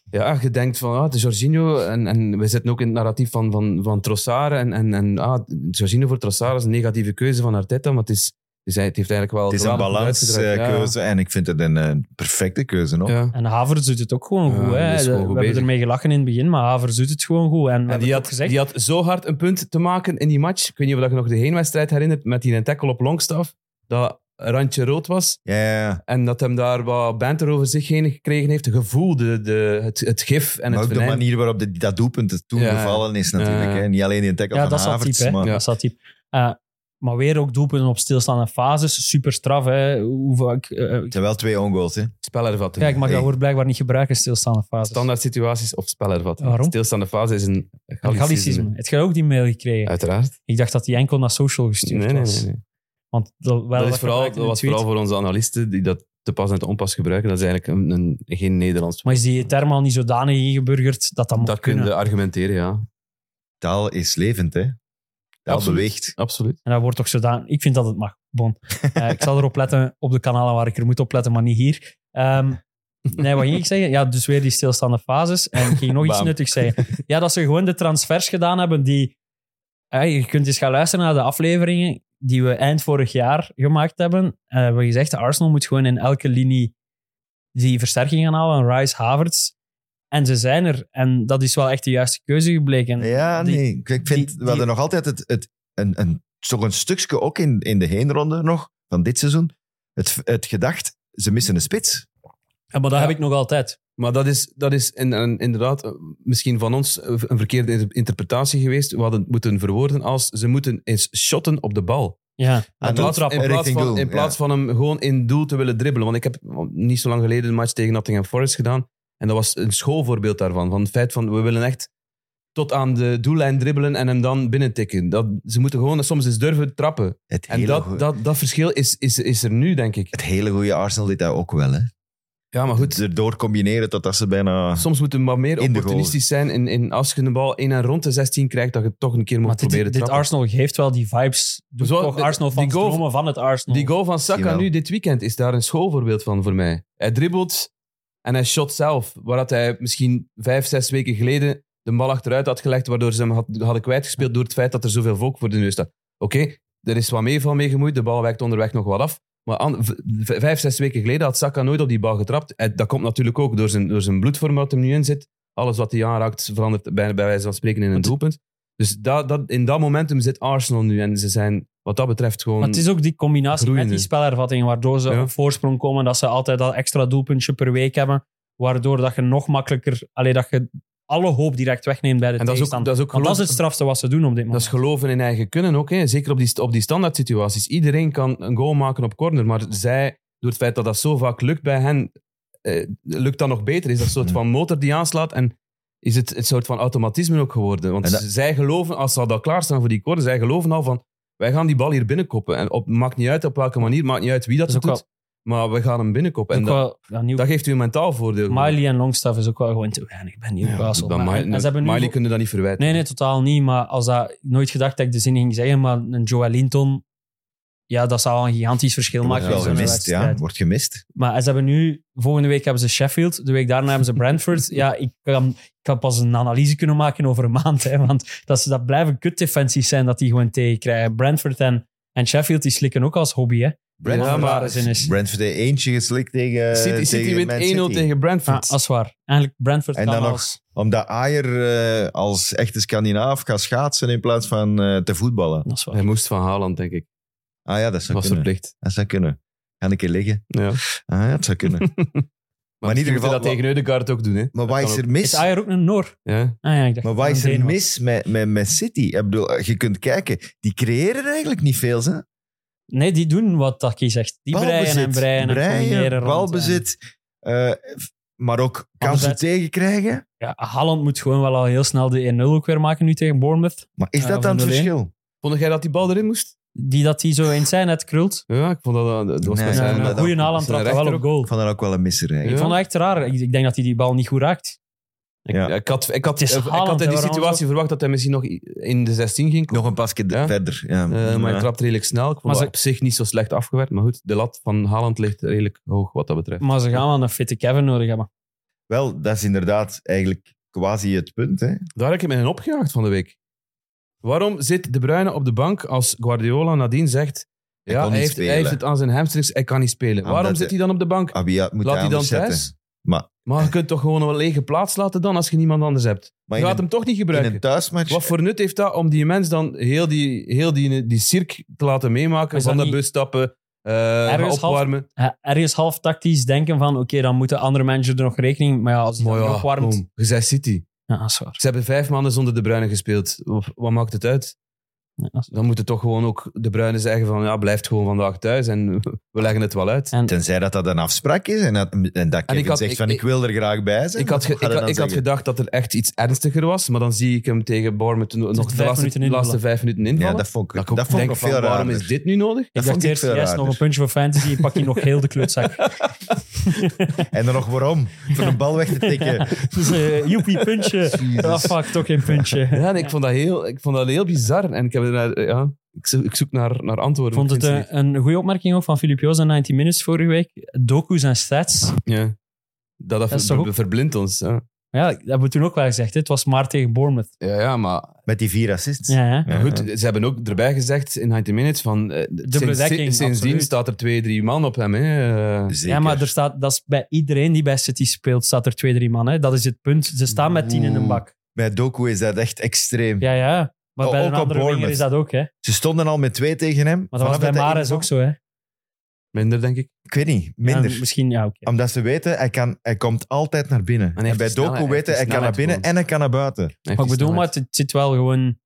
S5: Ja, je denkt van, ah, het is Jorginho. En, en we zitten ook in het narratief van, van, van Trossard. En, en, en ah, Jorginho voor Trossard is een negatieve keuze van Arteta. Maar het is Dus hij, het heeft eigenlijk wel...
S4: Het is een eh,
S5: geweldig goed uitgedraaid. Ja, ja.
S4: balanskeuze en ik vind het een, eh, perfecte keuze. Nog.
S5: Ja.
S6: En Havertz doet het ook gewoon
S5: Ja,
S6: goed.
S5: die
S6: Hè.
S5: is
S6: De-
S5: gewoon goed
S6: we hebben
S5: bezig.
S6: ermee gelachen in het begin, maar Havertz doet het gewoon goed. En, we
S5: En
S6: hebben
S5: die
S6: het
S5: had,
S6: ook gezegd.
S5: die had zo hard een punt te maken in die match. Ik weet niet of dat je nog de heenwedstrijd herinnert met die tackle op Longstaff. Dat randje rood was.
S4: Ja, ja, ja.
S5: En dat hem daar wat banter over zich heen gekregen heeft. Gevoel, de, de, het, het gif
S4: Maar
S5: en het
S4: ook de
S5: venijn.
S4: manier waarop de, dat doelpunt toen
S5: Ja.
S4: gevallen is natuurlijk.
S5: Ja.
S4: Hè. Niet alleen die tackle
S6: Ja,
S4: van
S6: dat is dat
S4: Havertz,
S6: type. hè.
S4: maar...
S6: Dat is dat type. Eh, maar weer ook doelpunten op stilstaande fases. Super straf. Hè. Hoe vaak, eh, eh,
S4: Het zijn wel twee ongoals, hè.
S5: Spel hervatten.
S6: ja, ik mag
S4: Hey.
S6: dat woord blijkbaar niet gebruiken, stilstaande fases.
S5: Standaard situaties of spel hervatten.
S6: Waarom?
S5: Stilstaande fase is een
S6: Een
S5: gallicisme.
S6: Gallicisme. Het gaat ook die mail gekregen.
S5: Uiteraard.
S6: Ik dacht dat die enkel naar social
S5: Nee,
S6: gestuurd
S5: nee, nee.
S6: was.
S5: nee.
S6: Want dat, wel,
S5: Dat, is
S6: dat
S5: vooral, dat
S6: gebruikte
S5: was
S6: een tweet.
S5: vooral voor onze analisten die dat te pas en te onpas gebruiken. Dat is eigenlijk een, een- geen Nederlands.
S6: Maar is die term al niet zodanig ingeburgerd dat dat moet
S5: Dat kun
S6: kunnen?
S5: je argumenteren, ja.
S4: Taal is levend, hè. Taal
S5: Absoluut.
S4: beweegt.
S5: Absoluut.
S6: En dat wordt toch zodanig... Ik vind dat het mag. Bon. Eh, ik zal erop letten op de kanalen waar ik er moet op letten, maar niet hier. Ehm, nee, wat ging ik zeggen? Ja, dus weer die stilstaande fases. En ik ging nog iets
S5: Bam.
S6: nuttigs zeggen. Ja, dat ze gewoon de transfers gedaan hebben die... Eh, je kunt eens gaan luisteren naar de afleveringen die we eind vorig jaar gemaakt hebben. En we hebben gezegd, Arsenal moet gewoon in elke linie die versterking gaan halen. Rice, Havertz. En ze zijn er. En dat is wel echt de juiste keuze gebleken.
S4: Ja,
S6: Die-
S4: nee. Ik- Ik vind,
S6: die-
S4: we hadden nog altijd het, het, een, een, toch een stukje, ook in, in de heenronde nog, van dit seizoen, het, het gedacht, ze missen een spits.
S6: Ja, maar dat
S5: Ja.
S6: heb ik nog altijd.
S5: Maar dat is, dat is in- in- inderdaad eh, misschien van ons eh, een verkeerde inter- interpretatie geweest. We hadden het moeten verwoorden als ze moeten eens shotten op de bal.
S6: Ja.
S4: En
S5: In plaats,
S4: dan-
S5: in plaats,
S4: richting
S5: van,
S4: doel,
S5: in
S4: ja.
S5: plaats van hem gewoon in doel te willen dribbelen. Want ik heb niet zo lang geleden een match tegen Nottingham Forest gedaan. En dat was een schoolvoorbeeld daarvan. Van het feit van, we willen echt tot aan de doellijn dribbelen en hem dan binnentikken. Dat, ze moeten gewoon soms eens durven trappen.
S4: Het
S5: En
S4: hele,
S5: dat,
S4: goeie-
S5: dat, dat verschil is, is, is er nu, denk ik.
S4: het hele goede Arsenal deed dat ook wel, hè.
S5: Ja, maar goed.
S4: Erdoor combineren totdat ze bijna...
S5: Soms moeten we wat meer
S4: In de
S5: opportunistisch zijn. In, in, als je een bal in en rond de 16 krijgt, dat je toch een keer moet
S6: Maar dit,
S5: proberen te
S6: dit
S5: trappen.
S6: Arsenal geeft wel die vibes. Doet
S5: Zo,
S6: toch
S5: de-
S6: Arsenal van
S5: die goal-
S6: stromen van het Arsenal.
S5: Die goal van Saka
S4: Jawel.
S5: nu dit weekend is daar een schoolvoorbeeld van voor mij. Hij dribbelt en hij shot zelf. Waar dat hij misschien vijf, zes weken geleden de bal achteruit had gelegd, waardoor ze hem had, hadden kwijtgespeeld door het feit dat er zoveel volk voor de neus staat. Oké, er is wat meeval mee gemoeid, de bal wijkt onderweg nog wat af. Maar an- v- v- vijf, zes weken geleden had Saka nooit op die bal getrapt. En dat komt natuurlijk ook door zijn, door zijn bloedvorm wat hem nu in zit. Alles wat hij aanraakt verandert bij, bij wijze van spreken in een
S4: Want-
S5: doelpunt. Dus dat, dat, in dat momentum zit Arsenal nu. En ze zijn wat dat betreft gewoon...
S6: maar het is ook die combinatie met
S5: Groeiende.
S6: die spelervattingen waardoor ze
S5: Ja.
S6: op voorsprong komen. Dat ze altijd dat extra doelpuntje per week hebben. Waardoor dat je nog makkelijker... Allee, dat je alle hoop direct wegneemt bij de
S5: En dat is ook,
S6: tegenstander.
S5: dat is ook
S6: Want dat is
S5: geloof-
S6: het strafste wat ze doen op dit
S5: dat
S6: moment.
S5: is geloven in eigen kunnen ook. Hè. Zeker op die, st- op die standaard situaties. Iedereen kan een goal maken op corner. Maar zij, door het feit dat dat zo vaak lukt bij hen, eh, lukt dat nog beter. Is dat een soort van motor die aanslaat. En is het een soort van automatisme ook geworden. Want
S4: En dat-
S5: z- zij geloven, als ze al klaarstaan voor die corner, zij geloven al van, wij gaan die bal hier binnenkoppen. En op, maakt niet uit op welke manier, maakt niet uit wie dat,
S6: Dat is
S5: het doet.
S6: ook
S5: Maar we gaan hem binnenkoppen.
S6: Dat
S5: En
S6: is ook
S5: dat,
S6: wel- ja, nieuw,
S5: dat geeft u een mentaal voordeel.
S6: Miley en Longstaff is ook wel gewoon te weinig bij Newcastle.
S5: Dan
S6: Maar-
S5: Ma-
S6: en ze hebben nu
S5: Miley kunnen dat niet verwijten.
S6: Nee, nee, totaal niet. Maar als dat nooit gedacht dat ik de zin ging zeggen, maar een Joelinton, ja, dat zou al een gigantisch verschil
S4: Wordt
S6: maken.
S4: wel
S6: in zo'n
S4: gemist,
S6: wedstrijd.
S4: ja. Wordt gemist.
S6: Maar ze hebben nu, volgende week hebben ze Sheffield, de week daarna hebben ze
S4: *laughs*
S6: Brentford. Ja, ik kan, ik kan pas een analyse kunnen maken over een maand. Hè, want dat, ze, dat blijven kutdefensies zijn dat die gewoon tegenkrijgen. Brentford en, en Sheffield, die slikken ook als hobby. Hè.
S4: Brentford,
S5: Ja, maar-
S6: Rare zin is. eh,
S4: Brentford heeft eentje geslikt tegen
S5: City, City
S4: tegen
S5: wint 1-0
S4: Man City.
S5: tegen
S6: Ja,
S5: Brentford.
S6: dat is waar. Eigenlijk Brentford
S4: En
S6: kan
S4: dan nog-
S6: als...
S4: Omdat Ayer eh, als echte Scandinaaf gaat schaatsen in plaats van eh, te voetballen.
S6: Dat is waar.
S5: Hij moest van Haaland, denk ik.
S4: Ah ja, dat zou
S5: was
S4: kunnen.
S5: verplicht.
S4: Dat zou kunnen. Ga een keer liggen.
S5: Ja.
S4: Ah ja, dat zou
S5: *laughs*
S4: kunnen.
S5: Maar, in ieder geval dat tegen Eudegaard ook doen. Hè?
S4: maar wat
S5: Dat
S4: is
S5: kan
S4: er mis?
S6: Is Ayer ook een Noor?
S5: ook. Ja.
S6: Ah, ja, ik dacht
S4: Maar
S6: dat
S4: wat is
S6: het een
S4: er
S6: Deen was.
S4: mis met, met, met City? Ik bedoel, eh, je kunt kijken, die creëren er eigenlijk niet veel. Hè?
S6: Nee, die doen wat Taki zegt. Die breien en breien, en combineren rond.
S4: balbezit, eh, f- maar ook kansen
S6: Anderzijds-
S4: tegenkrijgen.
S6: Ja, Haaland moet gewoon wel al heel snel de 1-0 ook weer maken nu tegen Bournemouth.
S4: Maar is
S6: Ja,
S4: dat
S6: of
S4: dan het
S6: 0-1.
S4: verschil?
S5: Vond jij dat die bal erin moest?
S6: Die dat hij zo in zijn net krult.
S5: Ja, ik vond dat... dat was
S4: Nee,
S5: met
S4: Ja,
S5: zijn-
S4: nee,
S6: een
S4: dat-
S6: goede Haaland
S5: met zijn
S6: trapt dat wel op
S5: rechter
S6: goal.
S4: Ik vond dat ook wel een misser eigenlijk.
S6: Ik vond dat echt raar. Ik, ik denk dat hij die bal niet goed raakt.
S4: Ja.
S5: Ja, Ik had, ik had, eh,
S6: Het is
S5: ik
S6: Haaland,
S5: had in
S6: hè,
S5: die
S6: waarom
S5: situatie verwacht dat hij misschien nog i- in de 16 ging komen.
S4: Nog een pasje
S5: Ja.
S4: verder. Ja.
S5: Eh, maar
S4: Ja.
S5: hij trapt redelijk snel. Ik vond
S6: Maar
S5: dat
S6: ze-
S5: op zich niet zo slecht afgewerkt. Maar goed, de lat van Haaland ligt redelijk hoog wat dat betreft.
S6: Maar ze gaan wel een fitte Kevin nodig hebben.
S4: Wel, dat is inderdaad eigenlijk quasi het punt. Hè?
S5: Daar heb ik me in opgejaagd van de week. Waarom zit De Bruyne op de bank als Guardiola nadien zegt
S4: Hij
S5: Ja,
S4: kon
S5: hij
S4: niet
S5: heeft, hij
S4: spelen.
S5: heeft het aan zijn hamstrings. Hij kan niet spelen.
S4: Ah,
S5: Waarom
S4: dat-
S5: zit hij dan op de bank?
S4: Abia moet
S5: Laat
S4: hij
S5: hij dan
S4: anders zetten.
S5: thuis?
S4: Maar-
S5: maar je kunt toch gewoon een lege plaats laten dan als je niemand anders hebt.
S4: Maar
S5: je
S4: in
S5: gaat
S4: een-
S5: hem toch niet
S4: In
S5: gebruiken.
S4: een thuismatch...
S5: Wat voor nut heeft dat om die mens dan heel die, heel die, die cirk te laten meemaken?
S6: Is dat
S5: Van de
S6: niet-
S5: bus stappen, eh, gaan
S6: half-
S5: opwarmen.
S6: Ja, ergens half tactisch denken van oké, dan moet de andere manager er nog rekening... Maar ja, als hij
S5: Maar
S6: dan niet
S5: ja,
S6: opwarmt...
S5: kom, je zei City.
S6: Ja, dat is waar.
S5: Ze hebben vijf maanden zonder De Bruyne gespeeld. Wat- Wat maakt het uit?
S6: Ja, dat is-
S5: Dan moeten toch gewoon ook De Bruyne zeggen van ja, blijft gewoon vandaag thuis en *laughs* we leggen het wel uit.
S6: En-
S4: Tenzij dat dat een afspraak is en dat, en dat Kevin
S5: ik had-
S4: zegt
S5: ik-
S4: van ik,
S5: ik-
S4: wil er graag bij zijn.
S5: Ik had, ge-
S4: Hoe
S5: ik,
S4: gaat hij
S5: had-
S4: dan
S5: ik had
S4: zeggen?
S5: gedacht dat er echt iets ernstiger was, maar dan zie ik hem tegen Bournemouth no- nog de
S6: vijf
S5: laatste,
S6: minuten in
S5: laatste
S6: vallen.
S5: vijf minuten
S4: Ja,
S5: invallen.
S4: dat vond ik,
S5: Dat ik
S4: dat
S5: ook
S4: vond ik
S5: denk
S4: nog
S5: van
S4: veel
S5: waarom
S4: raarder.
S5: is dit nu nodig?
S4: Dat
S6: ik dacht
S4: vond ik
S6: eerst,
S4: veel dus.
S6: yes,
S4: raarder.
S6: nog een puntje voor fantasy, pak je nog heel de klootzak.
S4: *laughs*
S6: *laughs*
S4: En dan nog
S5: *laughs*
S4: waarom? Voor een bal weg te tikken.
S6: Dus, eh, joepie, puntje.
S4: *laughs*
S6: Ah, fuck, toch geen puntje.
S5: Ja, en ik vond dat heel, ik vond dat heel bizar. En ik, heb er naar, ja, ik, zo- ik zoek naar, naar
S6: Ik
S5: antwoorden.
S6: vond het
S5: Ik vind
S6: een, een goede opmerking ook van Filip Joos en 90 Minutes vorige week. Docu's en stats.
S5: ze niet. Ja. Dat, dat,
S6: eh, Dat is toch ook-
S5: verblindt ons. Ja,
S6: Ja, dat hebben we toen ook wel gezegd. hè. Het was maar tegen Bournemouth.
S5: ja, ja maar
S4: Met die vier assists.
S6: Ja, hè.
S5: Maar goed, ze hebben ook erbij gezegd in 90 Minutes van... eh, sinds,
S6: dekking,
S5: Sindsdien
S6: absoluut.
S5: staat er twee, drie man op hem. Hè. Eh,
S4: Zeker.
S6: ja maar er staat, dat is bij iedereen die bij City speelt, staat er twee, drie man. Hè. Dat is het punt. Ze staan met tien in een bak.
S4: Bij Doku is dat echt extreem.
S6: Ja, ja. Maar
S4: Oh,
S6: bij
S4: ook
S6: een
S4: op
S6: andere
S4: Bournemouth.
S6: winger is dat ook, hè.
S4: Ze stonden al met twee tegen hem.
S6: Maar dat was
S4: Vanaf hij
S6: bij Mares
S4: inkwam-
S6: ook zo, hè.
S5: Minder, denk ik.
S4: Ik weet niet, minder. Ah,
S6: Ja, misschien, ja, oké.
S4: Omdat ze weten, hij, kan, hij komt altijd naar binnen.
S5: hij
S4: En
S5: heeft
S4: bij
S5: die
S4: Doku
S5: snelheid,
S4: weten, hij
S5: hij heeft
S4: kan naar
S5: die
S4: binnen en hij kan naar buiten.
S5: Hij heeft
S6: Maar ik
S5: die
S6: bedoel, maar
S5: snelheid.
S6: het, het zit wel gewoon...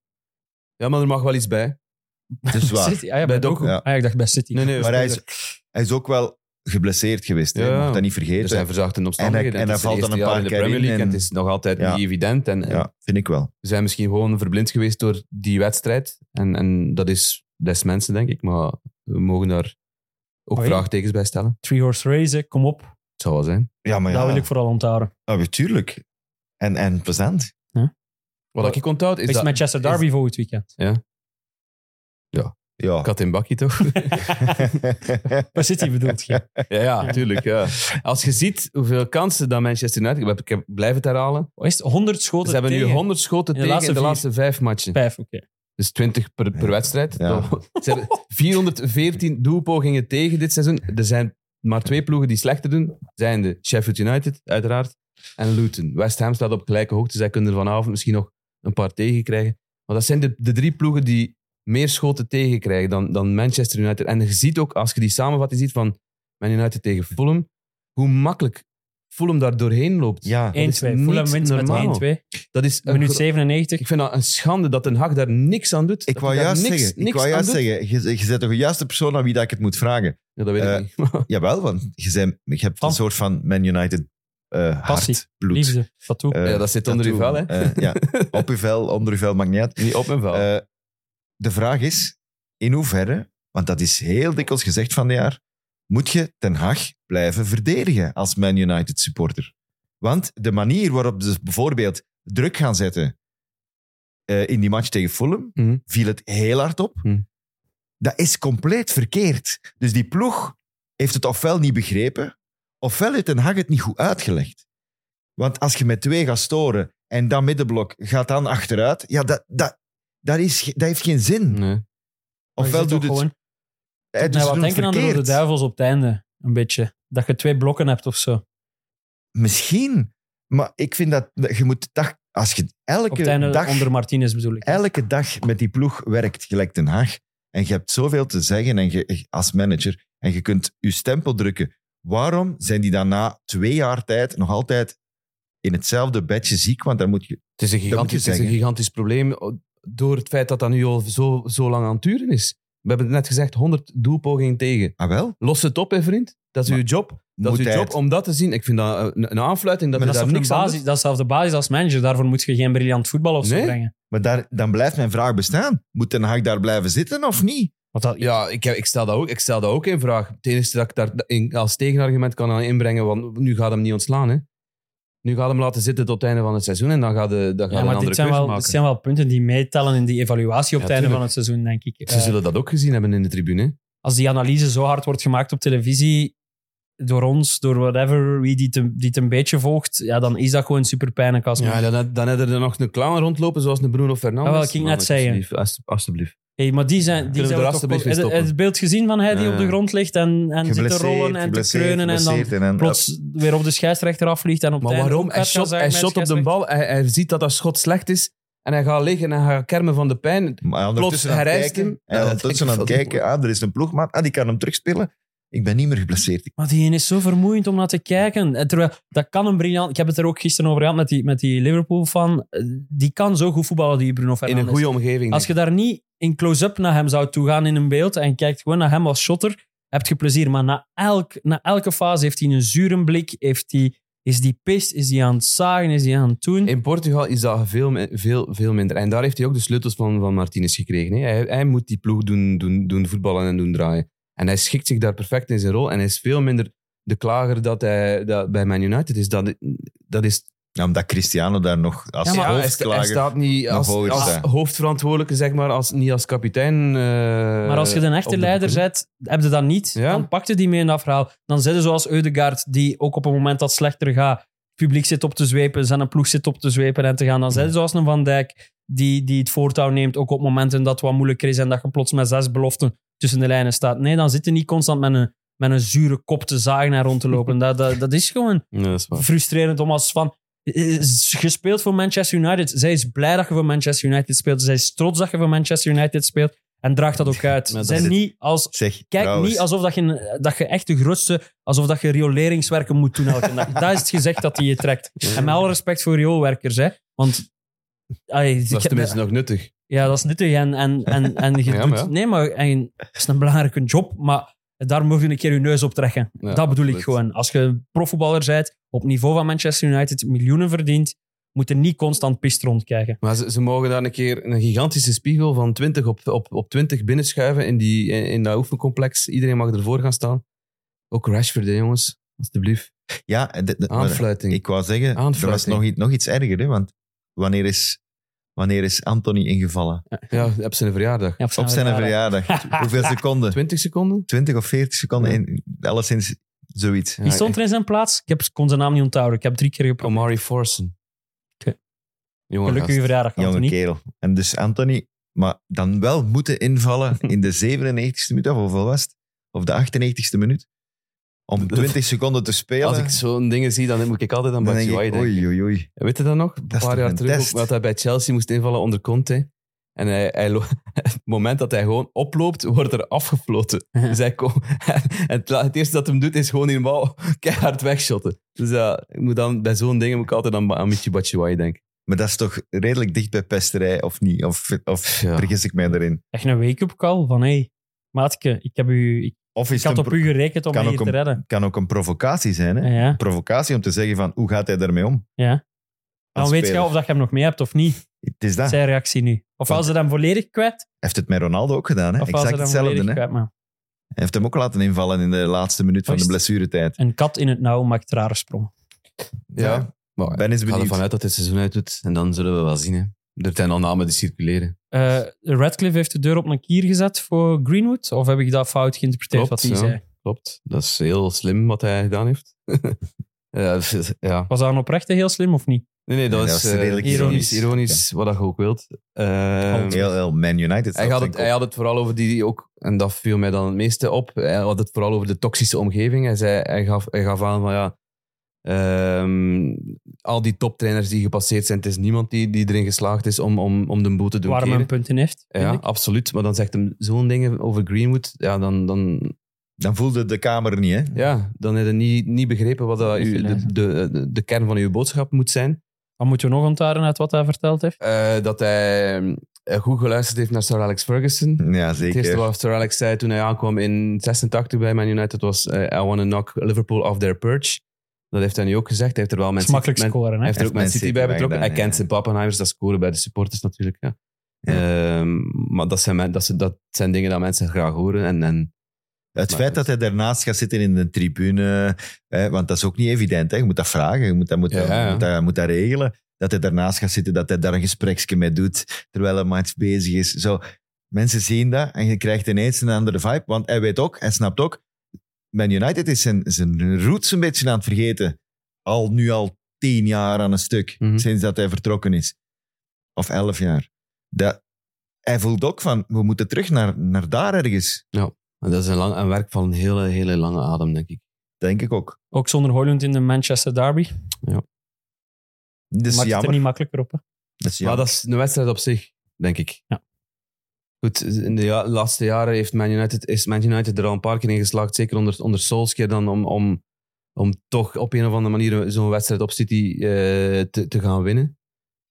S5: Ja, maar er mag wel iets bij.
S4: Dat
S5: *laughs*
S4: is waar.
S6: City. Ah,
S5: Bij
S6: ja, bij
S5: Doku.
S6: Doku.
S4: Ja.
S6: Ah, ja, ik dacht bij City.
S5: Nee, nee,
S4: Maar hij is,
S5: speler.
S4: hij is ook wel geblesseerd geweest. hè.
S5: Ja.
S4: Je mag dat niet
S5: Er zijn
S4: vergeten.
S5: verzachte omstandigheden.
S4: en hij
S5: Het is
S4: valt
S5: het
S4: dan een
S5: eerste
S4: paar
S5: jaar in de
S4: keer
S5: Premier
S4: in
S5: League en
S4: en-
S5: het is nog altijd
S4: Ja.
S5: niet evident. En, en
S4: Ja, vind ik wel.
S5: Ze zijn misschien gewoon verblind geweest door die wedstrijd. En, en dat is des mensen, denk ik. Maar we mogen daar ook
S6: Oei.
S5: vraagtekens bij stellen.
S6: Three horse race, hè. kom op.
S5: Het zou wel zijn.
S4: Ja, maar
S6: Dat
S4: ja,
S6: wil ik vooral onthouden.
S4: ja, natuurlijk. En, en plezant.
S5: Wat ik onthoud is
S6: Is,
S5: dat...
S6: Manchester Derby volgend weekend.
S4: Ja.
S5: Kat in bakkie, toch?
S6: Bij City bedoelt
S4: *laughs*
S6: je.
S5: *laughs* Ja, ja, tuurlijk. Ja. Als je ziet hoeveel kansen dat Manchester United... Ik heb- Ik heb, blijf het herhalen.
S6: Wat is het? 100 schoten
S5: Ze hebben nu
S6: tegen.
S5: 100 schoten
S6: In
S5: tegen
S6: de
S5: in
S6: laatste
S5: de
S6: vier.
S5: laatste vijf matchen.
S6: Vijf, oké.
S5: Dus 20 per, per
S4: Ja.
S5: wedstrijd.
S4: Ja.
S5: Ze hebben 414 doelpogingen tegen dit seizoen. Er zijn maar twee ploegen die slechter doen. Zijn de Sheffield United, uiteraard, en Luton. West Ham staat op gelijke hoogte. Zij kunnen er vanavond misschien nog een paar tegenkrijgen. Maar dat zijn de, de drie ploegen die meer schoten tegenkrijgen dan, dan Manchester United. En je ziet ook, als je die samenvatting ziet van Man United tegen Fulham, hoe makkelijk Fulham daar doorheen
S4: *laughs*
S5: loopt.
S4: Ja.
S6: 1-2.
S5: niet
S6: Fulham wint
S5: normaal.
S6: met 1-2.
S5: Dat
S4: Eh,
S5: is een
S6: Minuut
S5: gro-
S6: 97.
S5: ik vind dat een schande dat Den Haag daar niks aan doet.
S4: Ik
S5: Dat
S4: wou
S5: hij daar
S4: juist
S5: niks,
S4: zeggen,
S5: niks
S4: ik wou
S5: aan
S4: juist
S5: doet.
S4: zeggen je, je bent toch de juiste persoon aan wie dat ik het moet vragen.
S5: *laughs* Ja, dat weet
S4: Eh,
S5: ik niet.
S4: Jawel, want je, bent, je hebt
S6: Van.
S4: een soort van Man United eh
S6: Passie,
S4: hart, bloed.
S6: Liefde. Tattoo.
S4: Eh,
S5: Ja, dat zit onder je vel, hè?
S4: eh,
S5: *laughs*
S4: ja, op je vel, onder je vel, maakt niet uit.
S5: Niet op mijn vel.
S4: Eh, de vraag is, in hoeverre, want dat is heel dikwijls gezegd van het jaar, moet je Den Haag blijven verdedigen als Man United supporter? Want de manier waarop ze bijvoorbeeld druk gaan zetten eh, in die match tegen Fulham,
S5: Mhm.
S4: viel het heel hard op.
S6: Hm.
S5: Mhm.
S4: Dat is compleet verkeerd. Dus die ploeg heeft het ofwel niet begrepen, ofwel heeft Den Haag het niet goed uitgelegd. Want als je met twee gaat storen en dat middenblok gaat dan achteruit, ja, dat, dat, dat, is, ge- dat heeft geen zin.
S5: nee.
S6: Maar je
S4: Ofwel
S6: zit
S4: doet
S6: toch
S4: het...
S6: gewoon-
S4: eh, dus
S6: Nee,
S4: ze
S6: wat
S4: doen het
S6: denken aan de Rode
S4: verkeerd.
S6: Duivels op het einde? Een beetje. Dat je twee blokken hebt of zo.
S4: Misschien. Maar ik vind dat dat je moet dag, als je
S6: Op
S4: elke
S6: het einde
S4: dag,
S6: onder Martinez bedoel ik.
S4: elke dag met die ploeg werkt, gelijk Den Haag, en je hebt zoveel te zeggen en je, als manager, en je kunt je stempel drukken. Waarom zijn die daarna twee jaar tijd nog altijd in hetzelfde bedje ziek? Want daar moet je...
S5: Het is een
S4: moet je
S5: gigantisch, het is een
S4: zeggen.
S5: gigantisch probleem oh, door het feit dat dat nu al zo, zo lang aan het duren is. We hebben het net gezegd, 100 doelpogingen tegen.
S4: Ah wel?
S5: Los het op, hè, vriend. Dat is
S4: Maar
S5: uw job. Dat
S4: moet
S5: is uw
S4: hij
S5: job
S4: het-
S5: om dat te zien. Ik vind dat eh, een, een aanfluiting dat
S6: Maar
S5: je
S6: dat is,
S5: daar
S6: toch de
S5: niks aan doet.
S6: basis, dat is zelfs de basis als manager. Daarvoor moet je geen briljant voetbal of zo
S5: Nee.
S6: brengen.
S4: Maar daar, dan blijft mijn vraag bestaan. Moet Den Haag daar blijven zitten of niet?
S6: Want dat,
S5: Ja, ik, heb- ik, stel dat ook, ik stel dat ook in vraag. Het enige dat ik daar in- als tegenargument kan aan inbrengen, want nu gaat hem niet ontslaan. Hè. Nu gaat hem laten zitten tot het einde van het seizoen en dan gaat de, dan gaat
S6: Ja,
S5: een
S6: maar
S5: andere
S6: dit zijn,
S5: keuze
S6: wel,
S5: maken.
S6: dit zijn wel punten die meetellen in die evaluatie op
S5: Ja,
S6: het einde
S5: tuurlijk.
S6: van het seizoen, denk ik.
S5: Ze
S6: Eh,
S5: zullen dat ook gezien hebben in de tribune.
S6: als die analyse zo hard wordt gemaakt op televisie, door ons, door whatever, wie die het, een- die het een beetje volgt, ja, dan is dat gewoon super pijnlijk als
S5: Ja, dan, dan hebben er nog een clown rondlopen zoals een Bruno Fernandes.
S6: Ah, wel, ik ging net
S5: Mannetjes,
S6: zeggen.
S5: lief, alst- Alsjeblieft.
S6: Hey, maar die zijn... Die
S5: Kunnen
S6: zijn
S5: we er
S6: toch-
S5: alstublieft mee
S6: het-
S5: stoppen.
S6: Het beeld gezien van hij die
S4: Ja.
S6: op de grond ligt en, en zit te
S4: Geblesseerd,
S6: rollen en te
S4: geblesseerd,
S6: kreunen en dan
S4: geblesseerd en dan-
S6: plots weer op de scheidsrechter afvliegt en op het
S5: Maar
S6: einde
S5: waarom?
S6: ook
S5: Hij
S6: uit kan
S5: shot,
S6: zijn
S5: hij
S6: met
S5: shot op de
S6: scheidsrechter.
S5: bal, hij, hij ziet dat dat schot slecht is en hij gaat liggen en hij gaat kermen van de pijn.
S4: Maar ondertussen
S5: Plots,
S4: aan
S5: hij
S4: het
S5: rijst
S4: kijken,
S5: hem.
S4: en
S5: Ja,
S4: ondertussen
S5: dat
S4: aan het
S5: denk ik
S4: kijken, ah, er is een ploegmaat, ah, die kan hem terugspelen. Ik ben niet meer geblesseerd.
S6: Maar die is zo vermoeiend om naar te kijken. En terwijl, dat kan een briljant... Ik heb het er ook gisteren over gehad met die, met die Liverpool-fan. Eh, Die kan zo goed voetballen, die Bruno
S5: In
S6: Fernandes.
S5: een goede omgeving.
S6: Als je daar niet in close-up naar hem zou toegaan in een beeld en kijkt gewoon naar hem als shotter, heb je plezier. Maar na, elk, na elke fase heeft hij een zure blik, heeft hij, is die pist, is hij aan het zagen, is hij aan het doen.
S5: In Portugal is dat veel, mi- veel, veel minder. En daar heeft hij ook de sleutels van, van Martinez gekregen. Hè. Hij, hij moet die ploeg doen, doen, doen voetballen en doen draaien. En hij schikt zich daar perfect in zijn rol. En hij is veel minder de klager dat hij dat bij Man United is. Dat, dat is
S4: Ja, omdat Cristiano daar nog als
S5: hij,
S6: Ja, maar-
S5: sta- hij
S4: hoofdklager...
S5: staat niet
S4: nog
S5: als,
S4: hoger
S5: als
S4: staan.
S5: hoofdverantwoordelijke, zeg maar, als, niet als kapitein. eh,
S6: maar als je een echte
S5: op de
S6: leider
S5: boeken.
S6: bent, heb je dat niet.
S5: Ja.
S6: Dan pak je die mee in dat verhaal. Dan zit je zoals Eudegaard, die ook op het moment dat het slechter gaat, het publiek zit op te zwepen, zijn ploeg zit op te zwepen en te gaan. Dan
S5: Mm.
S6: zit je zoals een Van Dijk, die, die het voortouw neemt, ook op momenten dat het wat moeilijker is en dat je plots met zes beloften tussen de lijnen staat. Nee, dan zit je niet constant met een, met een zure kop te zagen en rond te
S5: *laughs*
S6: lopen. Dat, dat, dat is gewoon
S5: Ja, dat is waar.
S6: frustrerend om als van. Gespeeld voor Manchester United. Zij is blij dat je voor Manchester United speelt. Zij is trots dat je voor Manchester United speelt. En draagt dat ook uit.
S5: Maar dat
S6: Zij
S5: is het.
S6: niet als,
S4: Zeg,
S6: kijk
S4: trouwens,
S6: niet alsof dat je, dat je echt de grootste. alsof dat je rioleringswerken moet doen elke dag. Dat is het gezegd dat hij je trekt. En met alle respect voor rioolwerkers, hè? Want. ai,
S5: Dat is
S6: ik-
S5: tenminste nog nuttig.
S6: ja, dat is nuttig. En, en, en, en je
S5: Ja,
S6: doet-
S5: maar ja.
S6: Nee, maar en, dat is een belangrijke job, maar daar moet je een keer je neus op trekken.
S5: Ja,
S6: dat bedoel ik
S5: absoluut.
S6: gewoon. Als je profvoetballer bent, op niveau van Manchester United, miljoenen verdient, moet je niet constant pist rondkijken.
S5: Maar ze, ze mogen daar een keer een gigantische spiegel van 20 op, op, op 20 binnenschuiven in, die, in, in dat oefencomplex. Iedereen mag ervoor gaan staan. Ook Rashford, hè, jongens. Alsjeblieft.
S4: Ja, de- de- maar
S5: Aanfluiting.
S4: ik wou zeggen, er was
S5: Aanfluiting.
S4: nog, iets- nog iets erger, hè, want wanneer is, wanneer is Anthony ingevallen?
S5: Ja, op zijn verjaardag.
S6: Ja,
S4: Op zijn
S6: *laughs*
S4: verjaardag. Hoeveel seconden?
S5: 20 seconden?
S4: 20 of 40 seconden,
S5: Ja.
S4: in, alleszins zoiets.
S5: Ja,
S6: Wie stond er in zijn plaats? Ik heb, ik kon zijn naam niet onthouden. Ik heb drie keer geprobeerd.
S5: Omari Forsen.
S6: Oké.
S5: Jongen,
S6: Gelukkig uw
S5: gast.
S6: verjaardag,
S4: Jonge
S6: Anthony.
S4: kerel. En dus Anthony, maar dan wel moeten
S6: *laughs*
S4: invallen in de 97e minuut, of hoeveel was het? Of de 98e minuut? Om 20 seconden te spelen.
S5: Als ik zo'n dingen zie, dan moet ik altijd aan
S4: dan denk
S5: Batshuayi
S4: ik,
S5: denken.
S4: oei, oei, oei.
S5: Weet je dat nog? Een
S4: is
S5: paar
S4: toch
S5: jaar
S4: een
S5: terug,
S4: test?
S5: ook, dat hij bij Chelsea moest invallen onder Conte. En hij, hij lo- *laughs* het moment dat hij gewoon oploopt, wordt er afgefloten. Dus hij komt- *laughs* en het, la- het eerste dat hij doet, is gewoon die bal *laughs* keihard wegshotten. Dus ja, ik moet dan, bij zo'n dingen moet ik altijd aan, Ba- aan Michi Batshuayi denken.
S4: Maar dat is toch redelijk dicht bij pesterij, of niet? Of, of
S5: Ja.
S4: vergis ik mij daarin?
S6: Echt een wake-up call van, hé, hey, maatje, ik, heb u, ik,
S4: Of is
S6: ik had
S4: het een
S6: op
S4: pro-
S6: u gerekend om
S4: kan
S6: mij hier
S4: ook
S6: te
S4: een-
S6: redden.
S4: kan ook een provocatie zijn, hè?
S6: Ja.
S4: provocatie om te zeggen van hoe gaat hij daarmee om?
S6: Ja.
S4: Als
S6: Dan weet je
S4: speler.
S6: of dat je hem nog mee hebt of niet.
S4: Het is dat.
S6: Zijn reactie nu. Of
S4: Want-
S6: was ze hem volledig kwijt,
S4: Heeft het met Ronaldo ook gedaan, hè?
S6: Of was
S4: Exact
S6: er dan
S4: hetzelfde,
S6: volledig Oh,
S4: hè? Hij
S6: kwijt, maar
S4: heeft hem ook laten invallen in de laatste minuut van de
S6: Juist.
S4: blessuretijd.
S6: Een kat in het nauw maakt rare sprongen.
S5: Ja. Maar
S4: Ben eens
S5: ik ga ervan
S4: benieuwd.
S5: uit dat dit seizoen uit doet. En dan zullen we wel zien. Hè. Er zijn al namen die circuleren.
S6: Eh, Radcliffe heeft de deur op een kier gezet voor Greenwood? Of heb ik dat fout geïnterpreteerd
S5: Klopt,
S6: wat hij
S5: ja.
S6: zei?
S5: Klopt. Dat is heel slim wat hij gedaan heeft. *laughs* ja, ja,
S6: Was dat een oprechte heel slim of niet?
S5: Nee, nee, dat,
S4: Nee,
S5: is,
S4: dat is
S5: eh,
S4: redelijk
S5: ironisch.
S6: ironisch.
S5: Ironisch, wat dat je ook wilt. Eh,
S4: Heel, heel Man United.
S5: hij,
S4: zelfs,
S5: had
S4: denk
S5: het,
S4: ik
S5: hij
S4: ook.
S5: had het vooral over die ook, en dat viel mij dan het meeste op. Hij had het vooral over de toxische omgeving. Hij, zei, hij, gaf, hij gaf aan van ja. ehm, al die toptrainers die gepasseerd zijn, het is niemand die, die erin geslaagd is om, om, om de boete te doen.
S6: Waar men
S5: keren.
S6: een punt in heeft. vind
S5: Ja,
S6: ik.
S5: absoluut. Maar dan zegt hem zo'n dingen over Greenwood. Ja, dan, dan,
S4: Dan voelde de kamer niet, hè?
S5: ja, dan heb je niet, niet begrepen wat dat,
S6: Niet
S5: uw- de,
S6: gelezen.
S5: de, de, de kern van uw boodschap moet zijn.
S6: Wat moeten we nog onthouden uit wat hij verteld heeft?
S5: Eh, dat hij eh, goed geluisterd heeft naar Sir Alex Ferguson.
S4: Ja,
S5: Het eerste
S4: zeker.
S5: wat Sir Alex zei toen hij aankwam in 86 bij Man United was eh, I want to knock Liverpool off their perch. Dat heeft hij nu ook gezegd. Hij heeft er wel
S6: Dat is
S5: mensen...
S6: makkelijk scoren,
S5: hij
S6: hè?
S5: heeft er ook
S4: Heeft
S5: Man
S4: Man
S5: City
S4: City
S5: bij
S4: bij
S5: betrokken.
S4: gedaan,
S5: hij kent
S4: ja.
S5: zijn pappenheimers, dat scoren bij de supporters natuurlijk. Ja.
S4: Ja.
S5: Ehm, maar dat zijn, men- dat, zijn, dat zijn dingen dat mensen graag horen. En, en
S4: Het feit dat hij daarnaast gaat zitten in de tribune, hè, want dat is ook niet evident. Hè. Je moet dat vragen, je moet dat, moet, dat-
S5: Ja, ja.
S4: moet dat, moet dat regelen. Dat hij daarnaast gaat zitten, dat hij daar een gesprekje mee doet, terwijl hij match bezig is. Zo, mensen zien dat en je krijgt ineens een andere vibe, want hij weet ook, hij snapt ook, Man United is zijn, zijn roots een beetje aan het vergeten. Al nu al tien jaar aan een stuk,
S5: Mhm.
S4: sinds dat hij vertrokken is. Of elf jaar. Dat, hij voelt ook van, we moeten terug naar, naar daar ergens.
S5: En dat is een, lang, een werk van een hele, hele lange adem, denk ik.
S4: Denk ik ook.
S6: Ook zonder Hoylund in de Manchester Derby.
S4: Dat is
S6: Maakt het er
S4: jammer.
S6: niet makkelijker op. Hè?
S4: Dat is
S5: Maar
S4: jammer.
S5: dat is een wedstrijd op zich, denk ik.
S6: Ja.
S5: Goed, in de ja- laatste jaren heeft Man United, is Man United er al een paar keer in geslaagd, zeker onder, onder Solskjaer, dan om, om, om toch op een of andere manier zo'n wedstrijd op City eh, te, te gaan winnen.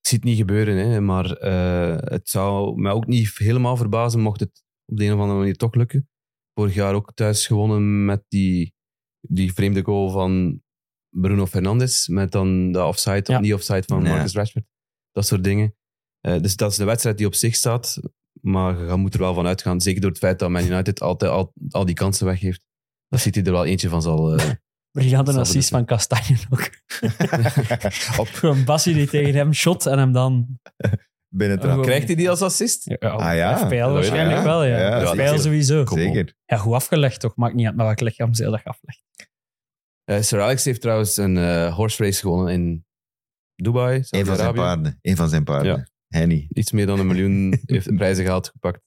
S5: Ik zie het niet gebeuren, hè, maar eh, het zou mij ook niet helemaal verbazen mocht het op de een of andere manier toch lukken. Vorig jaar ook thuis gewonnen met die, die vreemde goal van Bruno Fernandes, met dan de offside
S6: Ja.
S5: of niet offside van
S4: Nee.
S5: Marcus Rashford dat soort dingen. Eh, dus dat is de wedstrijd die op zich staat. Maar je moet er wel van uitgaan, zeker door het feit dat Man United altijd al, al die kansen weggeeft. Dat ziet hij er wel eentje van
S4: *laughs*
S5: zal. eh,
S6: Briljante
S5: Zal
S6: assist van Kastanje *laughs* ook.
S4: *laughs* Op,
S6: Gewoon Bassi die tegen hem shot en hem dan...
S4: binnen het raam.
S6: Gewoon-
S5: krijgt hij die als assist?
S6: Ja,
S4: Ah ja.
S5: Dat
S6: Pijl
S5: weet ik,
S6: waarschijnlijk
S4: ja.
S6: wel, ja.
S4: Ja,
S6: Pijl
S5: zeker.
S6: sowieso.
S5: Kom op.
S4: Zeker.
S6: Ja, goed afgelegd toch. Maakt niet uit naar welk lichaamsdeel dat je aflegt.
S5: Eh, Sir Alex heeft trouwens een eh, horse race gewonnen in Dubai,
S4: Een van zijn
S5: Saudi-Arabië.
S4: paarden. Een van zijn paarden. Hij niet.
S5: Iets meer dan een
S4: *laughs*
S5: miljoen heeft de prijzen gehaald gepakt.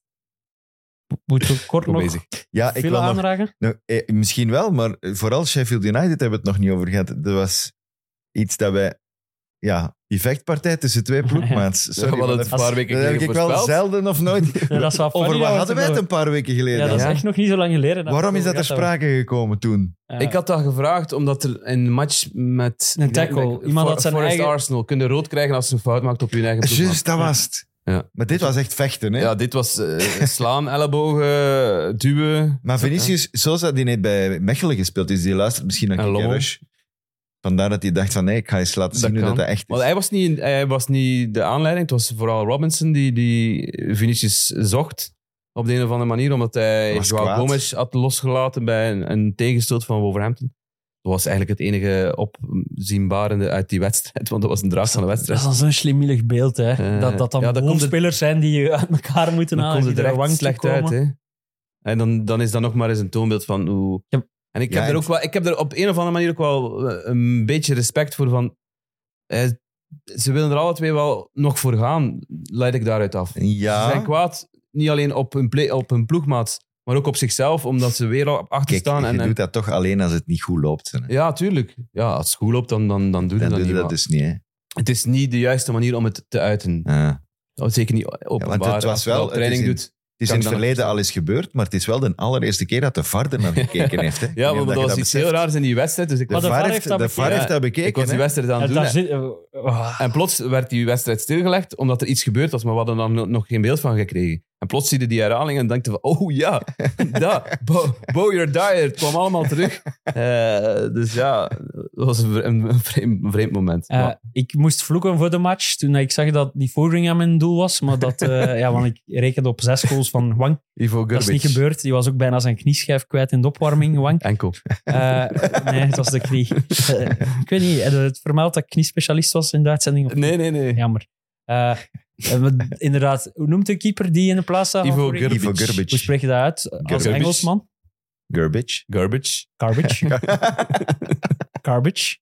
S6: Moeten we kort
S5: Goed
S6: nog
S5: bezig.
S4: Ja, ik
S6: file
S4: wil nog
S6: aanragen?
S4: Nou, eh, misschien wel, maar vooral Sheffield United hebben we het nog niet over gehad. Er was iets dat wij... Ja, die vechtpartij tussen
S6: *laughs*
S4: twee ploegmaats. Sorry,
S5: we
S4: maar
S5: hadden
S4: dat,
S5: het een paar weken
S4: dat heb
S5: geleden
S4: ik wel
S5: voorspeld.
S4: zelden of nooit...
S6: *laughs* Ja, dat is
S4: *laughs*
S6: wel
S4: over
S6: funny
S4: wat
S6: dat we
S4: hadden wij het
S6: erover-
S4: een paar weken geleden?
S6: Ja, dat is
S5: Ja.
S6: echt nog niet zo lang geleden. dat
S4: Waarom
S6: we
S4: is dat ter
S6: erover gehad
S4: sprake gekomen toen?
S6: hebben. Ja.
S5: Ik had dat gevraagd omdat er in een match met...
S6: Een tackle.
S5: Like,
S6: Iemand
S5: For-
S6: had zijn
S5: Forest
S6: eigen-
S5: Arsenal. Kun je rood krijgen als je een fout maakt op je eigen ploegmaat.
S4: Juist, dat was het.
S5: Ja.
S4: Maar dit was echt vechten, hè?
S5: Ja, dit was eh, slaan, ellebogen, duwen.
S4: Maar Vinicius Sosa, die net bij Mechelen gespeeld is, die luistert misschien naar
S5: En
S4: Kick
S5: Lommel.
S4: Rush. Vandaar dat hij dacht van, nee, ik ga eens laten zien
S5: Dat
S4: hoe
S5: kan.
S4: dat, dat echt is.
S5: Want hij was, niet, hij was niet de aanleiding. Het was vooral Robinson die, die Vinicius zocht. Op de een of andere manier, omdat hij
S4: Was
S5: Joao
S4: kwaad.
S5: Gomes had losgelaten bij een, een tegenstoot van Wolverhampton. Dat was eigenlijk het enige opzienbarende uit die wedstrijd, want dat was een draag van de
S6: Dat
S5: wedstrijd.
S6: is dan zo'n slimmelig beeld, hè.
S5: Eh,
S6: dat dat dan
S5: ja, dat komt er-
S6: spelers zijn die je uit elkaar moeten
S5: Dan
S6: halen.
S5: komt het
S6: die er
S5: er echt
S6: wankel
S5: slecht uit.
S6: komen.
S5: Hè? En dan, dan is dat nog maar eens een toonbeeld van hoe...
S6: Ja.
S5: En ik
S4: Ja,
S5: heb, er
S4: en-
S5: ook wel, ik heb er op een of andere manier ook wel eh, een beetje respect voor van... eh, ze willen er alle twee wel nog voor gaan, leid ik daaruit af. Ze zijn
S4: Ja,
S5: kwaad, niet alleen op hun, ple- op hun ploegmaat, maar ook op zichzelf, omdat ze weer al achter
S4: kijk,
S5: staan.
S4: je
S5: En, en-
S4: doet dat toch alleen als het niet goed loopt. hè.
S5: ja, tuurlijk. Ja, als het goed loopt, dan, dan, dan doe je
S4: Dan
S5: dat
S4: doe je
S5: niet.
S4: dat
S5: maar
S4: dus niet, hè.
S5: Het is niet de juiste manier om het te uiten.
S4: Ja.
S5: Oh, Zeker niet openbaar.
S4: was
S5: Als je
S4: wel-
S5: dat op
S4: het
S5: training
S4: is in-
S5: doet.
S4: Het is
S5: Kan
S4: in
S5: ik
S4: het
S5: dan
S4: verleden
S5: nog-
S4: al eens gebeurd, maar het is wel de allereerste keer dat de VAR er naar gekeken heeft. Hè? Ik weet
S5: *laughs* Ja,
S4: niet
S5: maar
S4: of
S5: dat
S4: je
S5: was iets heel
S4: beseft.
S5: raars in die wedstrijd. Dus ik,
S4: De
S6: Maar de
S4: VAR
S6: VAR
S4: heeft,
S6: heeft
S4: de
S6: dat
S4: VAR
S5: bekeken.
S4: heeft dat
S5: ik
S4: bekeken.
S5: was die
S4: hè.
S5: wedstrijd aan
S6: Ja,
S5: het doen.
S6: daar
S5: hè.
S6: zit, eh, oh.
S5: En plots werd die wedstrijd stilgelegd, omdat er iets gebeurd was, maar we hadden daar no- nog geen beeld van gekregen. En plots zie je die herhaling en dankte van, oh ja, *laughs* dat, Bo, Bo You're Dire, het kwam allemaal terug. Eh, dus ja, dat was een, vre- een, een vreemd, een vreemd moment.
S6: Eh,
S5: Maar
S6: ik moest vloeken voor de match toen ik zag dat die Foringham mijn doel was. Maar
S5: *laughs*
S6: dat, eh, ja, want ik rekende op zes goals van Wang.
S5: Ivo
S6: Dat is niet
S5: Gurbic,
S6: gebeurd. Die was ook bijna zijn knieschijf kwijt in de opwarming, Wang.
S5: enkel.
S6: Eh, nee, het was de
S5: *laughs*
S6: knie. Eh, ik weet niet, heb je het vermeld dat ik kniespecialist was in de uitzending? Of
S5: Nee, nee, nee.
S6: Jammer. Eh, eh, maar inderdaad, hoe noemt de keeper die in de plaats staat? van
S5: Ivo
S6: Foringham?
S5: Gurbic.
S4: Ivo
S6: Hoe
S4: Gurbic.
S6: spreek je dat uit? Als
S5: Gurbic.
S6: Engelsman?
S5: *laughs*
S4: Gurbic.
S5: Garbage.
S6: Garbage. Garbage.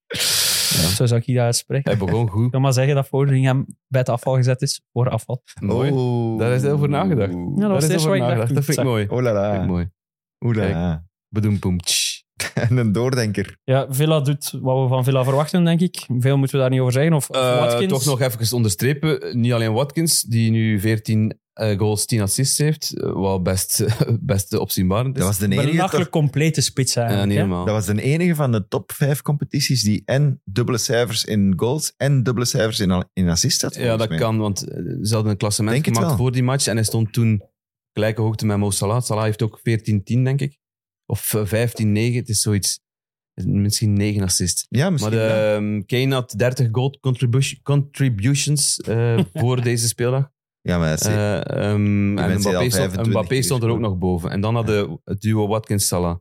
S6: Zo zou ik dat uitspreken.
S5: Hij begon
S6: Ik
S5: goed.
S6: wil maar zeggen dat Foringham bij het afval gezet is voor afval.
S5: Mooi.
S4: Oh.
S5: Daar is hij over nagedacht.
S6: Ja, dat
S5: Daar
S6: was
S5: is
S6: het eerste
S5: over
S6: waar ik
S5: nagedacht.
S6: naartoe
S5: Dat vind ik
S6: zag.
S5: mooi.
S4: Oh la
S5: Dat vind ik
S4: la.
S5: mooi.
S4: Oeh la la.
S5: Bedoem, poem, tsch.
S4: En een
S5: Dus
S4: doordenker.
S6: Ja, Villa doet wat we van Villa verwachten, denk ik. Veel moeten we daar niet over zeggen. Of, of
S5: Eh,
S6: Watkins.
S5: Toch nog even onderstrepen. Niet alleen Watkins, die nu 14 eh, goals, 10 assists heeft. eh, Wat best, *laughs* best opzienbarend is.
S4: Dat was de
S6: Wel een
S4: enige,
S6: nachtelijk
S4: toch-
S6: complete spits
S5: Eh,
S6: eigenlijk.
S5: niet
S6: hè?
S5: normaal.
S4: dat was de enige van de top vijf competities die en dubbele cijfers in goals en dubbele cijfers in, al- in assists had.
S5: ja, dat
S4: volgens mij.
S5: kan, want eh, ze hadden een klassement
S4: Denk het
S5: gemaakt
S4: wel.
S5: voor die match. En hij stond toen gelijke hoogte met Mo Salah. Salah heeft ook 14-10, denk ik. Of eh, 15-9, het is zoiets. eh, Misschien 9 assists.
S4: Ja,
S5: Maar
S4: misschien
S5: de,
S4: wel.
S5: ehm, Kane had 30 goal contribu- contributions
S4: *laughs*
S5: eh, voor deze speeldag.
S4: Ja, maar dat is-
S5: Eh, ehm, en
S4: mensen die
S5: Mbappé,
S4: al
S5: stond,
S4: 25
S5: Mbappé
S4: is,
S5: stond er ook
S4: hoor.
S5: nog boven. En dan hadden het duo Watkins-Salah.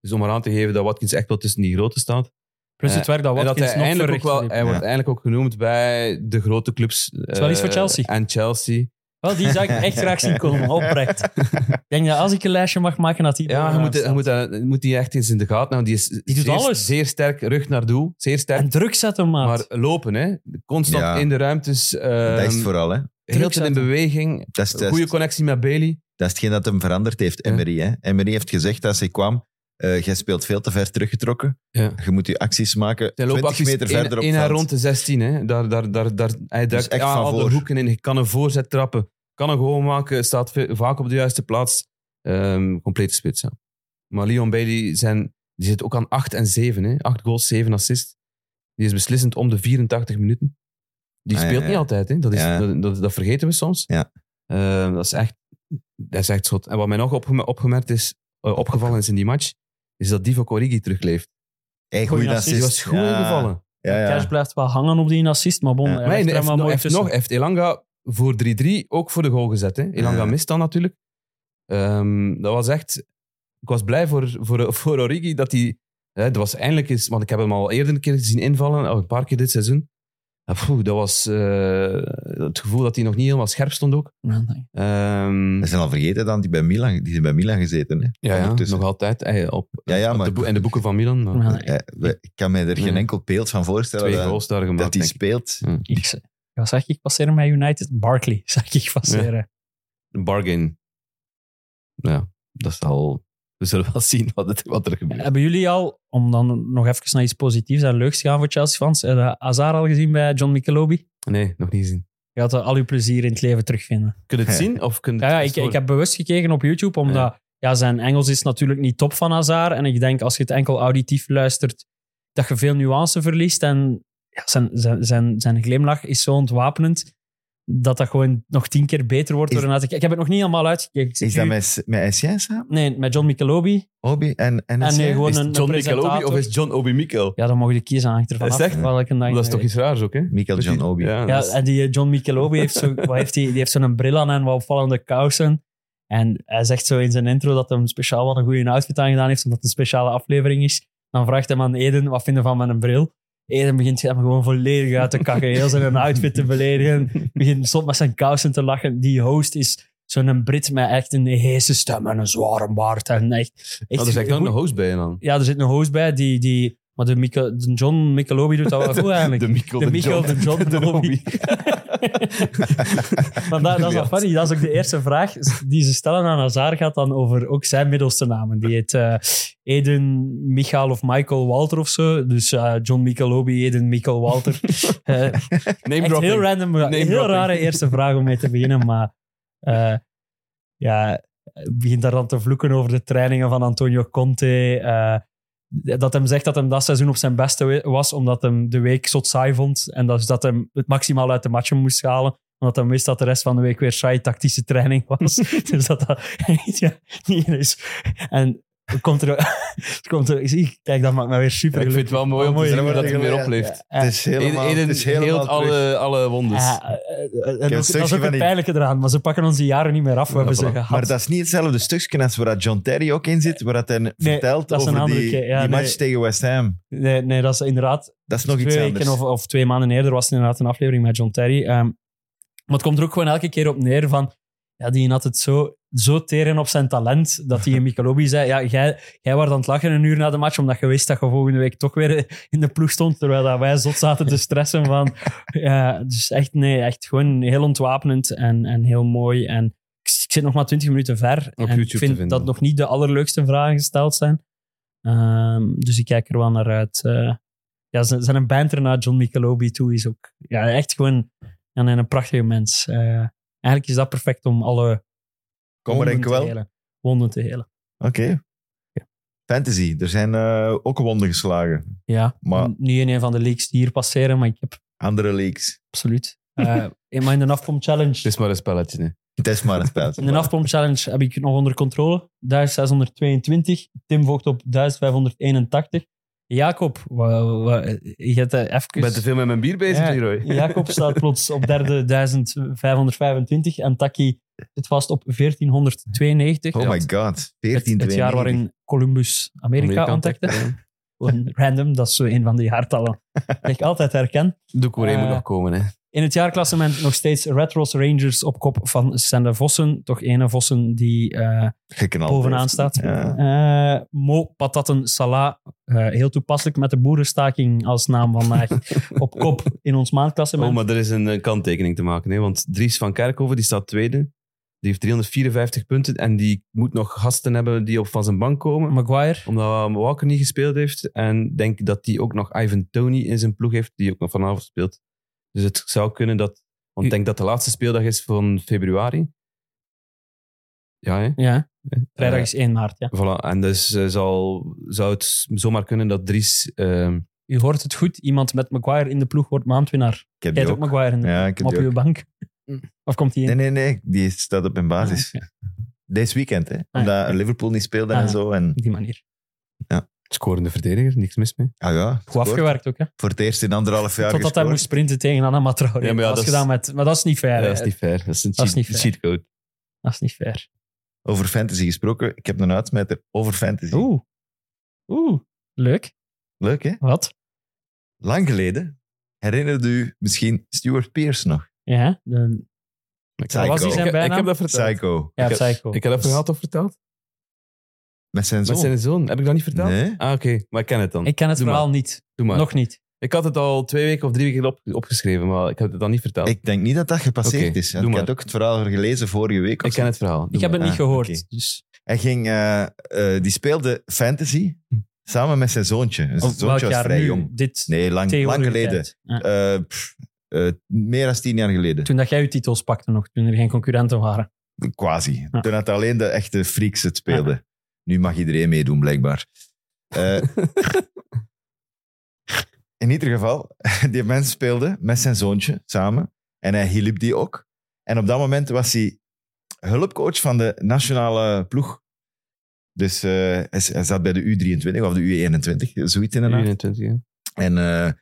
S5: Dus om eraan te geven dat Watkins echt wel tussen die grote staat.
S6: Plus het werk
S5: en
S6: dat
S5: dat
S6: Watkins
S5: hij
S6: nog
S5: eindelijk ook
S6: verricht
S5: wel,
S6: heeft.
S5: hij wordt
S4: Ja.
S5: eindelijk ook genoemd bij de grote clubs. Dat
S6: is wel iets voor Chelsea.
S5: En Chelsea.
S6: Wel, die zou ik
S5: *laughs*
S6: echt graag zien komen, oprecht. Ik denk dat als ik een lijstje mag maken, dat die
S5: Ja, je
S6: bovenaan
S5: moet, je
S6: staat.
S5: moet, dat- je moet die echt eens in de gaten houden. Die is
S6: doet
S5: zeer,
S6: alles.
S5: zeer sterk, rug naar doel. Zeer sterk.
S6: En druk zetten, maat.
S5: maar lopen, hè. Constant
S4: Ja.
S5: in de ruimtes.
S4: dat is
S5: ehm,
S4: het vooral, hè.
S5: heel de tijd in
S6: zetten.
S5: beweging.
S4: Dat is, dat,
S5: Goede
S4: is,
S5: connectie met Bailey.
S4: dat is hetgeen dat hem veranderd heeft,
S5: Ja.
S4: Emery. Hè? Emery heeft gezegd dat hij kwam, eh, jij speelt veel te ver teruggetrokken.
S5: Ja.
S4: Je moet je acties maken,
S5: Zijn
S4: 20
S5: loopacties
S4: meter
S5: één-
S4: verder op
S5: één
S4: veld. Dus
S5: haar rond de 16. Hè. Daar, daar, daar, daar, hij duikt
S4: echt
S5: ja,
S4: van
S5: al
S4: voor.
S5: de hoeken in. Je kan een voorzet trappen. Kan een gewoon maken. Staat ve- vaak op de juiste plaats. Ehm, complete spits. ja. Maar Leon Bailey zijn, die zit ook aan 8 en 7. Hè. 8 goals, 7 assists. Die is beslissend om de 84 minuten. Die
S4: Ah, ja,
S5: speelt
S4: ja.
S5: niet altijd. Hè. Dat, is,
S4: Ja.
S5: dat, dat, dat vergeten we soms.
S4: Ja.
S5: Ehm, dat, is echt, dat is echt zot. En wat mij nog opgeme- opgemerkt is, eh, opgevallen is in die match, is dat Divo Corrigi terugleeft.
S4: Hey,
S6: Goeie
S4: goeie
S6: assist.
S5: Die
S4: assist.
S5: was goed
S4: Ja,
S5: ingevallen.
S4: Ja, ja.
S6: Cash blijft wel hangen op die assist, maar bon,
S4: Ja.
S6: hij
S5: Maar hij
S6: legt er
S5: heeft,
S6: maar
S5: nog,
S6: mooi
S5: heeft,
S6: tussen.
S5: nog, heeft Elanga voor 3-3 ook voor de goal gezet. Hè? Elanga
S4: Ja.
S5: mist dan natuurlijk. Ehm, dat was echt... Ik was blij voor, voor, voor Origi dat hij... Hè, dat was eindelijk eens... Want ik heb hem al eerder een keer zien invallen. al Een paar keer dit seizoen. Ja, poeh, dat was eh, het gevoel dat hij nog niet helemaal scherp stond ook.
S6: Ja, nee.
S5: Ehm,
S4: We zijn al vergeten dan, die bij Milan, die zijn bij Milan gezeten. Hè?
S5: ja, ja,
S4: ondertussen.
S5: nog altijd. Hey, op,
S4: Ja, ja,
S5: op
S4: maar
S5: de boe- in de boeken van Milan. maar
S6: Ja, nee.
S4: Eh, we- ik kan mij er geen
S5: Nee.
S4: enkel beeld van voorstellen
S5: Twee
S4: dat-
S5: goals daar gemaakt.
S4: dat hij
S5: denk ik.
S4: speelt.
S6: Ik, ze- wat zag ik passeren bij United? Barkley *laughs* zag ik passeren.
S5: Een bargain. Ja, dat is al... We zullen wel zien wat, het, wat er gebeurt.
S6: Hebben jullie al, om dan nog even naar iets positiefs en leuks te gaan voor Chelsea-fans, heb je Azar al gezien bij John Michelobi?
S5: Nee, nog niet gezien.
S6: Je gaat er al je plezier in het leven terugvinden.
S5: Kun je het
S4: Ja.
S5: zien? Of kun je
S6: Ja,
S5: het
S6: ja ik, ik heb bewust gekeken op YouTube, omdat ja. zijn Engels is natuurlijk niet top van Hazard. En ik denk, als je het enkel auditief luistert, dat je veel nuance verliest. En ja, zijn, zijn, zijn, zijn glimlach is zo ontwapenend, dat dat gewoon nog tien keer beter wordt.
S4: Is-
S6: Door ernaar te kijken. ik heb het nog niet helemaal uitgekeken. Ik zit
S4: Is dat
S6: nu-
S4: met, met SJ samen?
S6: Nee, met John Michelobi.
S4: Obi en, en,
S6: En
S4: SJ?
S6: nee, gewoon
S5: Is
S6: een,
S5: het John
S6: een
S5: Michelobi
S6: presentator.
S5: of is John Obi Mikkel?
S6: Ja, dan mogen je kiezen hangt ervan
S5: Is
S6: af
S5: echt?
S6: welke dag.
S5: dat is toch iets raars ook, hè?
S4: Mikkel John Obi.
S5: Ja, dat
S6: Ja,
S5: is-
S6: en die eh, John Michelobi heeft zo'n heeft die, die heeft zo'n bril aan en wat opvallende kousen. En hij zegt zo in zijn intro dat hij speciaal wat een goede outfit aangedaan heeft, omdat het een speciale aflevering is. Dan vraagt hij aan Eden, wat vinden van mijn bril? Eden begint hem gewoon volledig uit te kakken, heel zijn
S5: *laughs*
S6: outfit te beledigen. Begint stond met zijn kousen te lachen. Die host is zo'n Brit met echt een heese stem en een zware baard. En echt, echt
S5: Oh, er zit ook
S6: goed-
S5: een host bij *laughs* dan.
S6: ja, er zit een host bij die... die maar de, Mieke- de John Michelobi doet
S5: *laughs*
S6: dat wel goed eigenlijk.
S5: Mikkel,
S6: De Michael, de
S5: *laughs*
S6: John, de Robbie. *laughs* Maar dat, dat is wel funny. Dat is ook de eerste vraag die ze stellen aan Hazard. Gaat dan over ook zijn middelste namen. Die heet eh, Eden, Michael of Michael Walter of zo. Dus eh, John Michelobi, Eden, Michael Walter. Eh,
S5: Name
S6: echt
S5: dropping.
S6: heel random.
S5: Name
S6: heel
S5: dropping.
S6: rare eerste vraag om mee te beginnen. Maar eh, ja, begint daar dan te vloeken over de trainingen van Antonio Conte. eh, dat hem zegt dat hem dat seizoen op zijn beste we- was, omdat hem de week zot saai vond. En dat, is dat hem het maximaal uit de matchen moest halen. Omdat hij wist dat de rest van de week weer saai tactische training
S5: *laughs*
S6: was. *laughs* dus dat dat ja, niet is. En komt *laughs* er... komt er zie, kijk, dat maakt me weer
S5: Ja,
S6: super
S5: ik vind het wel mooi om te
S6: Mooi,
S5: zien hoe
S4: ja,
S5: dat hij
S4: ja,
S5: weer
S4: ja.
S5: opleeft.
S4: Het is helemaal,
S5: Eden, Eden
S4: het is helemaal
S5: heelt
S4: terug.
S5: alle, alle wondes.
S6: Ja, eh, eh, en ook- dat is
S4: stukje
S6: ook
S4: van
S6: het
S4: die-
S6: pijnlijke eraan, maar ze pakken ons die jaren niet meer af. We
S5: Ja,
S6: hebben ze
S5: voilà.
S6: gehad.
S4: Maar dat is niet hetzelfde stukje als waar dat John Terry ook in zit, waar dat hij vertelt
S6: dat is een
S4: over
S6: andere
S4: die,
S6: keer. Ja,
S4: die
S6: nee.
S4: match tegen West Ham.
S6: nee, nee, dat is inderdaad.
S4: Dat is nog
S6: twee
S4: iets
S6: weken
S4: anders.
S6: Of, of twee maanden eerder was het inderdaad een aflevering met John Terry. Ehm, maar het komt er ook gewoon elke keer op neer van. Ja, die had het zo, zo teren op zijn talent dat hij in Michelobi zei: ja, jij, jij was aan het lachen een uur na de match, omdat je wist dat je volgende week toch weer in de ploeg stond. Terwijl dat wij zot zaten te stressen. Van, ja, dus echt, nee, echt gewoon heel ontwapenend en, en heel mooi. En ik, ik zit nog maar 20 minuten ver. en
S5: YouTube te
S6: ik vind
S5: vinden.
S6: dat nog niet de allerleukste vragen gesteld zijn. Ehm, dus ik kijk er wel naar uit. eh ja, zijn, zijn banter naar John Michelobi toe is ook... Ja, echt gewoon en een prachtige mens. Eh, eigenlijk is dat perfect om alle
S4: Kom maar
S6: wonden,
S4: en
S6: te
S4: kwel. Oké.
S6: helen. wonden te helen.
S4: Fantasy. Er zijn eh, ook wonden geslagen.
S6: Ja,
S4: Maar-
S6: niet in een van de leaks die hier passeren, maar ik heb
S4: Andere leaks.
S6: absoluut... Eh, maar in de afpomp challenge...
S5: Het is maar een spelletje. hè.
S4: Het is maar een spijt.
S6: In de afpomp challenge heb ik het nog onder controle. 1622. Tim vocht op 1581. Jacob, wa- wa- je hebt eh,
S5: Ik ben te
S6: even...
S5: veel met mijn bier bezig,
S6: Ja.
S5: Leroy.
S6: *laughs* Jacob staat plots op derde 1525 en Taki zit vast op 1492.
S4: Oh
S6: Ja,
S4: my
S6: het-
S4: god. 14
S6: Het, het jaar waarin Columbus Amerika,
S5: Amerika
S6: ontdekte.
S5: ontdekte,
S6: Gewoon Random, dat is zo een van die jaartallen dat ik altijd herken.
S5: De Korea
S6: Eh,
S5: moet nog komen, hè.
S6: In het jaarklassement nog steeds Red Rose Rangers op kop van Sander Vossen. Toch ene Vossen die eh,
S4: Geknald.
S6: bovenaan staat.
S4: Ja.
S6: Eh, Mo Patatten Salah, eh, heel toepasselijk met de boerenstaking als naam vandaag op kop in ons maandklassement.
S5: Oh, maar er is een eh, kanttekening te maken. Hè? Want Dries van Kerkhoven die staat tweede. Die heeft 354 punten. En die moet nog gasten hebben die op van zijn bank komen.
S6: Maguire.
S5: Omdat Walker niet gespeeld heeft. En ik denk dat hij ook nog Ivan Tony in zijn ploeg heeft. Die ook nog vanavond speelt. Dus het zou kunnen dat. Want ik denk dat de laatste speeldag is van februari. Ja, hè?
S6: Ja. Vrijdag
S5: Eh,
S6: is 1 maart. Ja.
S5: Voilà, en dus eh, zal, zou het zomaar kunnen dat Dries... ehm,
S6: U hoort het goed. Iemand met Maguire in de ploeg wordt maandwinnaar.
S4: Ik heb
S6: Jij
S4: die
S6: hebt ook
S4: ook.
S6: Maguire in de
S4: Ja, ik heb
S6: op
S4: die
S6: uw
S4: ook.
S6: bank. Of komt hij in?
S4: Nee, nee, nee. Die staat op mijn basis.
S6: Ah, oké.
S4: Deze weekend, hè.
S6: Ah, ja.
S4: Omdat Liverpool niet speelde
S6: Ah,
S4: en
S6: ja.
S4: zo. En,
S6: Op die manier.
S5: scorende verdediger, niks mis mee.
S4: ah ja,
S6: Goed
S4: scoort.
S6: afgewerkt ook, hè?
S4: Voor het eerst in anderhalf jaar
S6: Totdat hij
S4: gescoord.
S6: moest sprinten tegen Anna Traoré.
S5: Ja, maar ja,
S6: dat,
S5: dat is-
S6: is gedaan met... Maar dat is niet fair.
S5: Ja,
S6: hè.
S5: dat is niet fair. Dat is een
S6: Dat is
S5: cheat,
S6: niet fair.
S5: cheatcode.
S6: Dat is niet fair.
S4: Over fantasy gesproken. Ik heb een uitsmijter over fantasy.
S6: Oeh. Oeh. Leuk.
S4: Leuk, hè?
S6: Wat?
S4: Lang geleden herinnerde u misschien Stuart Pearce nog.
S6: Ja. De...
S4: Psycho.
S6: Was die zijn bijnaam?
S5: Ik heb dat verteld.
S4: Psycho.
S6: Ja,
S5: Ik heb-
S6: Psycho.
S5: Ik heb dat verhaal toch verteld?
S4: Met zijn
S5: Met
S4: zoon.
S5: zijn zoon. Heb ik dat niet verteld?
S4: Nee.
S5: Ah, oké. Maar ik ken het dan.
S6: Ik ken het
S5: Doe maar.
S6: verhaal niet.
S5: Doe maar.
S6: Nog niet.
S5: Ik had het al twee weken of drie weken op, opgeschreven, maar ik heb het dan niet verteld. Ik,
S4: Ik denk niet dat dat gepasseerd
S5: Oké,
S4: is.
S5: doe
S4: Want ik
S5: maar.
S4: had ook het verhaal gelezen vorige week. of zo.
S5: ken het verhaal.
S6: Ik heb het
S4: maar.
S6: niet
S4: Ah,
S6: gehoord.
S4: oké.
S6: Dus
S4: Hij ging, eh, eh, die speelde fantasy samen met zijn zoontje. Dus
S6: Of
S4: zijn
S6: Hm. welk
S4: zoontje was
S6: jaar
S4: vrij
S6: nu?
S4: jong.
S6: Dit
S4: Nee, lang,
S6: Theo
S4: lang
S6: uw
S4: geleden.
S6: tijd. Ja.
S4: Eh, pff, eh, meer dan tien jaar geleden.
S6: Toen dat jij je titels pakte nog, toen er geen concurrenten waren.
S4: Quasi.
S6: Ja.
S4: Toen had alleen de echte freaks het speelden. Nu mag iedereen meedoen, blijkbaar. Eh, in ieder geval, *laughs* die mens speelde met zijn zoontje samen. En hij hielp die ook. En op dat moment was hij hulpcoach van de nationale ploeg. Dus eh, hij, hij zat bij de U23 of de U21, zoiets inderdaad.
S5: 21, ja.
S4: En eh,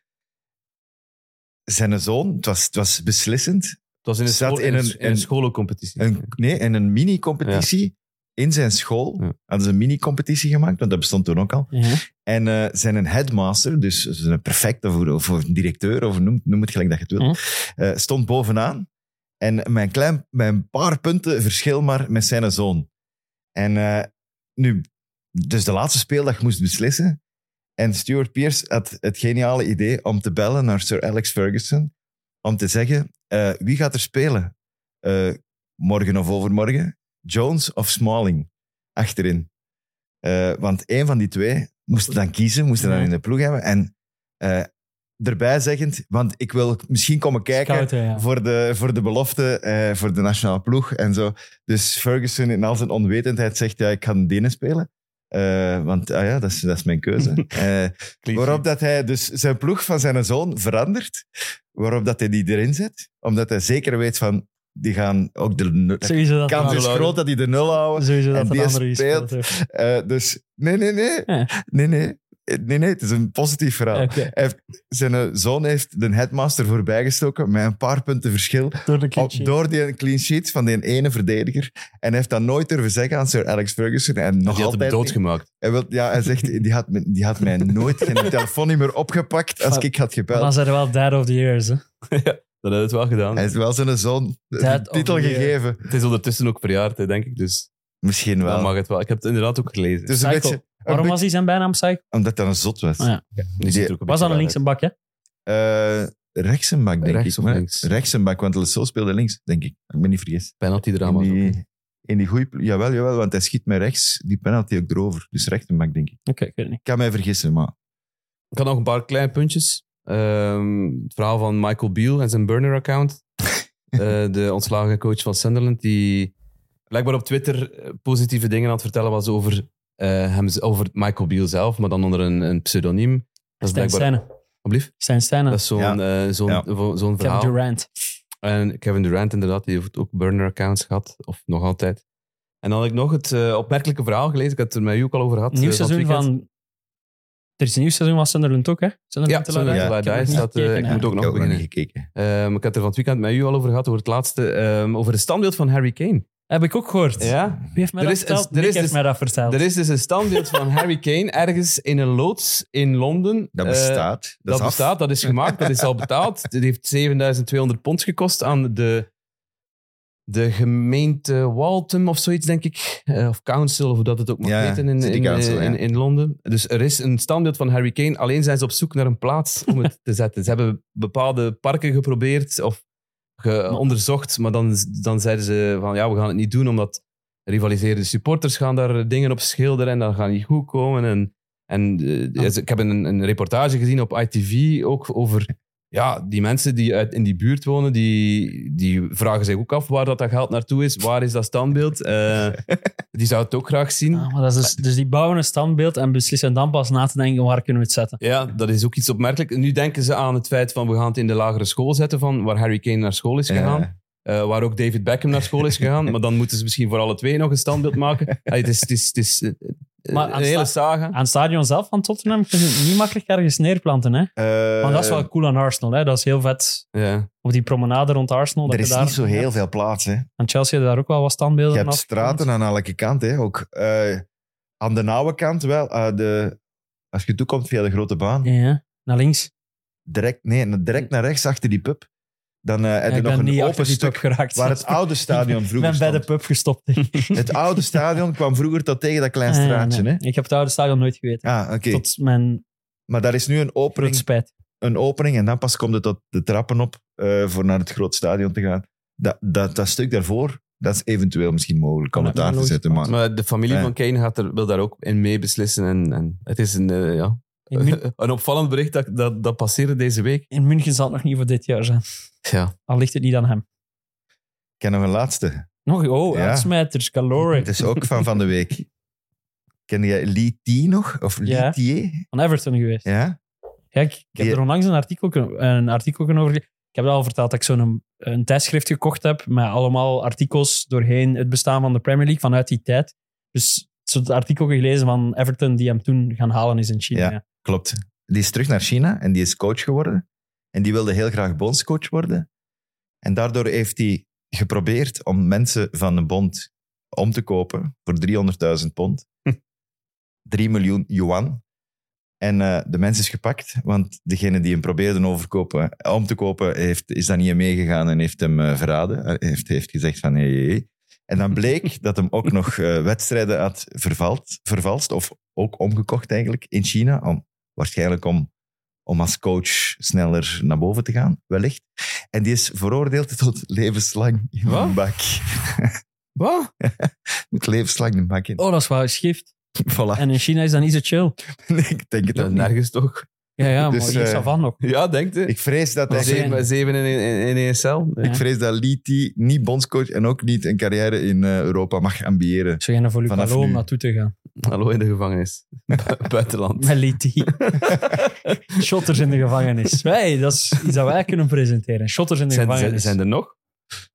S4: zijn zoon, het was, het was beslissend,
S5: Het was in een,
S4: Zat
S5: school,
S4: in
S5: in een,
S4: een-
S5: in een scholencompetitie.
S4: een, nee, en een mini-competitie in zijn school.
S5: Ja.
S4: Hadden ze een mini-competitie gemaakt, want dat bestond toen ook al.
S6: Ja.
S4: En eh, zijn een headmaster, dus een perfecte voor, voor een directeur, of noem, noem het gelijk dat je het wilt, eh, stond bovenaan. En mijn, klein, mijn paar punten verschil maar met zijn zoon. En eh, nu, dus de laatste speeldag moest beslissen. En Stuart Pearce had het geniale idee om te bellen naar Sir Alex Ferguson. Om te zeggen, eh, wie gaat er spelen? Eh, morgen of overmorgen? Jones of Smalling? Achterin. Eh, want één van die twee moest dan kiezen, moest er dan
S6: Ja.
S4: in de ploeg hebben. En eh erbij zeggend, want ik wil misschien komen kijken
S6: Koud, ja.
S4: voor, de, voor de belofte, eh, voor de nationale ploeg en zo. Dus Ferguson in al zijn onwetendheid zegt, ja, ik ga een Denen spelen. Eh, want ah ja, dat is, dat is mijn
S6: *laughs*
S4: keuze. Eh, Waarop dat hij dus zijn ploeg van zijn zoon verandert. Waarop dat hij die erin zet. Omdat hij zeker weet van, die gaan ook de... nul- De
S6: Sowieso dat
S4: kans
S6: een
S4: is
S6: andere-
S4: groot dat die de nul houden.
S6: Sowieso
S4: en
S6: dat een
S4: die
S6: andere gespeeld
S4: speelt-
S6: heeft.
S4: Eh, dus nee, nee, nee.
S6: Ja.
S4: Nee, nee. Eh, Nee, nee, het is een positief verhaal.
S6: Oké.
S4: Hij heeft- zijn eh, zoon heeft de headmaster voorbijgestoken met een paar punten verschil.
S6: Door de
S4: Op-
S6: clinch.
S4: door die clean sheet van die ene verdediger. En hij heeft dat nooit durven zeggen aan Sir Alex Ferguson. En nog
S5: Ah, Die had hem
S4: altijd niet.
S5: doodgemaakt.
S4: Hij, wil, ja, hij zegt, die had, me- die had mij nooit geen
S6: *laughs*
S4: telefoonnummer opgepakt als ik had
S6: Maar Dan
S4: gebeld.
S6: zijn er wel Dad of the Years. Hè.
S5: Dat had het wel gedaan.
S4: Hij heeft wel zijn zoon de
S6: Dad of
S4: titel
S6: the year.
S4: gegeven.
S5: Het is ondertussen ook verjaard, hè, denk ik. Dus
S4: Misschien
S5: dan
S4: wel. Dus
S5: mag het wel. Ik heb het inderdaad ook gelezen.
S4: Het is een
S6: Psycho.
S4: beetje, een
S6: Waarom
S4: beetje-
S6: was hij zijn bijnaam Psycho?
S4: Omdat dat een zot was.
S6: Ah, ja.
S5: Die ziet er ook
S6: Was
S5: beetje
S6: dat een
S5: raar
S6: linkse bak, hè?
S4: Eh, rechts een bak, denk
S5: Rechts
S4: ik.
S5: of
S4: maar-
S5: links?
S4: Rechts een bak, want Lesso speelde links, denk ik. Ik ben niet vergis.
S5: uit. Penalty-drama.
S4: in die, in die goeie pl- Jawel, jawel, want hij schiet met rechts die penalty ook erover. Dus rechts een bak, denk ik.
S6: Oké, ik weet het niet.
S4: Ik kan mij vergissen, maar...
S5: Ik had nog een paar kleine puntjes. Ehm, het verhaal van Michael Beal en zijn burner-account.
S4: *laughs*
S5: Eh, de ontslagen coach van Sunderland, die blijkbaar op Twitter eh, positieve dingen aan het vertellen was over, eh, hem, over Michael Beal zelf, maar dan onder een, een pseudoniem. Dat is
S6: Stijn
S5: blijkbaar...
S6: Stijnen.
S5: Alsjeblieft.
S6: Stijn Stijnen.
S5: Dat is zo'n eh, zo'n
S4: Ja.
S5: vo- zo'n
S6: Ah. Kevin
S5: verhaal.
S6: Durant.
S5: En Kevin Durant inderdaad, die heeft ook burner-accounts gehad, of nog altijd. En dan had ik nog het eh, opmerkelijke verhaal gelezen, ik had het er met u ook al over gehad.
S6: nieuw
S5: eh,
S6: seizoen
S5: het weekend.
S6: van... Er is een nieuw seizoen van Sunderland ook, hè?
S5: Ja,
S6: Sunderland Lara.
S5: Sunderland
S4: Ja.
S5: Till I
S6: Ik
S5: Die staat, eh,
S6: heb nog niet gekeken,
S5: ik
S6: ja.
S5: moet ook
S4: Ik
S5: nog
S4: heb ook nog
S5: beginnen.
S4: niet gekeken.
S5: Ehm, ik had er van het weekend met u al over gehad, over het laatste, ehm, over de standbeeld van Harry Kane.
S6: Heb ik ook gehoord.
S5: Ja?
S6: Wie heeft mij
S5: Er
S6: dat
S5: is een-
S6: verteld?
S5: er is
S6: Nick heeft
S5: dus-
S6: mij dat verteld.
S5: Er is dus een standbeeld van Harry Kane ergens in een loods in Londen.
S4: Dat
S5: Eh,
S4: bestaat.
S5: dat
S4: is af.
S5: bestaat, dat is gemaakt, dat is al betaald. Het heeft 7200 pond gekost aan de, de gemeente Waltham of zoiets, denk ik. Eh, of Council, of hoe dat het ook mag
S4: Ja,
S5: heten in,
S4: City
S5: in,
S4: Council,
S5: eh,
S4: ja.
S5: in, in Londen. Dus er is een standbeeld van Harry Kane. Alleen zijn ze op zoek naar een plaats om het te zetten. Ze hebben bepaalde parken geprobeerd of ge- onderzocht, maar dan, dan zeiden ze van ja, we gaan het niet doen omdat rivaliserende supporters gaan daar dingen op schilderen en dan gaan die goed komen. En, en eh,
S6: Ah.
S5: is- ik heb een, een reportage gezien op ITV ook over ja, die mensen die uit, in die buurt wonen, die, die vragen zich ook af waar dat, dat geld naartoe is. Waar is dat standbeeld?
S6: *laughs*
S5: Eh, die zou het ook graag zien.
S6: Ah, maar dat is dus, dus die bouwen een standbeeld en beslissen dan pas na te denken waar kunnen we het zetten.
S5: Ja, dat is ook iets opmerkelijk. Nu denken ze aan het feit van we gaan het in de lagere school zetten, van waar Harry Kane naar school is
S4: Ja.
S5: gegaan. Eh, waar ook David Beckham naar school is gegaan. maar dan moeten ze misschien voor alle twee nog een standbeeld maken.
S6: *laughs*
S5: Allee, het is, het is, het is eh, eh,
S6: Maar aan
S5: een hele
S6: sta-
S5: saga.
S6: Aan het stadion zelf van Tottenham kun je het niet makkelijk ergens neerplanten. Hè?
S4: Eh,
S6: Want dat is wel cool aan Arsenal. Hè? Dat is heel vet.
S5: Ja.
S6: Of die promenade rond Arsenal. dat
S4: Er
S6: je
S4: is
S6: daar,
S4: niet zo heel veel plaats. Hè.
S6: Aan Chelsea hebben daar ook wel wat standbeelden.
S4: Je hebt
S6: vanaf.
S4: straten aan elke kant. Hè, ook. Eh, aan de nauwe kant wel. eh, de, als je toekomt via de grote baan.
S6: Ja, ja. naar links.
S4: Direct, nee, direct naar rechts achter die pub. Dan eh heb
S6: Ja,
S4: je
S6: ik
S4: nog
S6: ben niet
S4: een
S6: achter
S4: open
S6: die pub
S4: stuk
S6: geraakt.
S4: waar
S6: *laughs*
S4: het oude stadion
S6: ik
S4: vroeger
S6: ben bij
S4: stond.
S6: de pub gestopt. denk ik.
S4: Het oude stadion kwam vroeger tot tegen dat klein
S6: Ah, ja,
S4: straatje.
S6: nee.
S4: Hè?
S6: Ik heb het oude stadion nooit geweten.
S4: Ah, oké.
S6: Tot mijn
S4: Maar daar is nu een
S6: groot
S4: opening,
S6: spijt.
S4: een opening en dan pas komt het tot de trappen op eh, voor naar het groot stadion te gaan. Dat, dat, dat stuk daarvoor, dat is eventueel misschien mogelijk om
S6: Ja,
S4: het daar te
S6: logisch.
S4: zetten. Maar
S5: Maar de familie
S4: Ja.
S5: van Kane gaat er, wil daar ook in meebeslissen. En, en het is een, eh, ja,
S4: *laughs*
S6: In, Mun-
S5: *laughs* een opvallend bericht dat, dat, dat passeerde deze week.
S6: in München zal het nog niet voor dit jaar zijn.
S5: Ja.
S6: Al ligt het niet aan hem.
S4: ik ken nog een laatste.
S6: Nog, oh,
S4: Ja.
S6: uitsmijters, Calore
S4: Het is ook van van de week. Ken jij Lee T nog? Of Lee
S6: Ja.
S4: Thier?
S6: van Everton geweest.
S4: Ja?
S6: Ja, ik, ik heb
S4: Die-
S6: er onlangs een artikel, een artikel over. gele- Ik heb al verteld dat ik zo'n een tijdschrift gekocht heb met allemaal artikels doorheen het bestaan van de Premier League vanuit die tijd. Dus het artikel gelezen van Everton die hem toen gaan halen is in China.
S4: Ja.
S6: ja.
S4: Klopt. Die is terug naar China en die is coach geworden. En die wilde heel graag bondscoach worden. En daardoor heeft hij geprobeerd om mensen van de bond om te kopen voor 300.000 pond. 3 miljoen yuan. En eh, de mens is gepakt, want degene die hem probeerde overkopen, eh, om te kopen, heeft, is daar niet in meegegaan en heeft hem eh, verraden. Eh, Heeft, heeft gezegd van hé, hé, hé. En dan bleek dat hem ook nog eh, wedstrijden had vervalt, vervalst, of ook omgekocht eigenlijk, in China. Om, waarschijnlijk om, om als coach sneller naar boven te gaan, wellicht. En die is veroordeeld tot levenslang in
S5: Wat?
S4: een bak.
S5: Wat?
S4: Moet levenslang een bak in.
S6: Oh, dat is wel schift.
S4: Voilà.
S6: En in China is dat niet zo chill.
S4: *laughs* Nee, ik denk het
S5: Ja,
S4: ook niet.
S5: nergens toch? *laughs*
S6: Ja,
S4: *laughs*
S6: ja
S4: Dus,
S6: maar hier is
S4: eh,
S6: dat van nog.
S5: Ja, denk je.
S4: Ik vrees dat
S5: Maar
S4: hij...
S6: zijn-
S5: zeven, maar zeven in, in, in ESL.
S6: Ja.
S4: Ik vrees dat Liti niet bondscoach en ook niet een carrière in eh, Europa mag ambiëren.
S6: Zo gaan voor
S4: Vanaf
S6: Lucalo om
S4: nu.
S6: naartoe te gaan.
S5: Hallo in de
S6: *laughs*
S5: gevangenis. Bu- *laughs* Buitenland.
S6: Met Liti. *laughs* Shotters in de gevangenis. Wij, dat is iets dat wij kunnen presenteren. Shotters in de
S5: Zijn, zijn,
S6: gevangenis.
S5: zijn er nog?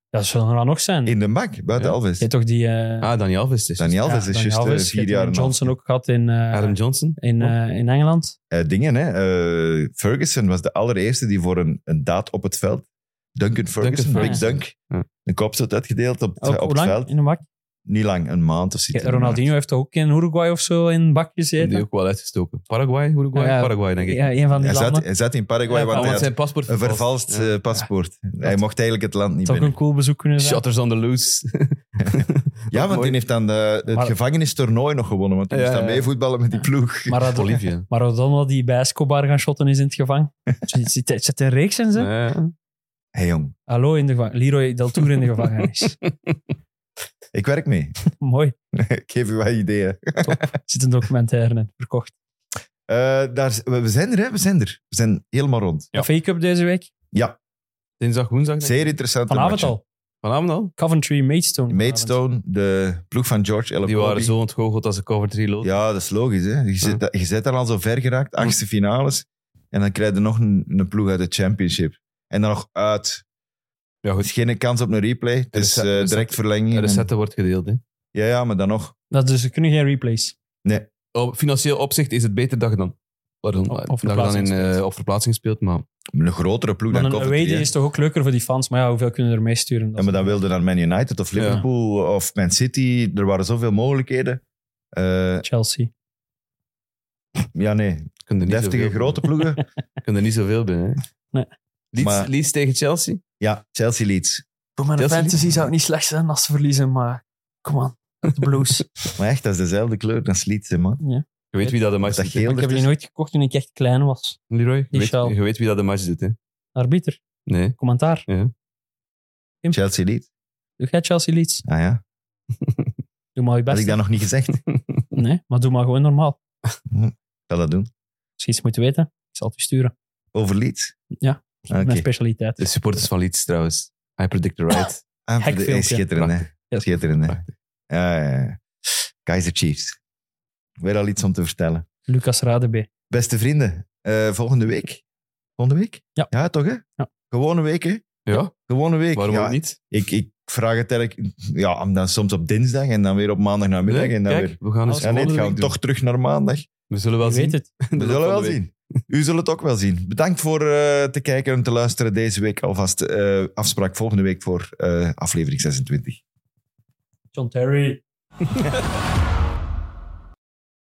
S6: Dat zullen er wel nog zijn.
S4: In de bak, buiten
S5: Ja.
S4: Alves.
S6: Je hebt toch die... eh,
S5: Ah, Daniel Alves dus.
S4: Daniel Alves
S6: Ja,
S4: is
S6: Dani
S4: juist eh,
S6: Alves. Je
S4: vier
S6: hebt
S4: jaar...
S6: Aaron
S4: en al.
S6: Johnson ook gehad in, eh,
S5: Adam Johnson. Oh,
S6: in, eh, in Engeland.
S4: Eh, dingen, hè. eh, Ferguson was de allereerste die voor een, een daad op het veld... Duncan Ferguson,
S5: Duncan
S4: Big
S6: Ferguson.
S4: Dunk.
S5: Ja.
S4: Een kopstoot uitgedeeld op,
S6: Ook,
S4: op
S6: hoe
S4: het
S6: lang
S4: veld.
S6: in de bak?
S4: Niet lang, een maand of zoiets.
S6: Ronaldinho heeft toch ook in Uruguay of zo in een bak gezeten?
S5: Die ook wel uitgestoken. Paraguay, Uruguay?
S6: Ja, ja.
S5: Paraguay, denk ik.
S6: Ja, een van die
S4: Hij zat,
S6: landen.
S4: hij zat in Paraguay,
S6: Ja,
S4: want
S5: Ah,
S4: hij
S5: want
S4: had
S5: zijn paspoort
S4: een vervalst
S5: Ja.
S4: eh, paspoort. Hij mocht eigenlijk het land niet
S6: Het ook
S4: binnen.
S6: een cool bezoek kunnen zijn.
S5: Shutters on the loose.
S4: Ja, want
S5: mooi.
S4: die heeft dan de, het
S6: Maar-
S4: gevangenistoernooi nog gewonnen. Want die
S5: Ja,
S4: moest dan
S5: ja, ja.
S4: meevoetballen met die ploeg.
S6: Maar, Rad-
S5: Bolivia.
S6: maar Rodonno die bij Escobar gaan shotten is in het
S4: *laughs*
S6: gevangen. Zit- Zit zit er een reeks in ze?
S5: Ja.
S4: Hé jong,
S6: Hallo in de gevangenis. Leroy Del Tour in de
S4: *laughs*
S6: gevangenis.
S4: ik werk mee. *laughs*
S6: Mooi.
S4: ik geef u wat ideeën.
S6: Er zit een documentaire in. Verkocht.
S4: Eh, daar, is- we we zijn er, hè? We zijn er. We zijn helemaal rond.
S5: Ja.
S6: FA Cup deze week.
S5: Dinsdag, woensdag. denk ik.
S4: Zeer interessant.
S6: Vanavond al.
S5: Vanavond al.
S6: Coventry, Maidstone.
S4: Maidstone, de ploeg van George
S5: Die
S4: Ellacobi.
S5: waren zo ontgoocheld als een cover 3 lood.
S4: Ja, dat is logisch. Hè? Je, zit, je zit daar al zo ver geraakt, achtste finales. En dan krijg je nog een, een ploeg uit de championship. En dan nog uit.
S5: Ja,
S4: Er is
S5: goed.
S4: geen kans op een replay.
S5: Er
S4: Dus
S5: is- er
S4: eh,
S5: is-
S4: direct verlenging.
S5: De
S4: en-
S5: resetten wordt gedeeld. Hè.
S4: Ja, ja, maar dan nog.
S6: Dat dus er kunnen geen replays.
S5: Op financieel opzicht is het beter dat je dan Pardon,
S6: Op-
S5: eh, dat
S6: op
S5: je dan in,
S6: verplaatsing
S5: eh,
S6: speelt.
S5: op verplaatsing speelt. Maar
S4: Een grotere ploeg
S6: Maar
S4: dan
S6: een away
S4: Coventry.
S6: day
S4: hè.
S6: is toch ook leuker voor die fans. Maar ja, hoeveel kunnen er mee sturen?
S4: Ja, maar dan wilde naar Man United of Liverpool of Man City. Er waren zoveel mogelijkheden. Eh,
S6: Chelsea.
S4: ja, nee.
S5: je kunt er niet
S4: Deftige
S5: zoveel-
S4: grote ploegen.
S5: je kunt er niet zoveel bij. Hè?
S6: Nee.
S5: Leeds,
S4: Maar-
S5: Leeds tegen Chelsea?
S4: Ja, Chelsea Leeds.
S6: Voor mijn
S5: Chelsea
S6: fantasy zou het niet slecht zijn als ze verliezen, maar kom *laughs* aan. De blues.
S4: Maar echt, dat is dezelfde kleur als Leeds, hè, man.
S5: Je weet wie dat de match
S4: Dat
S5: doet. hè?
S4: geel
S6: ik heb die
S4: ertussen.
S6: nooit gekocht toen ik echt klein was.
S5: Leroy? Je
S6: Die
S5: weet,
S6: sjaal.
S5: je weet wie dat de match doet, hè?
S6: Arbiter,
S5: Nee.
S6: commentaar.
S4: Chelsea Leeds.
S6: Doe jij Chelsea Leeds?
S4: Ah ja,
S6: Doe maar
S4: had
S6: je best.
S4: ik dat nog niet gezegd. Ik
S6: Nee, maar doe maar gewoon normaal.
S4: zal dat doen.
S6: Als je iets moet weten, ik zal het je sturen.
S4: Over Leeds.
S6: Ja.
S4: Ah, Oké. Dus-
S6: Mijn specialiteit.
S5: De supporters van Leeds trouwens. I predict the right.
S4: Ah, voor de-
S6: Hekfilmpje.
S4: Schitterend, hè.
S6: Ja.
S4: Schitterend, hè.
S5: Prachtig.
S4: Ja, ja, ja. Kaiser Chiefs. Weer al iets om te vertellen.
S6: Lucas Radebe.
S4: Beste vrienden, eh, volgende week. Volgende week?
S6: Ja.
S4: toch hè?
S6: Ja.
S4: Gewone week, hè?
S5: Ja,
S4: Gewone week.
S5: waarom
S4: ja,
S5: ook niet?
S4: Ik, ik vraag het eigenlijk ja, dan soms op dinsdag en dan weer op maandag namiddag.
S5: Nee,
S4: en dan
S5: kijk,
S4: weer.
S5: we gaan eens
S6: Als
S4: Ja, nee, het
S5: volgende
S4: gaat
S5: week
S4: toch terug naar
S5: *laughs*
S4: maandag.
S5: doen. We zullen wel
S6: Je
S5: zien.
S6: weet het.
S5: *laughs*
S4: We zullen wel zien. U zult het ook wel zien. Bedankt voor eh, te kijken en te luisteren deze week alvast. eh, afspraak volgende week voor eh, aflevering 26.
S6: John Terry.